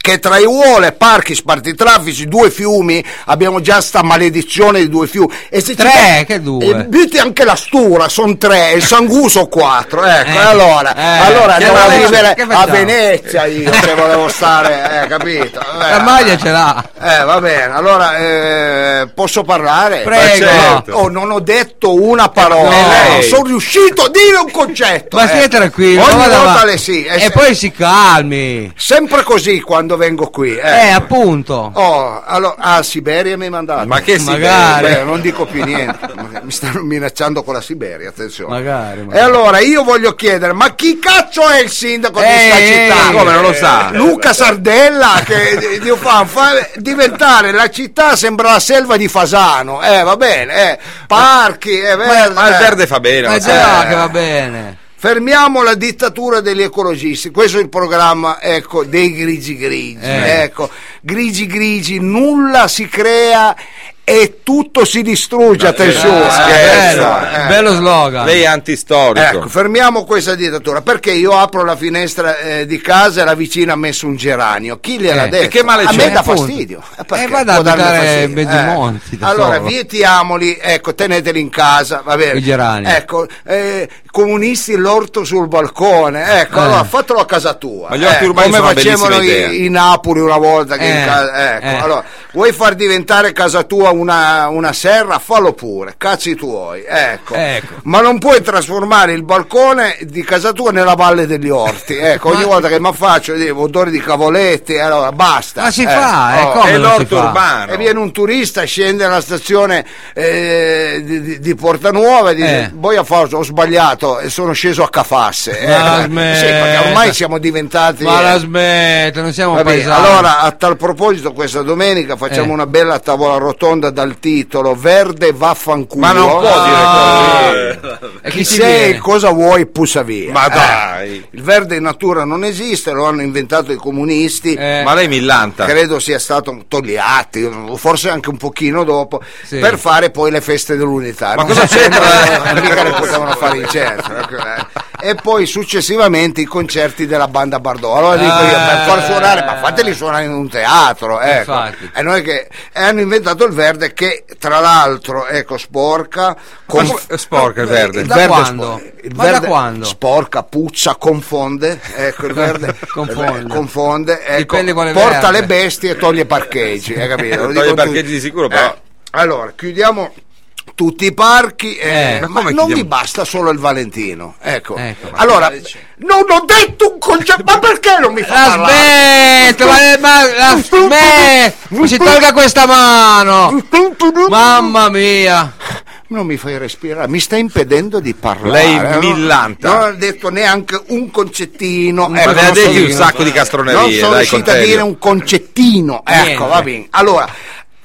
[SPEAKER 1] Che tra aiuole, parchi, spartitraffici, due fiumi, abbiamo già sta maledizione di due fiumi. E se ci
[SPEAKER 2] Tre,
[SPEAKER 1] fa-
[SPEAKER 2] che due?
[SPEAKER 1] E dite anche la Stura, sono tre, il Sanguso quattro, ecco,
[SPEAKER 2] Eh,
[SPEAKER 1] allora,
[SPEAKER 2] eh,
[SPEAKER 1] allora
[SPEAKER 2] che
[SPEAKER 1] devo
[SPEAKER 2] facciamo?
[SPEAKER 1] vivere
[SPEAKER 2] Che
[SPEAKER 1] a
[SPEAKER 2] facciamo?
[SPEAKER 1] Venezia io, se volevo stare, eh, capito? Eh,
[SPEAKER 2] La maglia ce l'ha.
[SPEAKER 1] eh, va bene, allora eh, posso parlare?
[SPEAKER 2] Prego. Ma certo.
[SPEAKER 1] Oh, non ho detto una parola,
[SPEAKER 2] Eh, ma lei-
[SPEAKER 1] non sono riuscito a dire un concetto.
[SPEAKER 2] Ma
[SPEAKER 1] eh.
[SPEAKER 2] stia tranquillo.
[SPEAKER 1] Ogni
[SPEAKER 2] ma vada
[SPEAKER 1] volta
[SPEAKER 2] avanti.
[SPEAKER 1] le sì. eh,
[SPEAKER 2] E
[SPEAKER 1] se-
[SPEAKER 2] poi si calmi.
[SPEAKER 1] Sempre così quando vengo qui. Eh,
[SPEAKER 2] Eh, appunto.
[SPEAKER 1] Oh, allora, a Siberia mi hai mandato.
[SPEAKER 4] Ma che Siberia?
[SPEAKER 2] Magari.
[SPEAKER 1] Beh, non dico più niente. ma Mi stanno minacciando con la Siberia, attenzione.
[SPEAKER 2] Magari.
[SPEAKER 1] E allora io voglio chiedere, ma chi cazzo è il sindaco
[SPEAKER 4] Eh,
[SPEAKER 1] di sta
[SPEAKER 2] Ehi,
[SPEAKER 1] città?
[SPEAKER 2] ehi, come non lo sa?
[SPEAKER 1] Luca Sardella che di- fa, fa diventare la città sembra la selva di Fasano. Eh, va bene, eh. parchi, eh, verde,
[SPEAKER 4] Ma il
[SPEAKER 1] eh.
[SPEAKER 4] verde fa bene.
[SPEAKER 2] Ma
[SPEAKER 4] ma
[SPEAKER 2] ce l'ha che va bene.
[SPEAKER 1] Fermiamo la dittatura degli ecologisti, questo è il programma ecco, dei grigi grigi,
[SPEAKER 2] Eh.
[SPEAKER 1] ecco, grigi grigi, nulla si crea e tutto si distrugge, attenzione,
[SPEAKER 4] eh,
[SPEAKER 1] scherzo,
[SPEAKER 4] bello,
[SPEAKER 1] eh.
[SPEAKER 2] Bello slogan.
[SPEAKER 4] Lei è antistorico.
[SPEAKER 1] Ecco, fermiamo questa dittatura perché io apro la finestra eh, di casa e la vicina ha messo un geranio. Chi gliel'ha
[SPEAKER 2] Eh,
[SPEAKER 1] detto?
[SPEAKER 4] e che male
[SPEAKER 1] A
[SPEAKER 4] c'è?
[SPEAKER 1] me dà
[SPEAKER 2] Appunto.
[SPEAKER 1] fastidio. Eh, perché?
[SPEAKER 2] Eh, vada a
[SPEAKER 1] Può darmi
[SPEAKER 2] abitare
[SPEAKER 1] fastidio.
[SPEAKER 2] in mezzo ai monti, da
[SPEAKER 1] Allora,
[SPEAKER 2] solo.
[SPEAKER 1] vietiamoli, ecco, teneteli in casa, va bene.
[SPEAKER 2] I gerani.
[SPEAKER 1] Ecco, eh, comunisti l'orto sul balcone, ecco,
[SPEAKER 2] Eh.
[SPEAKER 1] allora fatelo a casa tua.
[SPEAKER 4] Ma gli
[SPEAKER 1] eh,
[SPEAKER 4] orti urbani
[SPEAKER 1] come
[SPEAKER 4] sono una
[SPEAKER 1] facevano
[SPEAKER 4] bellissima
[SPEAKER 1] i,
[SPEAKER 4] idea.
[SPEAKER 1] i Napoli una volta che in
[SPEAKER 2] Eh,
[SPEAKER 1] casa- ecco,
[SPEAKER 2] eh.
[SPEAKER 1] allora, vuoi far diventare casa tua un una, una serra, fallo pure, cazzi tuoi, ecco. Ma non puoi trasformare il balcone di casa tua nella valle degli orti, ecco, ogni volta che mi affaccio devo odore di cavoletti, allora basta.
[SPEAKER 2] Ma si
[SPEAKER 1] eh.
[SPEAKER 2] fa, eh,
[SPEAKER 1] Oh,
[SPEAKER 2] come non si fa?
[SPEAKER 1] E viene un turista, scende alla stazione eh, di, di- di Porta Nuova e dice,
[SPEAKER 2] Eh.
[SPEAKER 1] voi a forza ho sbagliato e sono sceso a Cafasse. Eh,
[SPEAKER 2] Ma
[SPEAKER 1] sì,
[SPEAKER 2] smetta.
[SPEAKER 1] perché ormai siamo diventati...
[SPEAKER 2] Ma la
[SPEAKER 1] eh,
[SPEAKER 2] smetta, non siamo
[SPEAKER 1] Va bene,
[SPEAKER 2] paesani.
[SPEAKER 1] allora a tal proposito questa domenica facciamo
[SPEAKER 2] Eh.
[SPEAKER 1] una bella tavola rotonda dal titolo Verde vaffanculo
[SPEAKER 4] Ma non può
[SPEAKER 2] Ah.
[SPEAKER 4] dire
[SPEAKER 1] così chi,
[SPEAKER 4] E chi ti
[SPEAKER 1] sei
[SPEAKER 4] viene?
[SPEAKER 1] cosa vuoi pussa via
[SPEAKER 4] Ma
[SPEAKER 1] Eh,
[SPEAKER 4] dai.
[SPEAKER 1] il verde in natura non esiste lo hanno inventato i comunisti
[SPEAKER 2] Eh.
[SPEAKER 4] Ma lei millanta.
[SPEAKER 1] credo sia stato Togliatti forse anche un pochino dopo
[SPEAKER 4] Sì.
[SPEAKER 1] per fare poi le feste dell'unità
[SPEAKER 4] Ma
[SPEAKER 1] Non
[SPEAKER 4] cosa
[SPEAKER 1] so se ne- mica le potevano fare in certo ecco, eh. e poi successivamente i concerti della banda Bardò allora dico io
[SPEAKER 4] Eh.
[SPEAKER 1] per far suonare ma fateli suonare in un teatro ecco.
[SPEAKER 2] Infatti.
[SPEAKER 1] e noi che e hanno inventato il verde che tra l'altro ecco sporca Eh,
[SPEAKER 4] Ma
[SPEAKER 1] conf-
[SPEAKER 4] come- sporca il verde.
[SPEAKER 1] il
[SPEAKER 4] Da
[SPEAKER 1] verde
[SPEAKER 4] quando?
[SPEAKER 1] sporca. Il
[SPEAKER 4] Ma da
[SPEAKER 1] verde
[SPEAKER 4] quando?
[SPEAKER 1] sporca puzza confonde ecco il verde confonde, ecco,
[SPEAKER 4] pelle vuole
[SPEAKER 1] porta
[SPEAKER 4] verde.
[SPEAKER 1] le bestie e toglie i parcheggi hai capito Lo
[SPEAKER 4] Toglie
[SPEAKER 1] dico
[SPEAKER 4] i parcheggi
[SPEAKER 1] tutti.
[SPEAKER 4] di sicuro, però.
[SPEAKER 1] Eh, allora chiudiamo tutti i parchi eh,
[SPEAKER 4] Eh, ma
[SPEAKER 1] ma
[SPEAKER 4] come
[SPEAKER 1] non
[SPEAKER 4] chiudiamo?
[SPEAKER 1] vi basta solo il Valentino ecco,
[SPEAKER 4] Ecco.
[SPEAKER 1] allora non ho detto un concetto ma perché non mi fa
[SPEAKER 2] La smetto, ma, eh, ma la smetto! Si tolga questa mano! Mamma mia!
[SPEAKER 1] Non mi fai respirare, mi stai impedendo di parlare.
[SPEAKER 4] Lei
[SPEAKER 1] no?
[SPEAKER 4] millanta. Eh,
[SPEAKER 1] Non ho detto neanche un concettino. Ecco,
[SPEAKER 4] Ma ne ha
[SPEAKER 1] non
[SPEAKER 4] detti
[SPEAKER 1] sono-
[SPEAKER 4] un sacco di castronerie,
[SPEAKER 1] Non sono
[SPEAKER 4] dai,
[SPEAKER 1] riuscito a
[SPEAKER 4] Conterio.
[SPEAKER 1] dire un concettino. Ecco,
[SPEAKER 4] Niente.
[SPEAKER 1] va bene. Allora,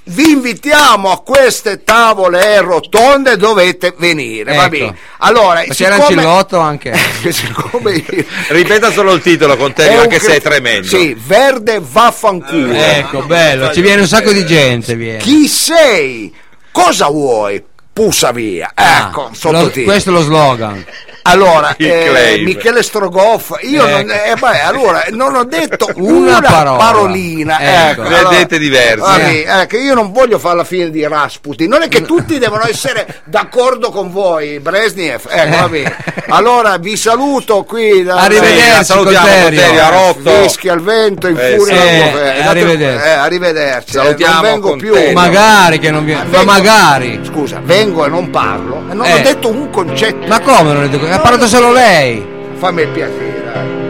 [SPEAKER 1] vi invitiamo a queste tavole rotonde, dovete venire, va
[SPEAKER 2] Ecco.
[SPEAKER 1] bene. Allora,
[SPEAKER 2] Ma c'era
[SPEAKER 1] siccome-
[SPEAKER 2] Ancillotto anche?
[SPEAKER 1] siccome io-
[SPEAKER 4] Ripeta solo il titolo,
[SPEAKER 1] È
[SPEAKER 4] Conterio,
[SPEAKER 1] un
[SPEAKER 4] anche
[SPEAKER 1] cri-
[SPEAKER 4] se è tremendo.
[SPEAKER 1] Sì, verde vaffanculo.
[SPEAKER 2] Ecco, bello, ci viene un sacco di gente, viene.
[SPEAKER 1] Eh, Chi sei? Cosa vuoi? Pussa via. Ecco,
[SPEAKER 2] Ah, Lo-
[SPEAKER 1] sottotitolo.
[SPEAKER 2] questo è lo slogan.
[SPEAKER 1] Allora,
[SPEAKER 2] Il
[SPEAKER 1] eh,
[SPEAKER 2] claim.
[SPEAKER 1] Michele Strogoff, io non,
[SPEAKER 2] Ecco.
[SPEAKER 1] eh, beh, allora, non ho detto una,
[SPEAKER 2] Una parola.
[SPEAKER 1] parolina.
[SPEAKER 2] Ecco.
[SPEAKER 1] Ecco.
[SPEAKER 4] Ne ha
[SPEAKER 1] allora,
[SPEAKER 4] dette diverse.
[SPEAKER 1] vabbè, ecco, io non voglio fare la fine di Rasputin, non è che tutti devono essere d'accordo con voi, Bresniev. Ecco, va bene. Allora vi saluto qui. Da,
[SPEAKER 2] Eh. Arrivederci, Venga, salutiamo, Conterio. Conterio, ha rotto.
[SPEAKER 1] Fischi al vento, in
[SPEAKER 2] Eh,
[SPEAKER 1] furia.
[SPEAKER 2] sì.
[SPEAKER 1] alla
[SPEAKER 2] Eh,
[SPEAKER 1] bufera. Date-
[SPEAKER 2] arrivederci.
[SPEAKER 1] eh, arrivederci.
[SPEAKER 4] Salutiamo
[SPEAKER 1] Eh, non vengo
[SPEAKER 4] Conterio.
[SPEAKER 1] più. Eh,
[SPEAKER 2] Magari che non viene. Ma
[SPEAKER 1] Vengo-
[SPEAKER 2] magari.
[SPEAKER 1] Scusa, vengo e non parlo. E non
[SPEAKER 2] Eh.
[SPEAKER 1] ho detto un concetto.
[SPEAKER 2] Ma come non è detto? Ha parlato solo lei.
[SPEAKER 1] Fammi il piacere. eh.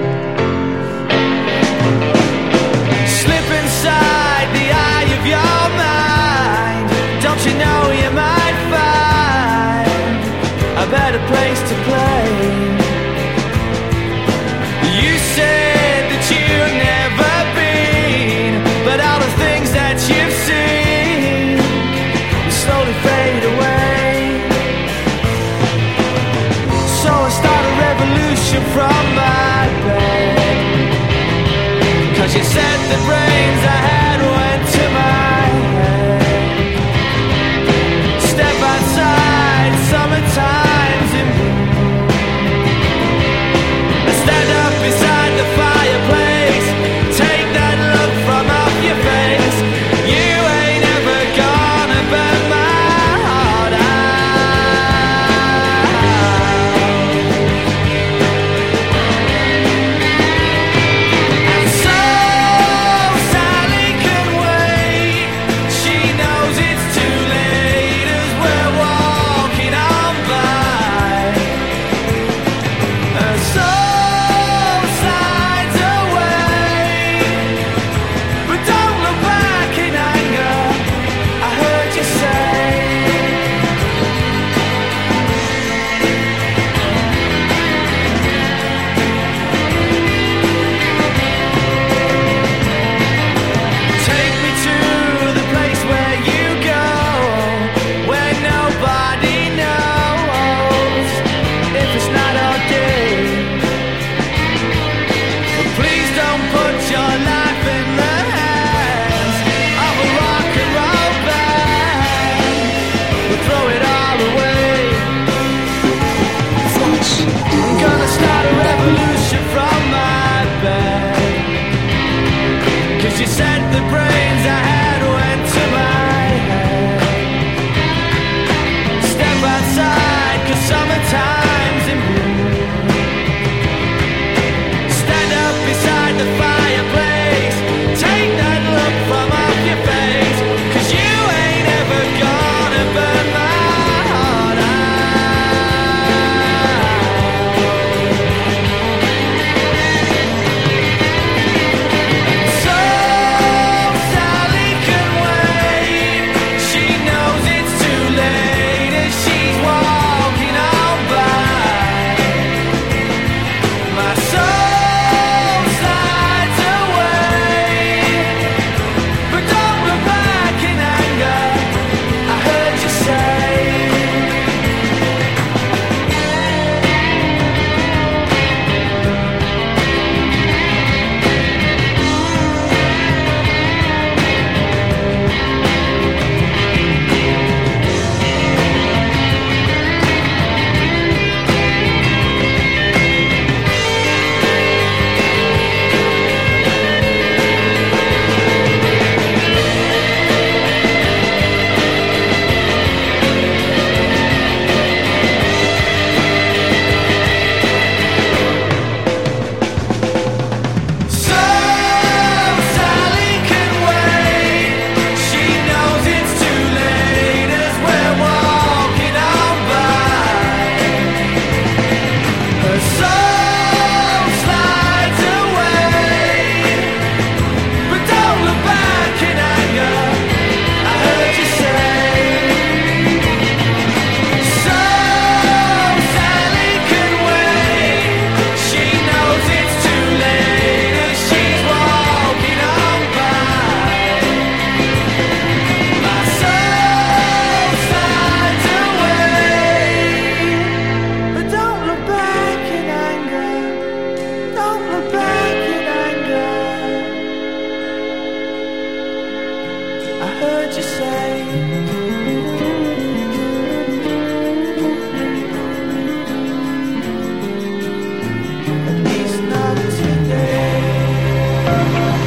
[SPEAKER 11] Slip inside the eye of your mind. Don't you know you might find a better place to play? You said that you've never been, but all the things that you've seen slowly fade away. So I start a revolution from my bed. Cause you said the brains I had went to my head. Step outside, summertime's in bloom. I stand up beside the fireplace, take that look from off your face. You ain't ever gonna burn my heart out. And so, Sally,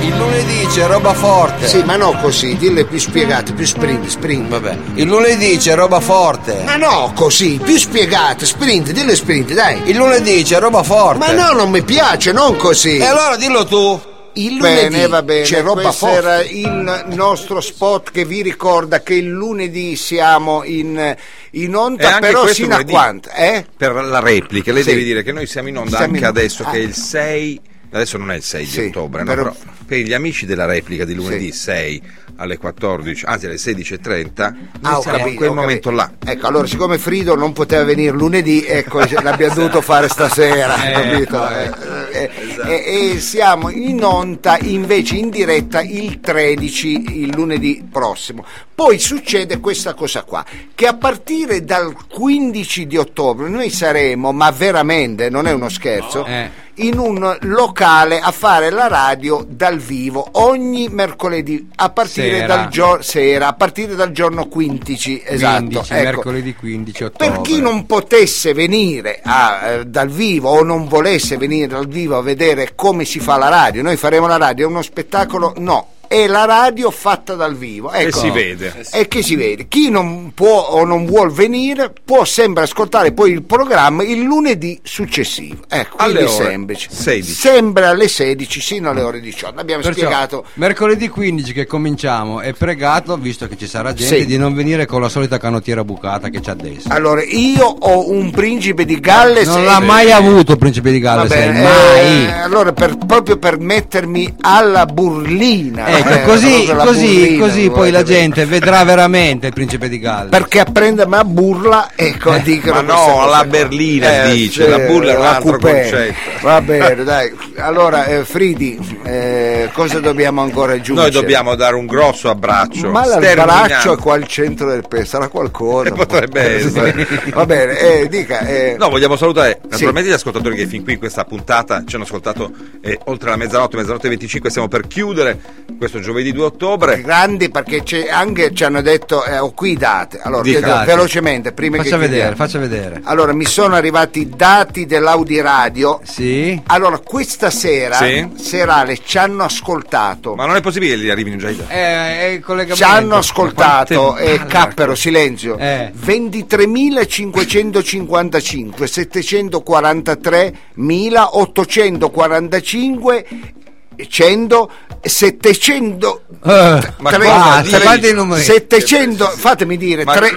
[SPEAKER 1] Il lunedì c'è roba forte. Sì, ma no così, dille più spiegato, più sprint, sprint. Vabbè.
[SPEAKER 12] Il lunedì c'è roba forte.
[SPEAKER 1] Ma no, così, più spiegato, sprint, dille sprint, dai.
[SPEAKER 12] Il lunedì c'è roba forte.
[SPEAKER 1] Ma no, non mi piace, non così.
[SPEAKER 12] E allora dillo tu.
[SPEAKER 1] Il
[SPEAKER 12] Bene,
[SPEAKER 1] lunedì
[SPEAKER 12] va bene,
[SPEAKER 1] c'è roba
[SPEAKER 12] questo
[SPEAKER 1] forte.
[SPEAKER 12] era
[SPEAKER 1] il nostro spot che vi ricorda che il lunedì siamo in,
[SPEAKER 4] E
[SPEAKER 1] onda,
[SPEAKER 4] anche
[SPEAKER 1] però
[SPEAKER 4] questo
[SPEAKER 1] sino a eh?
[SPEAKER 4] lunedì.
[SPEAKER 1] quanto?
[SPEAKER 4] Per la replica, lei
[SPEAKER 1] Sì.
[SPEAKER 4] deve dire che noi siamo in onda
[SPEAKER 1] Siamo
[SPEAKER 4] anche
[SPEAKER 1] in-
[SPEAKER 4] adesso,
[SPEAKER 1] ah.
[SPEAKER 4] che è il 6. Adesso non è il 6
[SPEAKER 1] Sì,
[SPEAKER 4] di ottobre, no?
[SPEAKER 1] però-
[SPEAKER 4] però per gli amici della replica di lunedì 6 alle 14, anzi alle 16.30,
[SPEAKER 1] Ah, ho
[SPEAKER 4] noi siamo in
[SPEAKER 1] capito,
[SPEAKER 4] quel
[SPEAKER 1] ho
[SPEAKER 4] momento là.
[SPEAKER 1] Ecco, allora siccome Frido non poteva venire lunedì, ecco, l'abbiamo dovuto fare stasera,
[SPEAKER 4] Eh,
[SPEAKER 1] capito? Eh, eh, E, e siamo in onda invece in diretta il 13, il lunedì prossimo. Poi succede questa cosa qua, che a partire dal 15 di ottobre noi saremo, ma veramente, non è uno scherzo, in un locale a fare la radio dal vivo ogni mercoledì a partire
[SPEAKER 2] Sera.
[SPEAKER 1] dal giorno sera a partire dal giorno 15 esatto
[SPEAKER 2] 15,
[SPEAKER 1] ecco.
[SPEAKER 2] mercoledì 15 ottobre.
[SPEAKER 1] per chi non potesse venire a, eh, dal vivo o non volesse venire dal vivo a vedere come si fa la radio, noi faremo la radio, è uno spettacolo no. È la radio fatta dal vivo.
[SPEAKER 4] Che
[SPEAKER 1] Ecco.
[SPEAKER 4] si vede.
[SPEAKER 1] E che si vede. Chi non può o non vuol venire può sempre ascoltare poi il programma il lunedì successivo. Ecco,
[SPEAKER 4] Alle
[SPEAKER 1] quindi
[SPEAKER 4] ore
[SPEAKER 1] semplice.
[SPEAKER 4] 16.
[SPEAKER 1] Sempre alle 16 sino alle ore 18. Abbiamo
[SPEAKER 2] Perciò,
[SPEAKER 1] spiegato
[SPEAKER 2] mercoledì 15 che cominciamo è pregato, visto che ci sarà gente,
[SPEAKER 1] Sì. Ah,
[SPEAKER 2] di non venire con la solita canottiera bucata che c'è adesso.
[SPEAKER 1] Allora, io ho un principe di Galles.
[SPEAKER 2] non
[SPEAKER 1] e-
[SPEAKER 2] l'ha mai avuto Principe di Galles,
[SPEAKER 1] Vabbè,
[SPEAKER 2] sai,
[SPEAKER 1] eh,
[SPEAKER 2] mai.
[SPEAKER 1] allora, per- proprio per mettermi alla burlina.
[SPEAKER 2] Ecco,
[SPEAKER 1] eh,
[SPEAKER 2] così,
[SPEAKER 1] proprio la
[SPEAKER 2] così,
[SPEAKER 1] burlina,
[SPEAKER 2] così poi
[SPEAKER 1] volete
[SPEAKER 2] la
[SPEAKER 1] vedere.
[SPEAKER 2] gente vedrà veramente il principe di Galles.
[SPEAKER 1] Perché apprende ma burla, ecco,
[SPEAKER 2] Eh,
[SPEAKER 1] dicono
[SPEAKER 2] ma no,
[SPEAKER 1] queste cose
[SPEAKER 2] la
[SPEAKER 1] qua. Eh,
[SPEAKER 4] berlina dice,
[SPEAKER 1] sì,
[SPEAKER 4] la burla è un altro
[SPEAKER 1] coupé.
[SPEAKER 4] concetto.
[SPEAKER 1] Va bene, dai. Allora, eh, Fridi, eh, cosa dobbiamo ancora aggiungere?
[SPEAKER 4] Noi dobbiamo dare un grosso abbraccio.
[SPEAKER 1] Ma il
[SPEAKER 4] sterminante.
[SPEAKER 1] braccio è qua al centro del pe, sarà qualcosa.
[SPEAKER 4] Eh, Potrebbe essere.
[SPEAKER 1] Va bene, eh, dica. eh,
[SPEAKER 4] No, vogliamo salutare naturalmente gli ascoltatori che fin qui in questa puntata ci hanno ascoltato eh, oltre la mezzanotte, mezzanotte e 25, stiamo per chiudere questo giovedì 2 ottobre.
[SPEAKER 1] grandi perché c'è anche ci hanno detto eh, ho qui i dati allora
[SPEAKER 4] Dica.
[SPEAKER 1] chiedo velocemente prima
[SPEAKER 2] faccia
[SPEAKER 1] che
[SPEAKER 2] vedere,
[SPEAKER 1] chiudiamo.
[SPEAKER 2] faccia vedere.
[SPEAKER 1] allora mi sono arrivati i dati dell'Audi Radio
[SPEAKER 2] sì
[SPEAKER 1] allora questa sera
[SPEAKER 4] Sì.
[SPEAKER 1] serale ci hanno ascoltato
[SPEAKER 4] Ma non è possibile che gli arrivino già i
[SPEAKER 2] Eh,
[SPEAKER 1] Eh,
[SPEAKER 4] dati.
[SPEAKER 1] ci hanno ascoltato
[SPEAKER 4] Ma quante
[SPEAKER 1] e
[SPEAKER 4] palle,
[SPEAKER 1] cappero silenzio
[SPEAKER 4] Eh.
[SPEAKER 1] 23.555 743 1845 100 700
[SPEAKER 2] Eh, ma
[SPEAKER 1] tre-
[SPEAKER 2] cosa
[SPEAKER 1] tre-
[SPEAKER 2] dici? Quanti numeri?
[SPEAKER 1] 700 fatemi dire
[SPEAKER 4] Ma-
[SPEAKER 1] tre-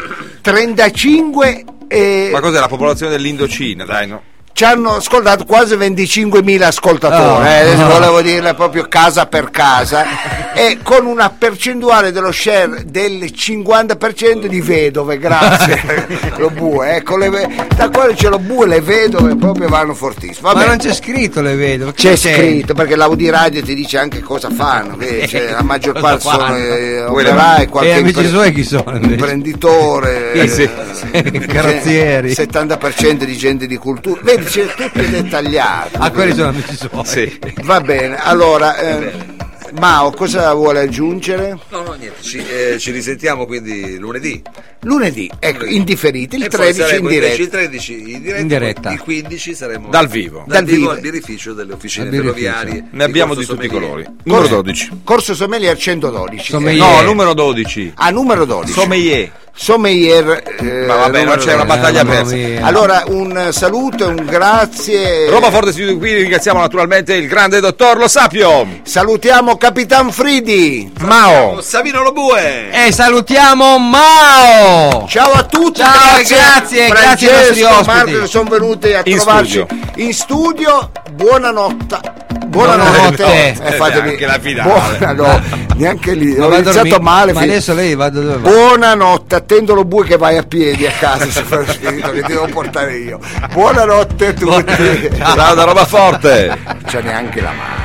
[SPEAKER 1] 35 eh,
[SPEAKER 4] Ma cos'è la popolazione dell'Indocina? Dai, no.
[SPEAKER 1] ci hanno ascoltato quasi 25.000 ascoltatori,
[SPEAKER 4] Ah.
[SPEAKER 1] eh, adesso
[SPEAKER 4] Ah.
[SPEAKER 1] volevo dirle proprio casa per casa, e con una percentuale dello share del 50% di vedove, grazie, lo bue, ecco, le ve- da quale c'è lo bue le vedove proprio vanno fortissimo.
[SPEAKER 2] Ma
[SPEAKER 1] Vabbè.
[SPEAKER 2] non c'è scritto, le vedo.
[SPEAKER 1] C'è scritto perché l'Audi Radio ti dice anche cosa fanno, vedi, cioè, la maggior
[SPEAKER 2] Cosa
[SPEAKER 1] parte sono
[SPEAKER 2] fanno?
[SPEAKER 1] eh,
[SPEAKER 2] Quella-
[SPEAKER 1] operai, qualche
[SPEAKER 2] E amici
[SPEAKER 1] impre-
[SPEAKER 2] suoi chi sono? invece?
[SPEAKER 1] imprenditore,
[SPEAKER 2] Sì, sì.
[SPEAKER 1] eh,
[SPEAKER 2] Carrozzieri.
[SPEAKER 1] 70% di gente di cultura, vedi c'è tutto dettagliato.
[SPEAKER 2] Ah, quelli sono amici suoi.
[SPEAKER 4] Eh.
[SPEAKER 1] Va bene, allora eh, Mao cosa vuole aggiungere?
[SPEAKER 3] No, no, niente, ci, eh, ci risentiamo quindi lunedì.
[SPEAKER 1] Lunedì, ecco, indifferiti, il
[SPEAKER 3] E poi
[SPEAKER 1] 13 in
[SPEAKER 3] saremo invece Il
[SPEAKER 1] diretta.
[SPEAKER 3] 13 in diretta.
[SPEAKER 1] In diretta.
[SPEAKER 3] Il 15 saremo
[SPEAKER 4] Dal vivo.
[SPEAKER 3] Dal
[SPEAKER 1] Dal
[SPEAKER 3] vivo
[SPEAKER 1] vivo.
[SPEAKER 3] al birrificio delle officine
[SPEAKER 4] Al birrificio.
[SPEAKER 3] ferroviarie.
[SPEAKER 4] Ne abbiamo
[SPEAKER 3] Corso
[SPEAKER 4] di tutti i
[SPEAKER 3] Sommelier.
[SPEAKER 4] colori. Numero 12.
[SPEAKER 1] Corso Sommelier 112.
[SPEAKER 4] No,
[SPEAKER 1] Eh, no,
[SPEAKER 4] numero 12.
[SPEAKER 1] a numero 12.
[SPEAKER 4] Sommelier.
[SPEAKER 1] Sommelier. eh,
[SPEAKER 4] Ma vabbè,
[SPEAKER 1] numero
[SPEAKER 4] non c'è una
[SPEAKER 1] 12.
[SPEAKER 4] battaglia persa.
[SPEAKER 1] Allora un eh, saluto, un grazie.
[SPEAKER 4] Roma Forte Studio qui ringraziamo naturalmente il grande dottor Lo Sapio.
[SPEAKER 1] Salutiamo Capitan Fridi.
[SPEAKER 4] Mao.
[SPEAKER 3] Savino Lobue.
[SPEAKER 2] E salutiamo Mao.
[SPEAKER 1] Ciao a tutti,
[SPEAKER 2] Ciao, grazie, grazie ai nostri
[SPEAKER 1] Francesco,
[SPEAKER 2] ospiti.
[SPEAKER 1] Marco che sono venuti a
[SPEAKER 2] In
[SPEAKER 1] trovarci
[SPEAKER 2] studio.
[SPEAKER 1] in studio. Buonanotte.
[SPEAKER 2] Buonanotte.
[SPEAKER 1] Buonanotte.
[SPEAKER 2] Eh,
[SPEAKER 4] neanche la finale.
[SPEAKER 1] Buona, no, neanche lì.
[SPEAKER 2] Non
[SPEAKER 1] Ho
[SPEAKER 2] va a
[SPEAKER 1] iniziato
[SPEAKER 2] dormire.
[SPEAKER 1] male.
[SPEAKER 2] Ma
[SPEAKER 1] fin-
[SPEAKER 2] adesso lei va dove va?
[SPEAKER 1] Buonanotte, attendo lo bue che vai a piedi a casa se fai lo spirito che ti devo portare io. Buonanotte a tutti.
[SPEAKER 4] Ciao da Roma Forte.
[SPEAKER 1] Non c'è neanche la mano.